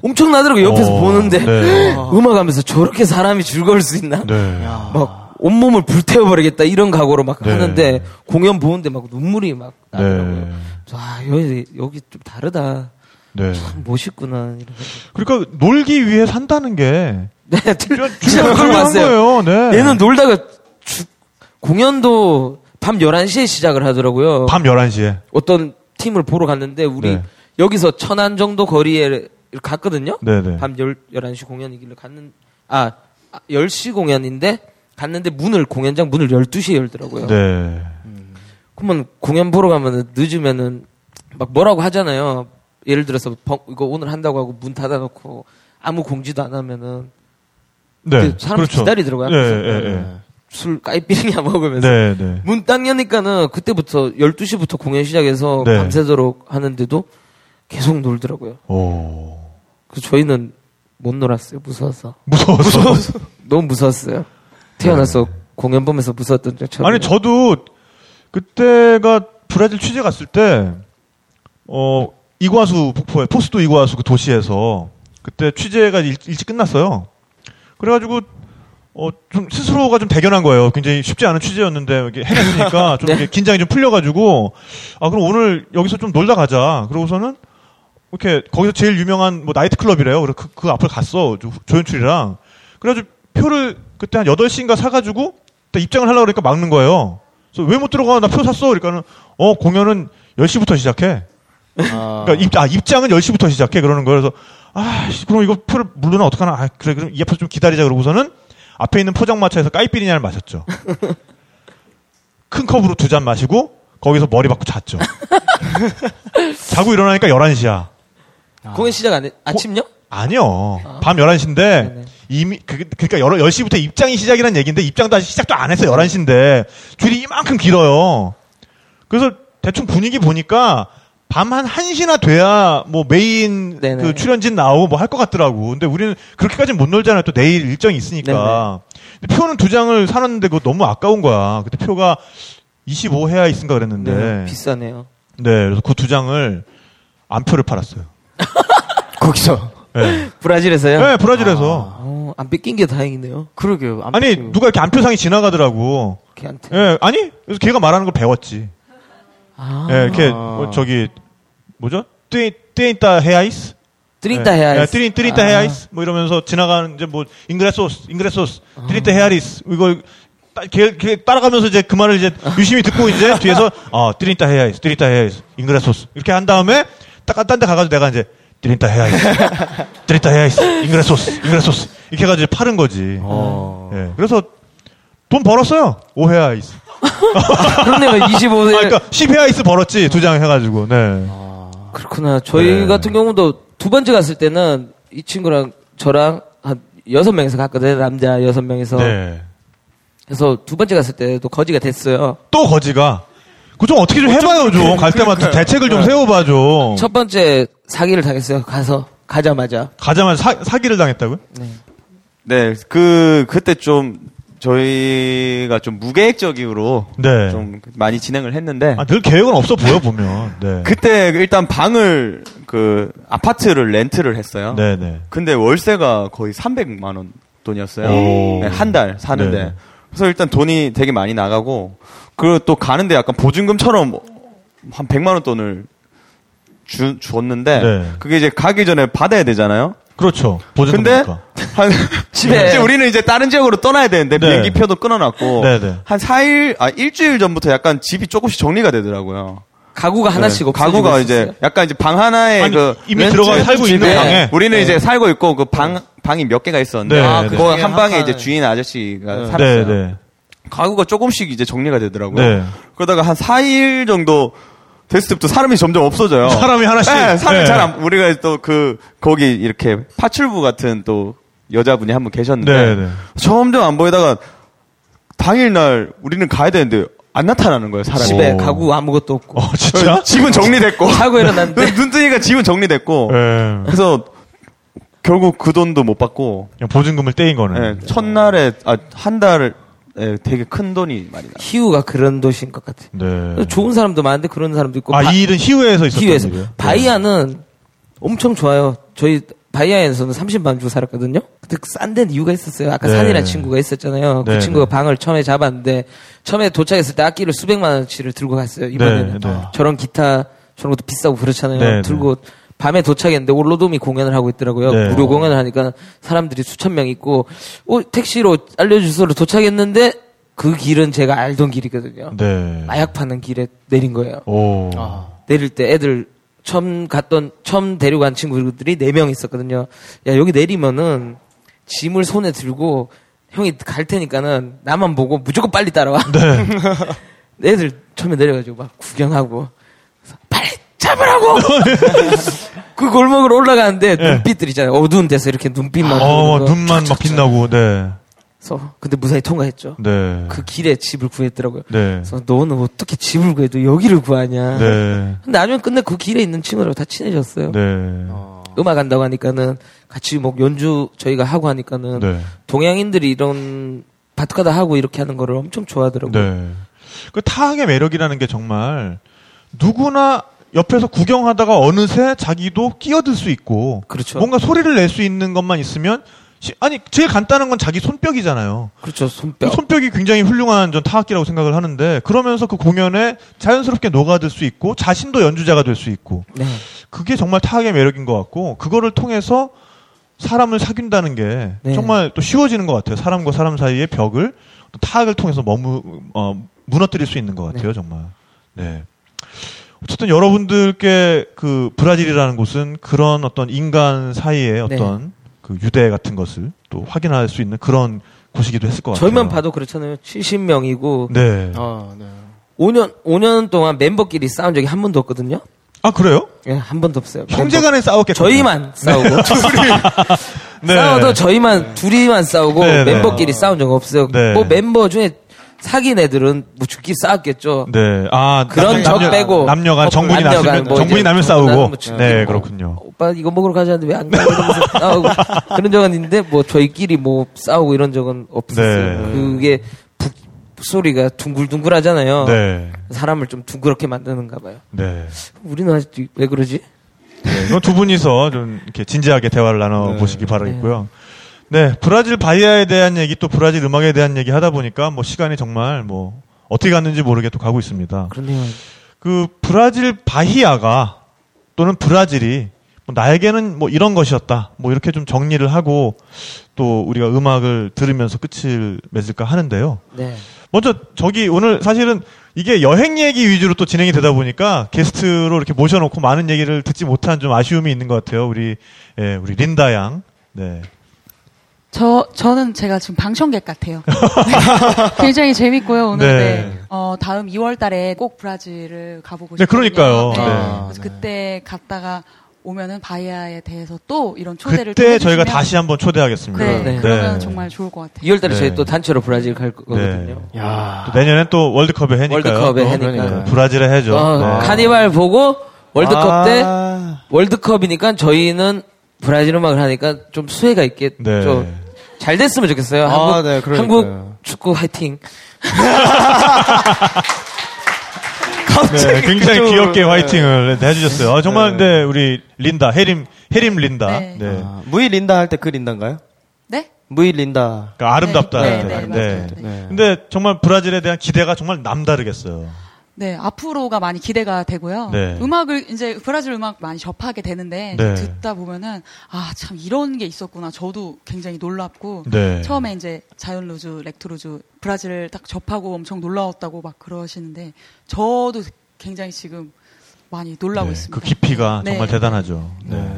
[SPEAKER 4] 엄청나더라고요. 옆에서
[SPEAKER 3] 어,
[SPEAKER 4] 보는데
[SPEAKER 3] 네.
[SPEAKER 4] 음악하면서 저렇게 사람이 즐거울 수 있나?
[SPEAKER 3] 네.
[SPEAKER 4] 막 온몸을 불태워버리겠다 이런 각오로 막
[SPEAKER 3] 네.
[SPEAKER 4] 하는데 공연 보는데 막 눈물이 막 나더라고요.
[SPEAKER 3] 네.
[SPEAKER 4] 그래서 아 여기 여기 좀 다르다.
[SPEAKER 3] 네.
[SPEAKER 4] 참 멋있구나. 이런 생각.
[SPEAKER 3] 그러니까 놀기 위해 산다는 게
[SPEAKER 4] 네, 틀- 진짜
[SPEAKER 3] 중요한
[SPEAKER 4] 그런 거 같아요.
[SPEAKER 3] 거예요. 네.
[SPEAKER 4] 얘는 놀다가 죽- 공연도 밤 11시에 시작을 하더라고요.
[SPEAKER 3] 밤 11시에.
[SPEAKER 4] 어떤 팀을 보러 갔는데 우리
[SPEAKER 3] 네.
[SPEAKER 4] 여기서 천안 정도 거리에 갔거든요.
[SPEAKER 3] 네, 네.
[SPEAKER 4] 밤 열, 11시 공연이길래 갔는 아, 아, 10시 공연인데 갔는데 문을 공연장 문을 12시에 열더라고요.
[SPEAKER 3] 네.
[SPEAKER 4] 그러면 공연 보러 가면은 늦으면은 막 뭐라고 하잖아요. 예를 들어서 번- 이거 오늘 한다고 하고 문 닫아 놓고 아무 공지도 안 하면은
[SPEAKER 3] 네.
[SPEAKER 4] 그 사람 기다리더라고요,
[SPEAKER 3] 네,
[SPEAKER 4] 앞에서.
[SPEAKER 3] 네, 네.
[SPEAKER 4] 술 까이삐리냐 먹으면서
[SPEAKER 3] 네, 네.
[SPEAKER 4] 문 딱 여니까는 그때부터 12시부터 공연 시작해서
[SPEAKER 3] 네.
[SPEAKER 4] 밤새도록 하는데도 계속 놀더라고요.
[SPEAKER 3] 오.
[SPEAKER 4] 그 저희는 못 놀았어요. 무서워서.
[SPEAKER 3] 무서웠어.
[SPEAKER 4] 너무 무서웠어요. 태어나서 공연 보면서 무서웠던 적처럼.
[SPEAKER 3] 네. 아니 저도 그때가 브라질 취재 갔을 때 어, 이과수 북포에 포스도 이과수 그 도시에서 그때 취재가 일, 일찍 끝났어요. 그래가지고 어, 좀 스스로가 좀 대견한 거예요. 굉장히 쉽지 않은 취재였는데 이렇게 해냈으니까 좀
[SPEAKER 4] 네.
[SPEAKER 3] 이렇게 긴장이 좀 풀려가지고 아 그럼 오늘 여기서 좀 놀다 가자. 그러고서는 이렇게 거기서 제일 유명한 뭐 나이트 클럽이래요. 그래서 그, 그 앞을 갔어 조- 조연출이랑 그래가지고 표를 그때 한 8시인가 사가지고 그때 입장을 하려고 그러니까 막는 거예요. 그래서 왜 못 들어가? 나 표 샀어. 그러니까는 어 공연은 10시부터 시작해.
[SPEAKER 5] 아.
[SPEAKER 3] 그러니까 입, 아, 입장은 10시부터 시작해 그러는 거예요. 그래서 아 씨, 그럼 이거 표를 물러나 어떡하나. 아 그래 그럼 이 앞에서 좀 기다리자 그러고서는 앞에 있는 포장마차에서 까이삐리냐를 마셨죠. 큰 컵으로 두 잔 마시고 거기서 머리 박고 잤죠. 자고 일어나니까 11시야.
[SPEAKER 4] 공연 시작 안 해. 아침요?
[SPEAKER 3] 아니요. 밤 11시인데 이미 그, 그러니까 열 10시부터 입장이 시작이란 얘기인데 입장도 아직 시작도 안 해서 11시인데 줄이 이만큼 길어요. 그래서 대충 분위기 보니까 밤 한 1시나 돼야 뭐 메인
[SPEAKER 4] 네네.
[SPEAKER 3] 그 출연진 나오고 뭐 할 것 같더라고. 근데 우리는 그렇게까지는 못 놀잖아요. 또 내일 일정이 있으니까. 근데 표는 두 장을 사놨는데 그거 너무 아까운 거야. 그때 표가 25 해야 있은가 그랬는데.
[SPEAKER 4] 네. 비싸네요.
[SPEAKER 3] 네. 그래서 그 두 장을 안표를 팔았어요.
[SPEAKER 5] 거기서.
[SPEAKER 3] 네.
[SPEAKER 4] 브라질에서요?
[SPEAKER 3] 네, 브라질에서.
[SPEAKER 4] 어, 안 뺏긴 게 다행이네요.
[SPEAKER 5] 그러게요. 안
[SPEAKER 3] 아니
[SPEAKER 5] 뺏기고.
[SPEAKER 3] 누가 이렇게 안표상이 지나가더라고.
[SPEAKER 4] 걔한테.
[SPEAKER 3] 예, 아니 그래서 걔가 말하는 걸 배웠지.
[SPEAKER 4] 아.
[SPEAKER 3] 예, 이렇게 어, 저기 뭐죠? 뜨뜨인따 헤아이스?
[SPEAKER 4] 드링다
[SPEAKER 3] 네.
[SPEAKER 4] 해야 했어.
[SPEAKER 3] 뜨린 뜨린따
[SPEAKER 4] 아.
[SPEAKER 3] 헤아이스? 뭐 이러면서 지나가는 이제 뭐 잉그레소스, 잉그레소스, 뜨린따 헤아리스 이걸 따- 걔, 걔 따라가면서 이제 그 말을 이제 유심히 듣고 이제 뒤에서 어 뜨린따 헤아이스, 뜨린따 헤아이스, 잉그레소스 이렇게 한 다음에 딱딴데 가가지고 내가 이제 뜨린따 헤아이스, 뜨린따 헤아이스, 잉그레소스, 잉그레소스 이렇게 해가지고 파는 거지.
[SPEAKER 5] 어.
[SPEAKER 3] 예, 그래서 돈 벌었어요. 5회 아이스.
[SPEAKER 4] 그런데 막 25세. 어,
[SPEAKER 3] 그러니까 아, 그러니까 10회 아이스 벌었지. 두 장 해가지고. 네.
[SPEAKER 4] 그렇구나. 저희
[SPEAKER 3] 네.
[SPEAKER 4] 같은 경우도 두 번째 갔을 때는 이 친구랑 저랑 한 여섯 명이서 갔거든요. 남자 여섯 명이서.
[SPEAKER 3] 네.
[SPEAKER 4] 그래서 두 번째 갔을 때도 거지가 됐어요.
[SPEAKER 3] 또 거지가. 그 좀 어떻게 좀 해봐요 좀. 갈 때마다 좀 대책을 좀 세워봐 좀.
[SPEAKER 4] 첫 번째 사기를 당했어요. 가서 가자마자.
[SPEAKER 3] 가자마자 사, 사기를 당했다고요?
[SPEAKER 6] 네, 그 그때 좀 저희가 좀 무계획적으로
[SPEAKER 3] 네.
[SPEAKER 6] 좀 많이 진행을 했는데
[SPEAKER 3] 아, 늘 계획은 없어 보여 보면. 네.
[SPEAKER 6] 그때 일단 방을 그 아파트를 렌트를 했어요.
[SPEAKER 3] 네네.
[SPEAKER 6] 근데 월세가 거의 300만 원 돈이었어요.
[SPEAKER 3] 오.
[SPEAKER 6] 한 달 사는데.
[SPEAKER 3] 네.
[SPEAKER 6] 그래서 일단 돈이 되게 많이 나가고 그리고 또 가는데 약간 보증금처럼 한 100만 원 돈을 주, 줬는데
[SPEAKER 3] 네.
[SPEAKER 6] 그게 이제 가기 전에 받아야 되잖아요.
[SPEAKER 3] 그렇죠. 보증금.
[SPEAKER 6] 근데
[SPEAKER 3] 보니까.
[SPEAKER 6] 한 네.
[SPEAKER 4] 집에.
[SPEAKER 6] 이제 우리는 이제 다른 지역으로 떠나야 되는데
[SPEAKER 3] 네.
[SPEAKER 6] 비행기 표도 끊어놨고
[SPEAKER 3] 네, 네.
[SPEAKER 6] 한 4일 아 일주일 전부터 약간 집이 조금씩 정리가 되더라고요.
[SPEAKER 4] 가구가 하나씩
[SPEAKER 6] 네.
[SPEAKER 4] 없어지고
[SPEAKER 6] 가구가
[SPEAKER 4] 있었어요.
[SPEAKER 6] 이제 약간 이제 방 하나에
[SPEAKER 3] 아니,
[SPEAKER 6] 그
[SPEAKER 3] 이미
[SPEAKER 6] 렌즈
[SPEAKER 3] 들어가 살고
[SPEAKER 6] 집에
[SPEAKER 3] 있는 방에.
[SPEAKER 6] 우리는 이제 살고 있고 그 방 방이 몇 개가 있었는데
[SPEAKER 3] 네,
[SPEAKER 6] 아,
[SPEAKER 3] 네.
[SPEAKER 6] 그거 한
[SPEAKER 5] 한
[SPEAKER 6] 방에
[SPEAKER 5] 칸에.
[SPEAKER 6] 이제 주인 아저씨가 살았어요.
[SPEAKER 3] 네네.
[SPEAKER 6] 가구가 조금씩 이제 정리가 되더라고요.
[SPEAKER 3] 네.
[SPEAKER 6] 그러다가 한 4일 정도 됐을 때부터 사람이 점점 없어져요.
[SPEAKER 3] 사람이 하나씩.
[SPEAKER 6] 네, 사람이
[SPEAKER 3] 네.
[SPEAKER 6] 잘 안, 우리가 또 그 거기 이렇게 파출부 같은 또 여자분이 한 분 계셨는데
[SPEAKER 3] 네, 네.
[SPEAKER 6] 점점 안 보이다가 당일날 우리는 가야 되는데 안 나타나는 거예요, 사람이.
[SPEAKER 4] 집에
[SPEAKER 3] 오.
[SPEAKER 4] 가구 아무것도 없고.
[SPEAKER 3] 어 진짜?
[SPEAKER 6] 집은 정리됐고
[SPEAKER 4] 자고 그러니까? 일어났는데.
[SPEAKER 6] 눈 뜨니까 집은 정리됐고
[SPEAKER 3] 예.
[SPEAKER 6] 그래서 결국 그 돈도 못 받고
[SPEAKER 3] 그냥 보증금을 떼인 거는.
[SPEAKER 6] 예, 첫날에 아, 한 달에 되게 큰 돈이 많이 나.
[SPEAKER 4] 희우가 그런 도시인 것 같아.
[SPEAKER 3] 네.
[SPEAKER 4] 좋은 사람도 많은데 그런 사람도 있고. 바-
[SPEAKER 3] 아이 일은 희우에서 있었던
[SPEAKER 4] 희유에서.
[SPEAKER 3] 일이에요? 네.
[SPEAKER 4] 바이아는 엄청 좋아요. 저희 바이아에서는 30만 주고 살았거든요. 근데 싼 데는 이유가 있었어요. 아까
[SPEAKER 3] 네.
[SPEAKER 4] 산이라는 친구가 있었잖아요.
[SPEAKER 3] 네,
[SPEAKER 4] 그 친구가
[SPEAKER 3] 네.
[SPEAKER 4] 방을 처음에 잡았는데 처음에 도착했을 때 악기를 수백만 원치를 들고 갔어요. 이번에는
[SPEAKER 3] 네, 네.
[SPEAKER 4] 저런 기타 저런 것도 비싸고 그렇잖아요.
[SPEAKER 3] 네, 네.
[SPEAKER 4] 들고 밤에 도착했는데 올로돔이 공연을 하고 있더라고요.
[SPEAKER 3] 네.
[SPEAKER 4] 무료 공연을 하니까 사람들이 수천 명 있고 어, 택시로 알려주소로 도착했는데 그 길은 제가 알던 길이거든요.
[SPEAKER 3] 네.
[SPEAKER 4] 마약 파는 길에 내린 거예요.
[SPEAKER 3] 오. 어,
[SPEAKER 4] 내릴 때 애들 처음 갔던 처음 데리고 간 친구들이 네 명 있었거든요. 야 여기 내리면은 짐을 손에 들고 형이 갈 테니까는 나만 보고 무조건 빨리 따라와.
[SPEAKER 3] 네.
[SPEAKER 4] 애들 처음에 내려가지고 막 구경하고 그래서 빨리 잡으라고. 그 골목을 올라가는데
[SPEAKER 3] 예.
[SPEAKER 4] 눈빛들 있잖아요. 어두운 데서 이렇게 눈빛만.
[SPEAKER 3] 어,
[SPEAKER 4] 보면서
[SPEAKER 3] 눈만 막 빛나고, 네.
[SPEAKER 4] 그래서 근데 무사히 통과했죠.
[SPEAKER 3] 네.
[SPEAKER 4] 그 길에 집을 구했더라고요.
[SPEAKER 3] 네.
[SPEAKER 4] 그래서 너는 어떻게 집을 구해도 여기를 구하냐.
[SPEAKER 3] 네.
[SPEAKER 4] 근데 나중에 끝내 그 길에 있는 친구들하고 다 친해졌어요.
[SPEAKER 3] 네.
[SPEAKER 4] 음악 한다고 하니까는 같이 뭐 연주 저희가 하고 하니까는
[SPEAKER 3] 네.
[SPEAKER 4] 동양인들이 이런 바트카다 하고 이렇게 하는 거를 엄청 좋아하더라고요.
[SPEAKER 3] 네. 그 타악의 매력이라는 게 정말 누구나 옆에서 구경하다가 어느새 자기도 끼어들 수 있고
[SPEAKER 4] 그렇죠.
[SPEAKER 3] 뭔가 소리를 낼 수 있는 것만 있으면 시- 아니 제일 간단한 건 자기 손뼉이잖아요.
[SPEAKER 4] 그렇죠.
[SPEAKER 3] 그
[SPEAKER 4] 손뼉.
[SPEAKER 3] 손뼉이 굉장히 훌륭한 전 타악기라고 생각을 하는데 그러면서 그 공연에 자연스럽게 녹아들 수 있고 자신도 연주자가 될 수 있고
[SPEAKER 4] 네.
[SPEAKER 3] 그게 정말 타악의 매력인 것 같고 그거를 통해서 사람을 사귄다는 게
[SPEAKER 4] 네.
[SPEAKER 3] 정말 또 쉬워지는 것 같아요. 사람과 사람 사이의 벽을 또 타악을 통해서 머무 어, 무너뜨릴 수 있는 것 같아요. 정말. 네. 어쨌든 여러분들께 그 브라질이라는 곳은 그런 어떤 인간
[SPEAKER 4] 네.
[SPEAKER 3] 사이의 어떤 그 유대 같은 것을 또 확인할 수 있는 그런 곳이기도 했을 것 같아요.
[SPEAKER 4] 저희만 봐도 어. 그렇잖아요. 70명이고
[SPEAKER 3] 네.
[SPEAKER 5] 아, 네.
[SPEAKER 4] 5년 5년 동안 멤버끼리 싸운 적이 한 번도 없거든요.
[SPEAKER 3] 아 그래요?
[SPEAKER 4] 예, 한 번도 없어요.
[SPEAKER 3] 형제간에
[SPEAKER 4] 멤버-
[SPEAKER 3] 싸웠겠죠.
[SPEAKER 4] 뭐, 저희만 싸우고
[SPEAKER 3] 네.
[SPEAKER 4] 싸워도 저희만 둘이만 싸우고
[SPEAKER 3] 네, 네.
[SPEAKER 4] 멤버끼리 싸운 적 없어요.
[SPEAKER 3] 네.
[SPEAKER 4] 뭐 멤버 중에 사귄 애들은 뭐 죽기 싸웠겠죠.
[SPEAKER 3] 네. 아,
[SPEAKER 4] 그런
[SPEAKER 3] 남녀-
[SPEAKER 4] 적 빼고
[SPEAKER 3] 남녀간
[SPEAKER 4] 어,
[SPEAKER 3] 정분이
[SPEAKER 4] 남녀간
[SPEAKER 3] 나면
[SPEAKER 4] 뭐
[SPEAKER 3] 정분이
[SPEAKER 4] 이제
[SPEAKER 3] 나면
[SPEAKER 4] 정분하면
[SPEAKER 3] 싸우고.
[SPEAKER 4] 뭐 죽이고.
[SPEAKER 3] 네, 그렇군요.
[SPEAKER 4] 오빠 이거 먹으러 가자는데 왜 안 가? 이러면서 싸우고 그런 적은 있는데 뭐 저희끼리 뭐 싸우고 이런 적은 없었어요.
[SPEAKER 3] 네.
[SPEAKER 4] 그게 북 소리가 둥글둥글하잖아요.
[SPEAKER 3] 네.
[SPEAKER 4] 사람을 좀 둥그렇게 만드는가 봐요.
[SPEAKER 3] 네.
[SPEAKER 4] 우리는 아직 왜 그러지?
[SPEAKER 3] 네, 이건 두 분이서 좀 이렇게 진지하게 대화를 나눠 보시기 바라겠고요. 네, 브라질 바이아에 대한 얘기 또 브라질 음악에 대한 얘기 하다 보니까 뭐 시간이 정말 뭐 어떻게 갔는지 모르게 또 가고 있습니다.
[SPEAKER 4] 그러네요.
[SPEAKER 3] 그 브라질 바히아가 또는 브라질이 뭐 나에게는 뭐 이런 것이었다. 뭐 이렇게 좀 정리를 하고 또 우리가 음악을 들으면서 끝을 맺을까 하는데요.
[SPEAKER 4] 네.
[SPEAKER 3] 먼저 저기 오늘 사실은 이게 여행 얘기 위주로 또 진행이 되다 보니까 게스트로 이렇게 모셔놓고 많은 얘기를 듣지 못한 좀 아쉬움이 있는 것 같아요. 우리 예, 우리 린다 양, 네
[SPEAKER 8] 저 저는 제가 지금 방청객 같아요. 굉장히 재밌고요 오늘.
[SPEAKER 3] 네.
[SPEAKER 8] 네. 어 다음 2월달에 꼭 브라질을 가보고
[SPEAKER 3] 네,
[SPEAKER 8] 싶어요.
[SPEAKER 3] 그러니까요.
[SPEAKER 8] 네.
[SPEAKER 3] 네.
[SPEAKER 8] 그래서 그때 갔다가 오면은 바이아에 대해서 또 이런 초대를 또
[SPEAKER 3] 그때 저희가
[SPEAKER 8] 해주시면-
[SPEAKER 3] 다시 한번 초대하겠습니다.
[SPEAKER 8] 네,
[SPEAKER 4] 네.
[SPEAKER 8] 그러면 정말 좋을 것 같아요.
[SPEAKER 4] 2월달에
[SPEAKER 3] 네.
[SPEAKER 4] 저희 또 단체로 브라질 갈 거거든요.
[SPEAKER 5] 야. 네,
[SPEAKER 3] 또 내년엔 또 월드컵에 해니까요.
[SPEAKER 4] 월드컵에
[SPEAKER 5] 어,
[SPEAKER 4] 해니까.
[SPEAKER 5] 그러니까요.
[SPEAKER 3] 브라질에 해죠.
[SPEAKER 4] 어,
[SPEAKER 3] 네.
[SPEAKER 4] 카니발 보고 월드컵
[SPEAKER 5] 아.
[SPEAKER 4] 때 월드컵이니까 저희는 브라질 음악을 하니까 좀 수혜가 있게
[SPEAKER 3] 네.
[SPEAKER 4] 좀 잘 됐으면 좋겠어요.
[SPEAKER 5] 아,
[SPEAKER 4] 한국,
[SPEAKER 5] 네, 그러니까요.
[SPEAKER 4] 한국 축구 화이팅.
[SPEAKER 3] 네, 굉장히
[SPEAKER 5] 그쪽으로,
[SPEAKER 3] 귀엽게
[SPEAKER 5] 네.
[SPEAKER 3] 화이팅을 해주셨어요. 아,
[SPEAKER 5] 네.
[SPEAKER 3] 정말 근데 우리 린다 해림 해림 린다. 네.
[SPEAKER 8] 네.
[SPEAKER 5] 아, 무이 린다 할 때 그 린다인가요?
[SPEAKER 8] 네?
[SPEAKER 5] 무이 린다.
[SPEAKER 3] 그러니까 아름답다.
[SPEAKER 8] 네,
[SPEAKER 3] 네,
[SPEAKER 8] 네, 맞아요. 네.
[SPEAKER 3] 근데 정말 브라질에 대한 기대가 정말 남다르겠어요.
[SPEAKER 8] 네, 앞으로가 많이 기대가 되고요.
[SPEAKER 3] 네.
[SPEAKER 8] 음악을 이제 브라질 음악 많이 접하게 되는데
[SPEAKER 3] 네.
[SPEAKER 8] 듣다 보면은 아 참 이런 게 있었구나. 저도 굉장히 놀랍고
[SPEAKER 3] 네.
[SPEAKER 8] 처음에 이제 자연 루즈, 렉트 루즈 브라질을 딱 접하고 엄청 놀라웠다고 막 그러시는데 저도 굉장히 지금 많이 놀라고
[SPEAKER 3] 네,
[SPEAKER 8] 있습니다.
[SPEAKER 3] 그 깊이가
[SPEAKER 8] 네.
[SPEAKER 3] 정말 대단하죠. 네.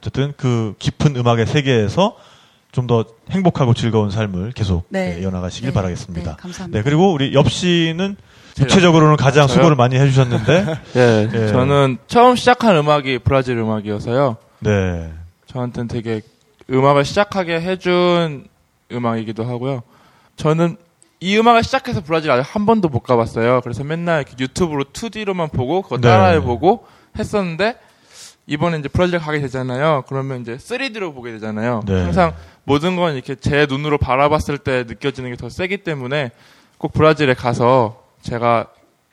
[SPEAKER 3] 어쨌든 그 깊은 음악의 세계에서 좀 더 행복하고 즐거운 삶을 계속
[SPEAKER 8] 네.
[SPEAKER 3] 예, 이어나가시길
[SPEAKER 8] 네.
[SPEAKER 3] 바라겠습니다.
[SPEAKER 8] 네, 감사합니다.
[SPEAKER 3] 네, 그리고 우리 엽 씨는 육체적으로는 가장
[SPEAKER 7] 저요?
[SPEAKER 3] 수고를 많이 해주셨는데,
[SPEAKER 7] 예,
[SPEAKER 3] 예.
[SPEAKER 7] 저는 처음 시작한 음악이 브라질 음악이어서요.
[SPEAKER 3] 네,
[SPEAKER 7] 저한테는 되게 음악을 시작하게 해준 음악이기도 하고요. 저는 이 음악을 시작해서 브라질 아직 한 번도 못 가봤어요. 그래서 맨날 이렇게 유튜브로 2D로만 보고 그거
[SPEAKER 3] 네.
[SPEAKER 7] 따라해보고 했었는데 이번에 이제 브라질 가게 되잖아요. 그러면 이제 3D로 보게 되잖아요.
[SPEAKER 3] 네.
[SPEAKER 7] 항상 모든 건 이렇게 제 눈으로 바라봤을 때 느껴지는 게 더 세기 때문에 꼭 브라질에 가서 제가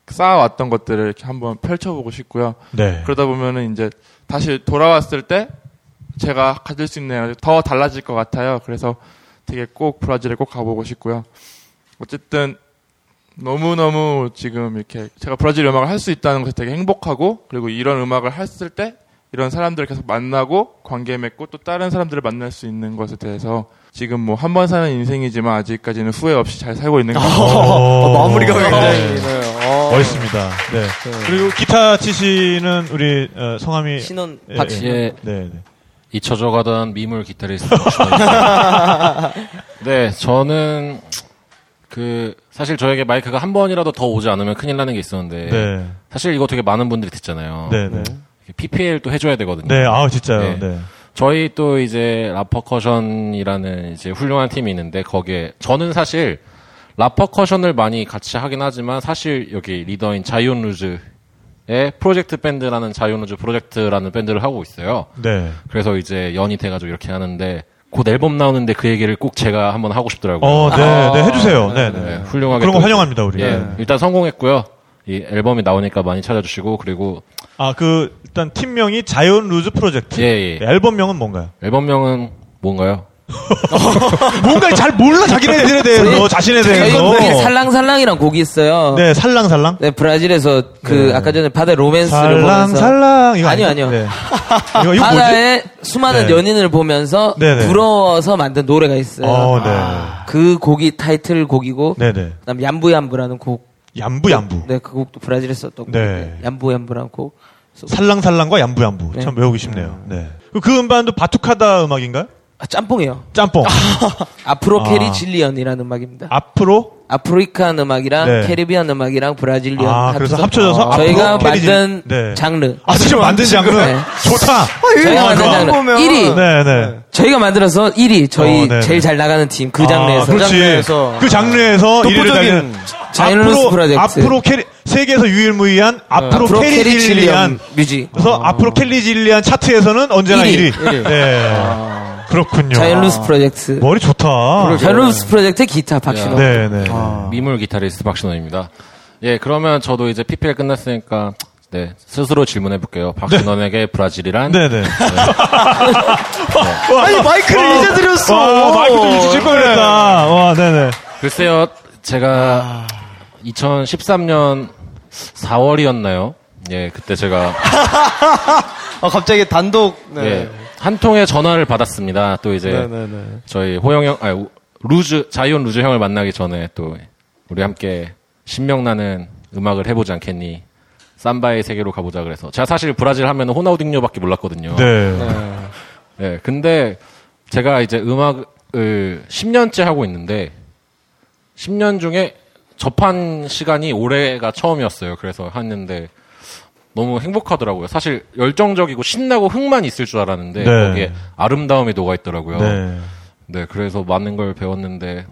[SPEAKER 7] 쌓아왔던 것들을 이렇게 한번 펼쳐보고 싶고요.
[SPEAKER 3] 네,
[SPEAKER 7] 그러다 보면은 이제 다시 돌아왔을 때 제가 가질 수 있는 에너지 더 달라질 것 같아요. 그래서 되게 꼭 브라질에 꼭 가보고 싶고요. 어쨌든 너무너무 지금 이렇게 제가 브라질 음악을 할 수 있다는 것에 되게 행복하고 그리고 이런 음악을 했을 때 이런 사람들을 계속 만나고 관계 맺고 또 다른 사람들을 만날 수 있는 것에 대해서 지금 뭐 한 번 사는 인생이지만 아직까지는 후회 없이 잘 살고 있는 것 같아요.
[SPEAKER 3] 어,
[SPEAKER 5] 마무리가
[SPEAKER 3] 네.
[SPEAKER 5] 굉장히. 네. 어.
[SPEAKER 3] 멋있습니다. 네. 그리고 기타 치시는 우리 어, 성함이
[SPEAKER 4] 신혼
[SPEAKER 3] 예,
[SPEAKER 4] 박씨.
[SPEAKER 3] 예.
[SPEAKER 9] 예,
[SPEAKER 3] 네, 네.
[SPEAKER 9] 잊혀져 가던 미물 기타리스트. 박준호입니다. 네, 저는 그 사실 저에게 마이크가 한 번이라도 더 오지 않으면 큰일 나는 게 있었는데
[SPEAKER 3] 네,
[SPEAKER 9] 사실 이거 되게 많은 분들이 듣잖아요.
[SPEAKER 3] 네, 네.
[SPEAKER 9] PPL도 해줘야 되거든요.
[SPEAKER 3] 네, 아 진짜요.
[SPEAKER 9] 네.
[SPEAKER 3] 네,
[SPEAKER 9] 저희 또 이제 라퍼커션이라는 이제 훌륭한 팀이 있는데 거기에 저는 사실 라퍼커션을 많이 같이 하긴 하지만 사실 여기 리더인 자이온 루즈의 프로젝트 밴드라는 자이온 루즈 프로젝트라는 밴드를 하고 있어요.
[SPEAKER 3] 네.
[SPEAKER 9] 그래서 이제 연이 돼가지고 이렇게 하는데 곧 앨범 나오는데 그 얘기를 꼭 제가 한번 하고 싶더라고요. 아,
[SPEAKER 3] 어, 네, 네, 해주세요. 네,
[SPEAKER 9] 네,
[SPEAKER 3] 네.
[SPEAKER 9] 훌륭하게
[SPEAKER 3] 그런 거
[SPEAKER 9] 또-
[SPEAKER 3] 환영합니다, 우리.
[SPEAKER 9] 예,
[SPEAKER 3] 네.
[SPEAKER 9] 일단 성공했고요. 이 앨범이 나오니까 많이 찾아주시고 그리고
[SPEAKER 3] 아, 그 일단 팀명이 자연 루즈 프로젝트.
[SPEAKER 9] 예, 예.
[SPEAKER 3] 네, 앨범명은 뭔가요?
[SPEAKER 9] 앨범명은 뭔가요?
[SPEAKER 3] 뭔가 잘 몰라 자기네들에 대해서
[SPEAKER 4] 저희-
[SPEAKER 3] 자신에
[SPEAKER 4] 저희
[SPEAKER 3] 대해서. 어.
[SPEAKER 4] 곡에 살랑살랑이란 곡이 있어요. 네.
[SPEAKER 3] 네, 살랑살랑.
[SPEAKER 4] 브라질에서 그
[SPEAKER 3] 네.
[SPEAKER 4] 아까 전에 바다 로맨스를 보면서
[SPEAKER 3] 살랑살랑 이거
[SPEAKER 4] 아니요,
[SPEAKER 3] 아니죠?
[SPEAKER 4] 아니요.
[SPEAKER 3] 네. 이거 이거 뭐지?
[SPEAKER 4] 바다의 수많은
[SPEAKER 3] 네.
[SPEAKER 4] 연인을 보면서
[SPEAKER 3] 네, 네.
[SPEAKER 4] 부러워서 만든 노래가 있어요.
[SPEAKER 3] 어, 네.
[SPEAKER 9] 아.
[SPEAKER 4] 그 곡이 타이틀 곡이고
[SPEAKER 3] 네, 네.
[SPEAKER 4] 그다음 얌부얌부라는 곡.
[SPEAKER 3] 얌부 얌부.
[SPEAKER 4] 네, 그 곡도 브라질에 썼던 곡.
[SPEAKER 3] 네.
[SPEAKER 4] 네. 얌부얌부라는 곡.
[SPEAKER 3] 살랑살랑과 얌부 얌부.
[SPEAKER 4] 네.
[SPEAKER 3] 참 외우기 쉽네요. 네. 그- 그 음반도 바투카다 음악인가요?
[SPEAKER 4] 아, 짬뽕이요.
[SPEAKER 3] 짬뽕.
[SPEAKER 4] 앞으로
[SPEAKER 3] 아.
[SPEAKER 4] 캐리 질리언이라는 음악입니다.
[SPEAKER 3] 앞으로
[SPEAKER 4] 아프리칸 음악이랑
[SPEAKER 3] 네.
[SPEAKER 4] 캐리비안 음악이랑 브라질리언
[SPEAKER 3] 아, 그래서 합쳐져서
[SPEAKER 4] 저희가
[SPEAKER 3] 앞으로 캐리 질-
[SPEAKER 4] 만든
[SPEAKER 3] 네.
[SPEAKER 4] 장르.
[SPEAKER 3] 아, 직접 만든 장르.
[SPEAKER 4] 네.
[SPEAKER 3] 좋다.
[SPEAKER 4] 저희가 만든
[SPEAKER 3] 그거
[SPEAKER 4] 장르
[SPEAKER 5] 보면-
[SPEAKER 4] 1위.
[SPEAKER 3] 네, 네.
[SPEAKER 4] 저희가 만들어서 1위.
[SPEAKER 3] 어,
[SPEAKER 4] 저희
[SPEAKER 3] 네, 네.
[SPEAKER 4] 제일 잘 나가는 팀 그
[SPEAKER 3] 아,
[SPEAKER 4] 장르에서 아,
[SPEAKER 3] 그렇지.
[SPEAKER 5] 장르에서.
[SPEAKER 3] 그 장르에서
[SPEAKER 5] 독보적인
[SPEAKER 3] 1위를 달리는
[SPEAKER 4] 자이언스 프로젝트. 네.
[SPEAKER 3] 앞으로 캐리, 세계에서 유일무이한 앞으로,
[SPEAKER 4] 앞으로
[SPEAKER 3] 캐리, 질리안
[SPEAKER 4] 캐리 질리언 뮤직.
[SPEAKER 3] 그래서 앞으로 캐리 질리안 차트에서는 언제나 1위.
[SPEAKER 4] 일위. 아.
[SPEAKER 3] 네. 그렇군요.
[SPEAKER 4] 자이언루스 프로젝트.
[SPEAKER 3] 머리 좋다.
[SPEAKER 4] 자이언루스 프로젝트 기타 박신호.
[SPEAKER 3] 뭐, 네, 네.
[SPEAKER 4] 아.
[SPEAKER 9] 미물 기타리스트 박신원입니다. 예, 그러면 저도 이제 PPL 끝났으니까 네 스스로 질문해 볼게요. 박신원에게 브라질이란
[SPEAKER 3] 네, 네. 와,
[SPEAKER 5] 아니, 마이크를 이제 드렸어.
[SPEAKER 3] 와, 아, 마이크 좀 주실 걸 그랬다. 와, 네, 네.
[SPEAKER 9] 글쎄요, 제가 2013년 4월이었나요? 예, 그때 제가
[SPEAKER 5] 아, 갑자기 단독. 네.
[SPEAKER 9] 예, 한 통의 전화를 받았습니다. 또 이제
[SPEAKER 5] 네네네.
[SPEAKER 9] 저희 호영 형, 아니, 루즈, 자이온 루즈 형을 만나기 전에 또 우리 함께 신명나는
[SPEAKER 3] 그
[SPEAKER 9] 음악을 해보지 않겠니? 삼바의 세계로 가보자 그래서 제가 사실 브라질 하면 호나우딩요밖에 몰랐거든요.
[SPEAKER 3] 네.
[SPEAKER 9] 예, 근데 제가 이제 음악
[SPEAKER 7] 을 10년째 하고 있는데 10년 중에 접한 시간이 올해가 처음이었어요. 그래서 했는데 너무 행복하더라고요. 사실 열정적이고 신나고 흥만 있을 줄 알았는데
[SPEAKER 3] 네.
[SPEAKER 7] 거기에 아름다움이 녹아 있더라고요.
[SPEAKER 3] 네.
[SPEAKER 7] 네, 그래서 많은 걸 배웠는데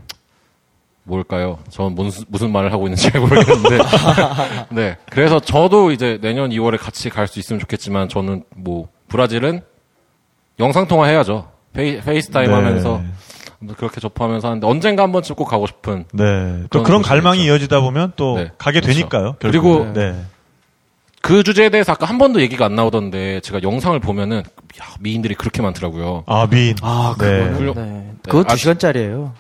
[SPEAKER 7] 뭘까요? 저는 무슨, 무슨 말을 하고 있는지 잘 모르겠는데. 네, 그래서 저도 이제 내년 2월에 같이 갈 수 있으면 좋겠지만 저는 뭐 브라질은 영상 통화 해야죠. 페이, 페이스타임
[SPEAKER 3] 네.
[SPEAKER 7] 하면서 그렇게 접하면서 하는데 언젠가 한 번쯤 꼭 가고 싶은
[SPEAKER 3] 네. 또
[SPEAKER 7] 그런
[SPEAKER 3] 그런
[SPEAKER 7] 모습이
[SPEAKER 3] 갈망이
[SPEAKER 7] 있죠.
[SPEAKER 3] 이어지다 보면 또
[SPEAKER 7] 네.
[SPEAKER 3] 가게
[SPEAKER 7] 그렇죠.
[SPEAKER 3] 되니까요.
[SPEAKER 7] 그리고
[SPEAKER 3] 결국은. 네.
[SPEAKER 7] 그 주제에 대해서 아까 한 번도 얘기가 안 나오던데 제가 영상을 보면은 야, 미인들이 그렇게 많더라고요.
[SPEAKER 3] 아 미인.
[SPEAKER 5] 아,
[SPEAKER 3] 네.
[SPEAKER 7] 훌륭-
[SPEAKER 5] 네. 그거
[SPEAKER 7] 아,
[SPEAKER 5] 두 시간짜리예요.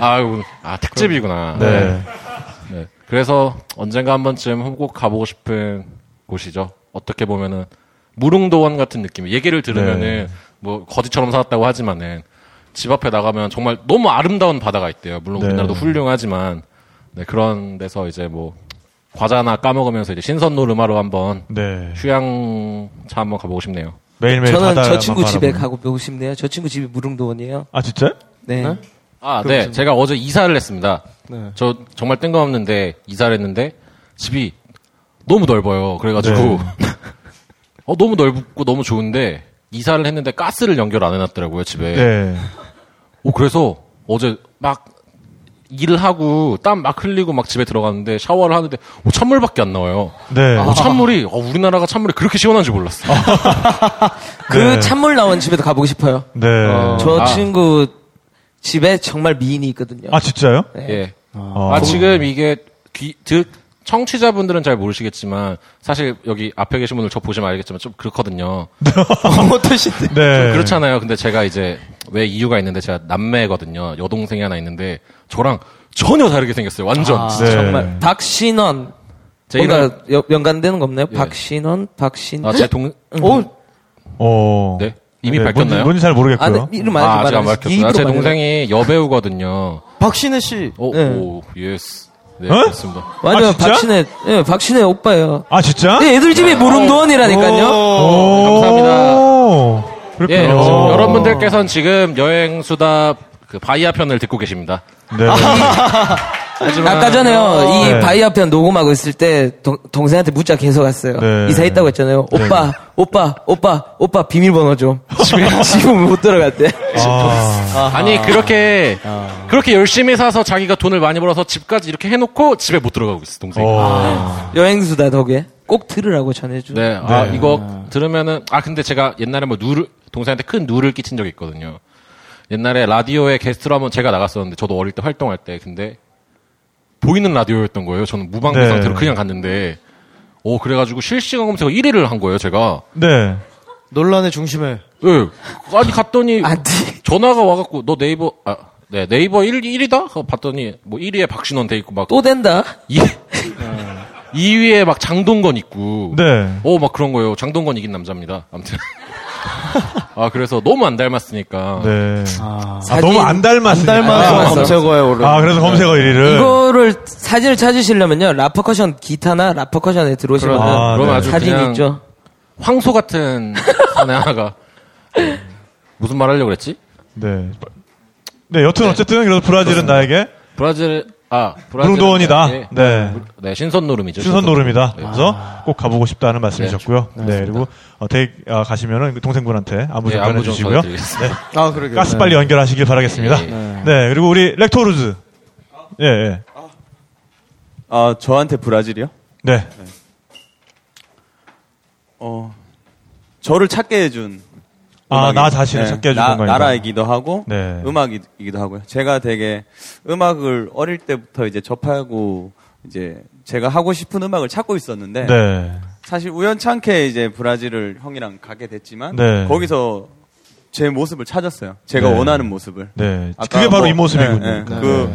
[SPEAKER 7] 아유, 아 특집이구나.
[SPEAKER 3] 네.
[SPEAKER 7] 네. 그래서 언젠가 한 번쯤 꼭 가보고 싶은 곳이죠. 어떻게 보면은 무릉도원 같은 느낌. 얘기를
[SPEAKER 3] 네.
[SPEAKER 7] 들으면은 뭐 거지처럼 살았다고 하지만은 집 앞에 나가면 정말 너무 아름다운 바다가 있대요. 물론
[SPEAKER 3] 네.
[SPEAKER 7] 우리나라도 훌륭하지만 네, 그런 데서 이제 뭐 과자나 까먹으면서 이제 신선노르마로 한번
[SPEAKER 3] 네.
[SPEAKER 7] 휴양차 한번 가보고 싶네요.
[SPEAKER 3] 매일매일
[SPEAKER 4] 저는
[SPEAKER 3] 바다만
[SPEAKER 4] 저 친구 집에
[SPEAKER 3] 바라보는.
[SPEAKER 4] 가고 보고 싶네요. 저 친구 집이 무릉도원이에요.
[SPEAKER 3] 아 진짜요?
[SPEAKER 4] 네.
[SPEAKER 7] 아, 네. 제가 어제 이사를 했습니다.
[SPEAKER 5] 네.
[SPEAKER 7] 저 정말 뜬금없는데 이사를 했는데 집이 너무 넓어요. 그래가지고
[SPEAKER 3] 네.
[SPEAKER 7] 어 너무 넓고 너무 좋은데 이사를 했는데 가스를 연결 안 해놨더라고요 집에.
[SPEAKER 3] 네.
[SPEAKER 7] 오 그래서 어제 막 일을 하고 땀 막 흘리고 막 집에 들어갔는데 샤워를 하는데 오, 찬물밖에 안 나와요.
[SPEAKER 3] 네.
[SPEAKER 7] 오, 찬물이 어, 우리나라가 찬물이 그렇게 시원한지 몰랐어. 요
[SPEAKER 4] 그
[SPEAKER 3] 네.
[SPEAKER 4] 찬물 나온 집에도 가보고 싶어요.
[SPEAKER 3] 네.
[SPEAKER 4] 저
[SPEAKER 7] 아.
[SPEAKER 4] 친구 집에 정말 미인이 있거든요.
[SPEAKER 3] 아 진짜요?
[SPEAKER 4] 네.
[SPEAKER 7] 예.
[SPEAKER 3] 어.
[SPEAKER 7] 아, 지금 이게 귀, 듣, 청취자분들은 잘 모르시겠지만 사실 여기 앞에 계신 분들 저 보시면 알겠지만 좀 그렇거든요.
[SPEAKER 5] 어떠신데?
[SPEAKER 3] 네.
[SPEAKER 7] 그렇잖아요. 근데 제가
[SPEAKER 4] 네.
[SPEAKER 7] 이제 왜 이유가 있는데 제가 남매거든요. 여동생이 하나 있는데 저랑 전혀 다르게 생겼어요. 완전.
[SPEAKER 3] 네.
[SPEAKER 4] 아, 정말 박신원
[SPEAKER 7] 제 이름
[SPEAKER 4] 뭔가 여- 연관되는 거 없나요?
[SPEAKER 7] 예.
[SPEAKER 4] 박신원, 박신.
[SPEAKER 7] 아, 제 동,
[SPEAKER 5] 어,
[SPEAKER 3] 어.
[SPEAKER 7] 네. 이미
[SPEAKER 3] 네,
[SPEAKER 7] 밝혔나요?
[SPEAKER 3] 뭔지, 뭔지 잘
[SPEAKER 4] 아, 네,
[SPEAKER 3] 모르겠고요.
[SPEAKER 4] 이름
[SPEAKER 7] 아,
[SPEAKER 4] 아직
[SPEAKER 7] 아직 안
[SPEAKER 4] 말안
[SPEAKER 7] 밝혔구나. 제 동생이 여배우거든요.
[SPEAKER 5] 박신혜 씨.
[SPEAKER 9] 어.
[SPEAKER 7] 오,
[SPEAKER 4] 네.
[SPEAKER 7] 오, 예스. 네,
[SPEAKER 3] 어?
[SPEAKER 7] 그렇습니다.
[SPEAKER 4] 완전
[SPEAKER 3] 아, 진짜?
[SPEAKER 4] 박신혜, 예, 박신혜 오빠예요.
[SPEAKER 3] 아 진짜?
[SPEAKER 4] 예, 애들 집이
[SPEAKER 3] 어.
[SPEAKER 4] 무릉도원이라니까요.
[SPEAKER 3] 오.
[SPEAKER 7] 감사합니다.
[SPEAKER 3] 그렇군요. 어.
[SPEAKER 7] 예, 여러분- 네, 여러분들께서는 지금 여행수다 그 바이아 편을 듣고 계십니다.
[SPEAKER 3] 네.
[SPEAKER 4] 아,
[SPEAKER 7] 하지만
[SPEAKER 4] 아까 전에요, 이
[SPEAKER 3] 네.
[SPEAKER 4] 바이 앞편 녹음하고 있을 때 동, 생한테 문자 계속 왔어요.
[SPEAKER 3] 네.
[SPEAKER 4] 이사했다고 했잖아요.
[SPEAKER 3] 네.
[SPEAKER 4] 오빠, 오빠, 오빠, 오빠 비밀번호 좀. 지금, 지금 못 들어갔대.
[SPEAKER 3] 아.
[SPEAKER 7] 아니 그렇게 그렇게 열심히 사서 자기가 돈을 많이 벌어서 집까지 이렇게 해놓고 집에 못 들어가고 있어 동생이.
[SPEAKER 4] 아.
[SPEAKER 3] 어.
[SPEAKER 4] 여행수다 덕에 꼭 들으라고 전해줘.
[SPEAKER 7] 네, 아,
[SPEAKER 3] 네.
[SPEAKER 7] 이거 들으면은 아 근데 제가 옛날에 뭐 누를 동생한테 큰 누를 끼친 적이 있거든요. 옛날에 라디오에 게스트로 한번 제가 나갔었는데 저도 어릴 때 활동할 때 근데 보이는 라디오였던 거예요. 저는 무방비
[SPEAKER 3] 네.
[SPEAKER 7] 상태로 그냥 갔는데 오 그래가지고 실시간 검색어 1위를 한 거예요 제가.
[SPEAKER 3] 네.
[SPEAKER 5] 논란의 중심에.
[SPEAKER 7] 예. 아니 갔더니
[SPEAKER 4] 안 돼.
[SPEAKER 7] 전화가 와갖고 너 네이버 아 네, 네이버 1, 1위다? 그거 봤더니 뭐 1위에 박신원 돼 있고 막
[SPEAKER 4] 또 된다.
[SPEAKER 7] 이 2위에 막 장동건 있고.
[SPEAKER 3] 네.
[SPEAKER 7] 오, 어, 막 그런 거예요. 장동건 이긴 남자입니다. 아무튼. 아, 그래서 너무 안 닮았으니까.
[SPEAKER 3] 네.
[SPEAKER 5] 아.
[SPEAKER 3] 아, 너무 안 닮았어.
[SPEAKER 5] 닮아서
[SPEAKER 4] 아,
[SPEAKER 5] 검색어에 오른.
[SPEAKER 3] 아, 그래서 검색어 1위를.
[SPEAKER 4] 이거를 사진을 찾으시려면요. 라퍼커션 기타나 라퍼커션에 들어오시면
[SPEAKER 3] 그럼, 아,
[SPEAKER 7] 그럼
[SPEAKER 3] 네.
[SPEAKER 7] 아주
[SPEAKER 4] 사진이
[SPEAKER 7] 그냥
[SPEAKER 4] 있죠.
[SPEAKER 7] 황소 같은 사내 하나가. 네. 무슨 말 하려고 그랬지?
[SPEAKER 3] 네. 네, 여튼 어쨌든 그래서 브라질은 나에게
[SPEAKER 7] 브라질, 아, 브라질.
[SPEAKER 3] 브릉도원이다.
[SPEAKER 7] 네.
[SPEAKER 3] 네.
[SPEAKER 7] 네, 신선노름이죠.
[SPEAKER 3] 신선 노름이다.
[SPEAKER 7] 네.
[SPEAKER 3] 그래서 꼭 가보고 싶다는 말씀이셨고요. 네, 그리고 어, 대학 아, 가시면은 그 동생분한테 안부 좀
[SPEAKER 7] 네,
[SPEAKER 3] 전해
[SPEAKER 7] 안부 좀
[SPEAKER 3] 주시고요. 네.
[SPEAKER 7] 전해드리겠습니다.
[SPEAKER 5] 아, 그러게요.
[SPEAKER 3] 가스 빨리 연결하시길 바라겠습니다.
[SPEAKER 7] 예,
[SPEAKER 3] 네. 그리고 우리 렉토르즈. 예, 예.
[SPEAKER 6] 아 저한테 브라질이요?
[SPEAKER 3] 네.
[SPEAKER 6] 어 저를 찾게 해준
[SPEAKER 3] 아,
[SPEAKER 6] 음악이- 예,
[SPEAKER 3] 나 자신을 찾게 해준
[SPEAKER 6] 나-
[SPEAKER 3] 공간이다.
[SPEAKER 6] 나라이기도 하고
[SPEAKER 3] 네.
[SPEAKER 6] 음악이기도 하고요. 제가 되게 음악을 어릴 때부터 이제 접하고 이제 제가 하고 싶은 음악을 찾고 있었는데
[SPEAKER 3] 네.
[SPEAKER 6] 사실 우연찮게 이제 브라질을 형이랑 가게 됐지만
[SPEAKER 3] 네.
[SPEAKER 6] 거기서 제 모습을 찾았어요. 제가
[SPEAKER 3] 네.
[SPEAKER 6] 원하는 모습을.
[SPEAKER 3] 네.
[SPEAKER 6] 아까
[SPEAKER 3] 그게 바로
[SPEAKER 6] 뭐-
[SPEAKER 3] 이 모습이군요.
[SPEAKER 6] 네, 네. 그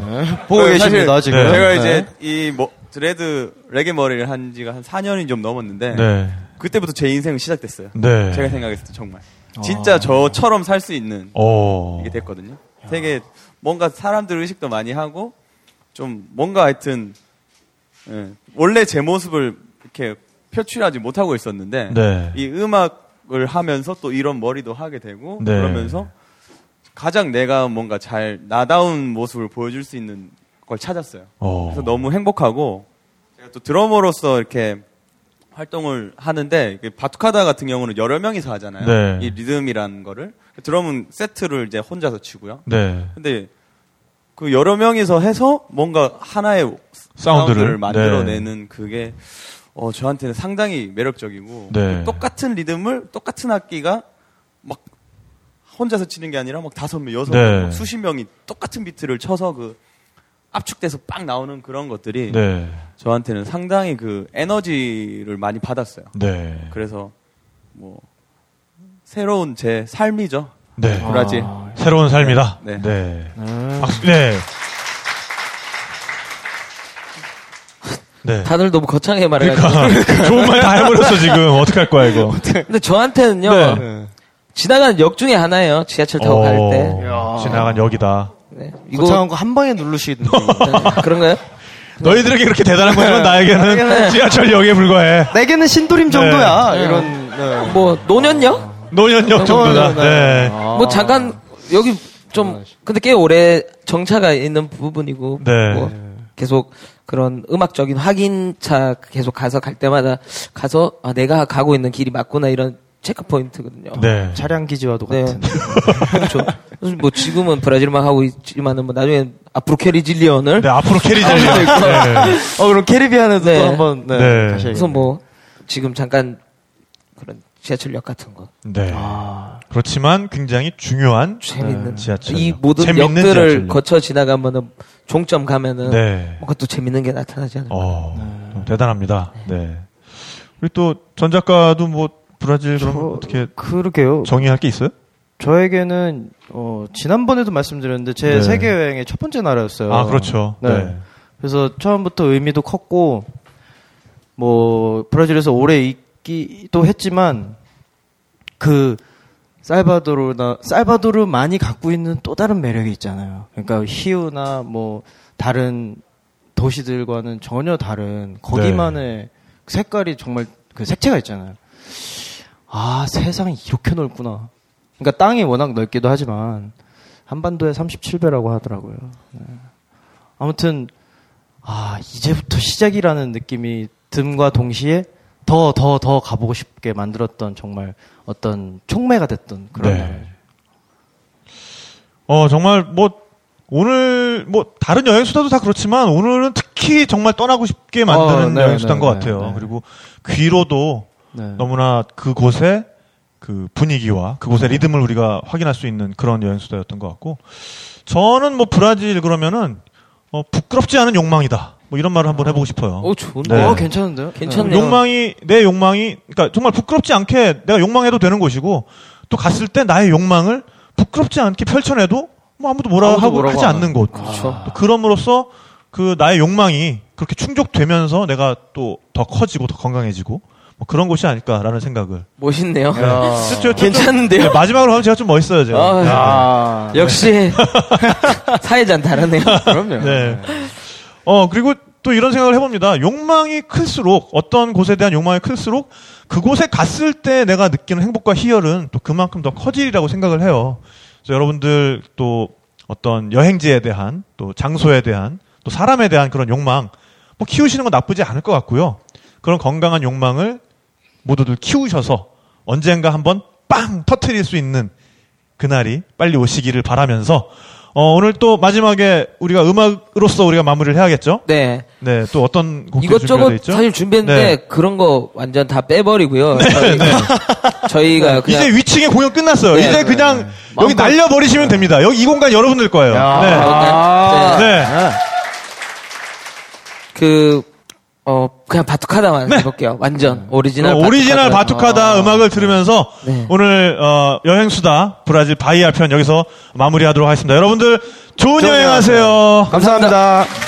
[SPEAKER 5] 보고
[SPEAKER 6] 그
[SPEAKER 5] 계십니다,
[SPEAKER 6] 사실
[SPEAKER 5] 지금.
[SPEAKER 3] 네.
[SPEAKER 6] 제가
[SPEAKER 5] 네.
[SPEAKER 6] 이제 이 뭐, 드레드 레게 머리를 한 지가 한 4년이 좀 넘었는데
[SPEAKER 3] 네.
[SPEAKER 6] 그때부터 제 인생은 시작됐어요.
[SPEAKER 3] 네.
[SPEAKER 6] 제가 생각했을 때 정말
[SPEAKER 5] 아.
[SPEAKER 6] 진짜 저처럼 살 수 있는
[SPEAKER 3] 어.
[SPEAKER 6] 이게 됐거든요. 되게 뭔가 사람들 의식도 많이 하고 좀 뭔가 하여튼 예, 원래 제 모습을 이렇게 표출하지 못하고 있었는데
[SPEAKER 3] 네.
[SPEAKER 6] 이 음악을 하면서 또 이런 머리도 하게 되고
[SPEAKER 3] 네.
[SPEAKER 6] 그러면서 가장 내가 뭔가 잘 나다운 모습을 보여줄 수 있는 걸 찾았어요.
[SPEAKER 3] 어.
[SPEAKER 6] 그래서 너무 행복하고 제가 또 드러머로서 이렇게 활동을 하는데 이게 바투카다 같은 경우는 여러 명이서 하잖아요.
[SPEAKER 3] 네.
[SPEAKER 6] 이 리듬이라는 거를 드럼은 세트를 이제 혼자서 치고요.
[SPEAKER 3] 네.
[SPEAKER 6] 근데 그 여러 명이서 해서 뭔가 하나의
[SPEAKER 3] 사운드를, 네.
[SPEAKER 6] 사운드를, 만들어내는 그게 어, 저한테는 상당히 매력적이고
[SPEAKER 3] 네.
[SPEAKER 6] 그 똑같은 리듬을 똑같은 악기가 막 혼자서 치는 게 아니라 막 다섯 명, 여섯
[SPEAKER 3] 네.
[SPEAKER 6] 명, 막 수십 명이 똑같은 비트를 쳐서 그 압축돼서 빵 나오는 그런 것들이
[SPEAKER 3] 네.
[SPEAKER 6] 저한테는 상당히 그 에너지를 많이 받았어요.
[SPEAKER 3] 네.
[SPEAKER 6] 그래서 뭐 새로운 제 삶이죠.
[SPEAKER 3] 네.
[SPEAKER 6] 그 브라질.
[SPEAKER 3] 새로운 삶이다. 네.
[SPEAKER 6] 네.
[SPEAKER 3] 박수, 네. 네.
[SPEAKER 4] 다들 너무 거창하게 말해가지고.
[SPEAKER 3] 그러니까 좋은 말 다 해버렸어 지금 어떡할 거야 이거.
[SPEAKER 4] 근데 저한테는요.
[SPEAKER 3] 네.
[SPEAKER 4] 지나가는 역 중에 하나예요. 지하철 타고 갈
[SPEAKER 3] 어,
[SPEAKER 4] 때.
[SPEAKER 3] 지나간 여기다.
[SPEAKER 4] 네.
[SPEAKER 5] 이거
[SPEAKER 4] 이거
[SPEAKER 5] 거한 방에 누르시는
[SPEAKER 3] 어.
[SPEAKER 4] 네, 그런가요?
[SPEAKER 3] 너희들에게 그렇게 대단한 거지만 나에게는 지하철 역에 불과해.
[SPEAKER 5] 내게는 신도림 정도야
[SPEAKER 4] 네.
[SPEAKER 5] 이런 네.
[SPEAKER 4] 뭐 노년역?
[SPEAKER 3] 노년역 정도다. 네.
[SPEAKER 5] 아,
[SPEAKER 4] 뭐 잠깐 여기 좀 근데 꽤 오래 정차가 있는 부분이고
[SPEAKER 3] 네.
[SPEAKER 4] 뭐 계속 그런 음악적인 확인차 계속 가서 갈 때마다 가서 아 내가 가고 있는 길이 맞구나 이런 체크 포인트거든요.
[SPEAKER 3] 네.
[SPEAKER 5] 차량 기지와도
[SPEAKER 4] 네.
[SPEAKER 5] 같은
[SPEAKER 4] 그렇죠. 그래서 뭐 지금은 브라질만 하고 있지만은 뭐 나중에 앞으로 캐리질리언을
[SPEAKER 3] 네, 앞으로 캐리 잘려. 네.
[SPEAKER 5] 어 그럼 캐리비안에도
[SPEAKER 4] 네.
[SPEAKER 5] 또 한번 네,
[SPEAKER 3] 네.
[SPEAKER 5] 가셔야겠네요.
[SPEAKER 4] 그래서 뭐 지금 잠깐 그런 지하철역 같은 거
[SPEAKER 3] 네. 그렇지만 굉장히 중요한 네.
[SPEAKER 4] 재밌는
[SPEAKER 3] 지하철.
[SPEAKER 4] 이 모든
[SPEAKER 3] 재밌는
[SPEAKER 4] 역들을
[SPEAKER 3] 지하철역.
[SPEAKER 4] 거쳐 지나가면은 종점 가면은
[SPEAKER 3] 네.
[SPEAKER 4] 뭔가 또 재밌는 게 나타나지 않을까.
[SPEAKER 3] 어. 대단합니다. 네. 우리 또 전 작가도 뭐 브라질 그럼
[SPEAKER 5] 저-
[SPEAKER 3] 어떻게
[SPEAKER 5] 그러게요.
[SPEAKER 3] 정의할 게 있어요?
[SPEAKER 5] 저에게는 어 지난번에도 말씀드렸는데 제
[SPEAKER 3] 네.
[SPEAKER 5] 세계 여행의 첫 번째 나라였어요.
[SPEAKER 3] 아, 그렇죠.
[SPEAKER 5] 네. 그래서 처음부터 의미도 컸고 뭐 브라질에서 오래 있기도 했지만 그 살바도르나 살바도르만이 갖고 있는 또 다른 매력이 있잖아요. 그러니까 히우나 뭐 다른 도시들과는 전혀 다른 거기만의 색깔이 정말 그 색채가 있잖아요. 아 세상이 이렇게 넓구나. 그러니까 땅이 워낙 넓기도 하지만 한반도의 37배라고 하더라고요. 네. 아무튼 아 이제부터 시작이라는 느낌이 듦과 동시에 더 더 더 가보고 싶게 만들었던 정말 어떤 촉매가 됐던 그런
[SPEAKER 3] 네.
[SPEAKER 5] 나라예요.
[SPEAKER 3] 어, 정말 뭐 오늘 뭐 다른 여행 수다도 다 그렇지만 오늘은 특히 정말 떠나고 싶게 만드는
[SPEAKER 5] 어, 네,
[SPEAKER 3] 여행 수다인
[SPEAKER 5] 네,
[SPEAKER 3] 것
[SPEAKER 5] 네,
[SPEAKER 3] 같아요.
[SPEAKER 5] 네.
[SPEAKER 3] 그리고 귀로도
[SPEAKER 5] 네.
[SPEAKER 3] 너무나 그곳의 그 분위기와 그곳의 리듬을 우리가 확인할 수 있는 그런 여행 수다였던 것 같고 저는 뭐 브라질 그러면은 어, 부끄럽지 않은 욕망이다. 뭐 이런 말을 한번 해보고 싶어요.
[SPEAKER 4] 오 좋은데.
[SPEAKER 3] 네.
[SPEAKER 5] 어 괜찮은데요?
[SPEAKER 4] 괜찮네요.
[SPEAKER 3] 욕망이 내 욕망이 그러니까 정말 부끄럽지 않게 내가 욕망해도 되는 곳이고 또 갔을 때 나의 욕망을 부끄럽지 않게 펼쳐내도 뭐 아무도 뭐라
[SPEAKER 5] 아무도
[SPEAKER 3] 하고
[SPEAKER 5] 뭐라고
[SPEAKER 3] 하지
[SPEAKER 5] 안
[SPEAKER 3] 않는 곳.
[SPEAKER 4] 그렇죠.
[SPEAKER 3] 또 그럼으로써 그 나의 욕망이 그렇게 충족되면서 내가 또 더 커지고 더 건강해지고 뭐 그런 곳이 아닐까라는 생각을.
[SPEAKER 4] 멋있네요.
[SPEAKER 3] 저- 저- 저-
[SPEAKER 4] 아. 괜찮은데요.
[SPEAKER 3] 네, 마지막으로 하면 제가 좀 멋있어요, 제가.
[SPEAKER 4] 아,
[SPEAKER 3] 네.
[SPEAKER 5] 아
[SPEAKER 4] 역시 사회자는 다르네요.
[SPEAKER 5] 그럼요.
[SPEAKER 3] 네. 어, 그리고 또 이런 생각을 해봅니다. 욕망이 클수록, 어떤 곳에 대한 욕망이 클수록, 그곳에 갔을 때 내가 느끼는 행복과 희열은 또 그만큼 더 커지리라고 생각을 해요. 그래서 여러분들 또 어떤 여행지에 대한, 또 장소에 대한, 또 사람에 대한 그런 욕망, 뭐 키우시는 건 나쁘지 않을 것 같고요. 그런 건강한 욕망을 모두들 키우셔서 언젠가 한번 빵! 터트릴 수 있는 그날이 빨리 오시기를 바라면서 어, 오늘 또 마지막에 우리가 음악으로서 우리가 마무리를 해야겠죠?
[SPEAKER 4] 네.
[SPEAKER 3] 네, 또 어떤 곡이 준비되어
[SPEAKER 4] 이것저것
[SPEAKER 3] 있죠?
[SPEAKER 4] 사실 준비했는데
[SPEAKER 3] 네.
[SPEAKER 4] 그런 거 완전 다 빼버리고요. 저희, 가 그냥
[SPEAKER 3] 네. 이제 위층의 공연 끝났어요.
[SPEAKER 4] 네,
[SPEAKER 3] 이제
[SPEAKER 4] 네,
[SPEAKER 3] 그냥 여기
[SPEAKER 4] 마음껏- 네.
[SPEAKER 3] 날려버리시면 됩니다. 여기 이 공간 여러분들 거예요.
[SPEAKER 4] 아,
[SPEAKER 5] 아.
[SPEAKER 4] 네.
[SPEAKER 3] 네. 네.
[SPEAKER 4] 그, 어, 그냥 바투카다만 해볼게요. 완전
[SPEAKER 3] 네.
[SPEAKER 4] 오리지널. 어.
[SPEAKER 3] 그럼 어, 오리지널 바투카다 음악을 들으면서
[SPEAKER 4] 아. 네.
[SPEAKER 3] 오늘 어, 여행수다 브라질 바이아 편 여기서 마무리하도록 하겠습니다. 여러분들 좋은 여행하세요.
[SPEAKER 5] 감사합니다.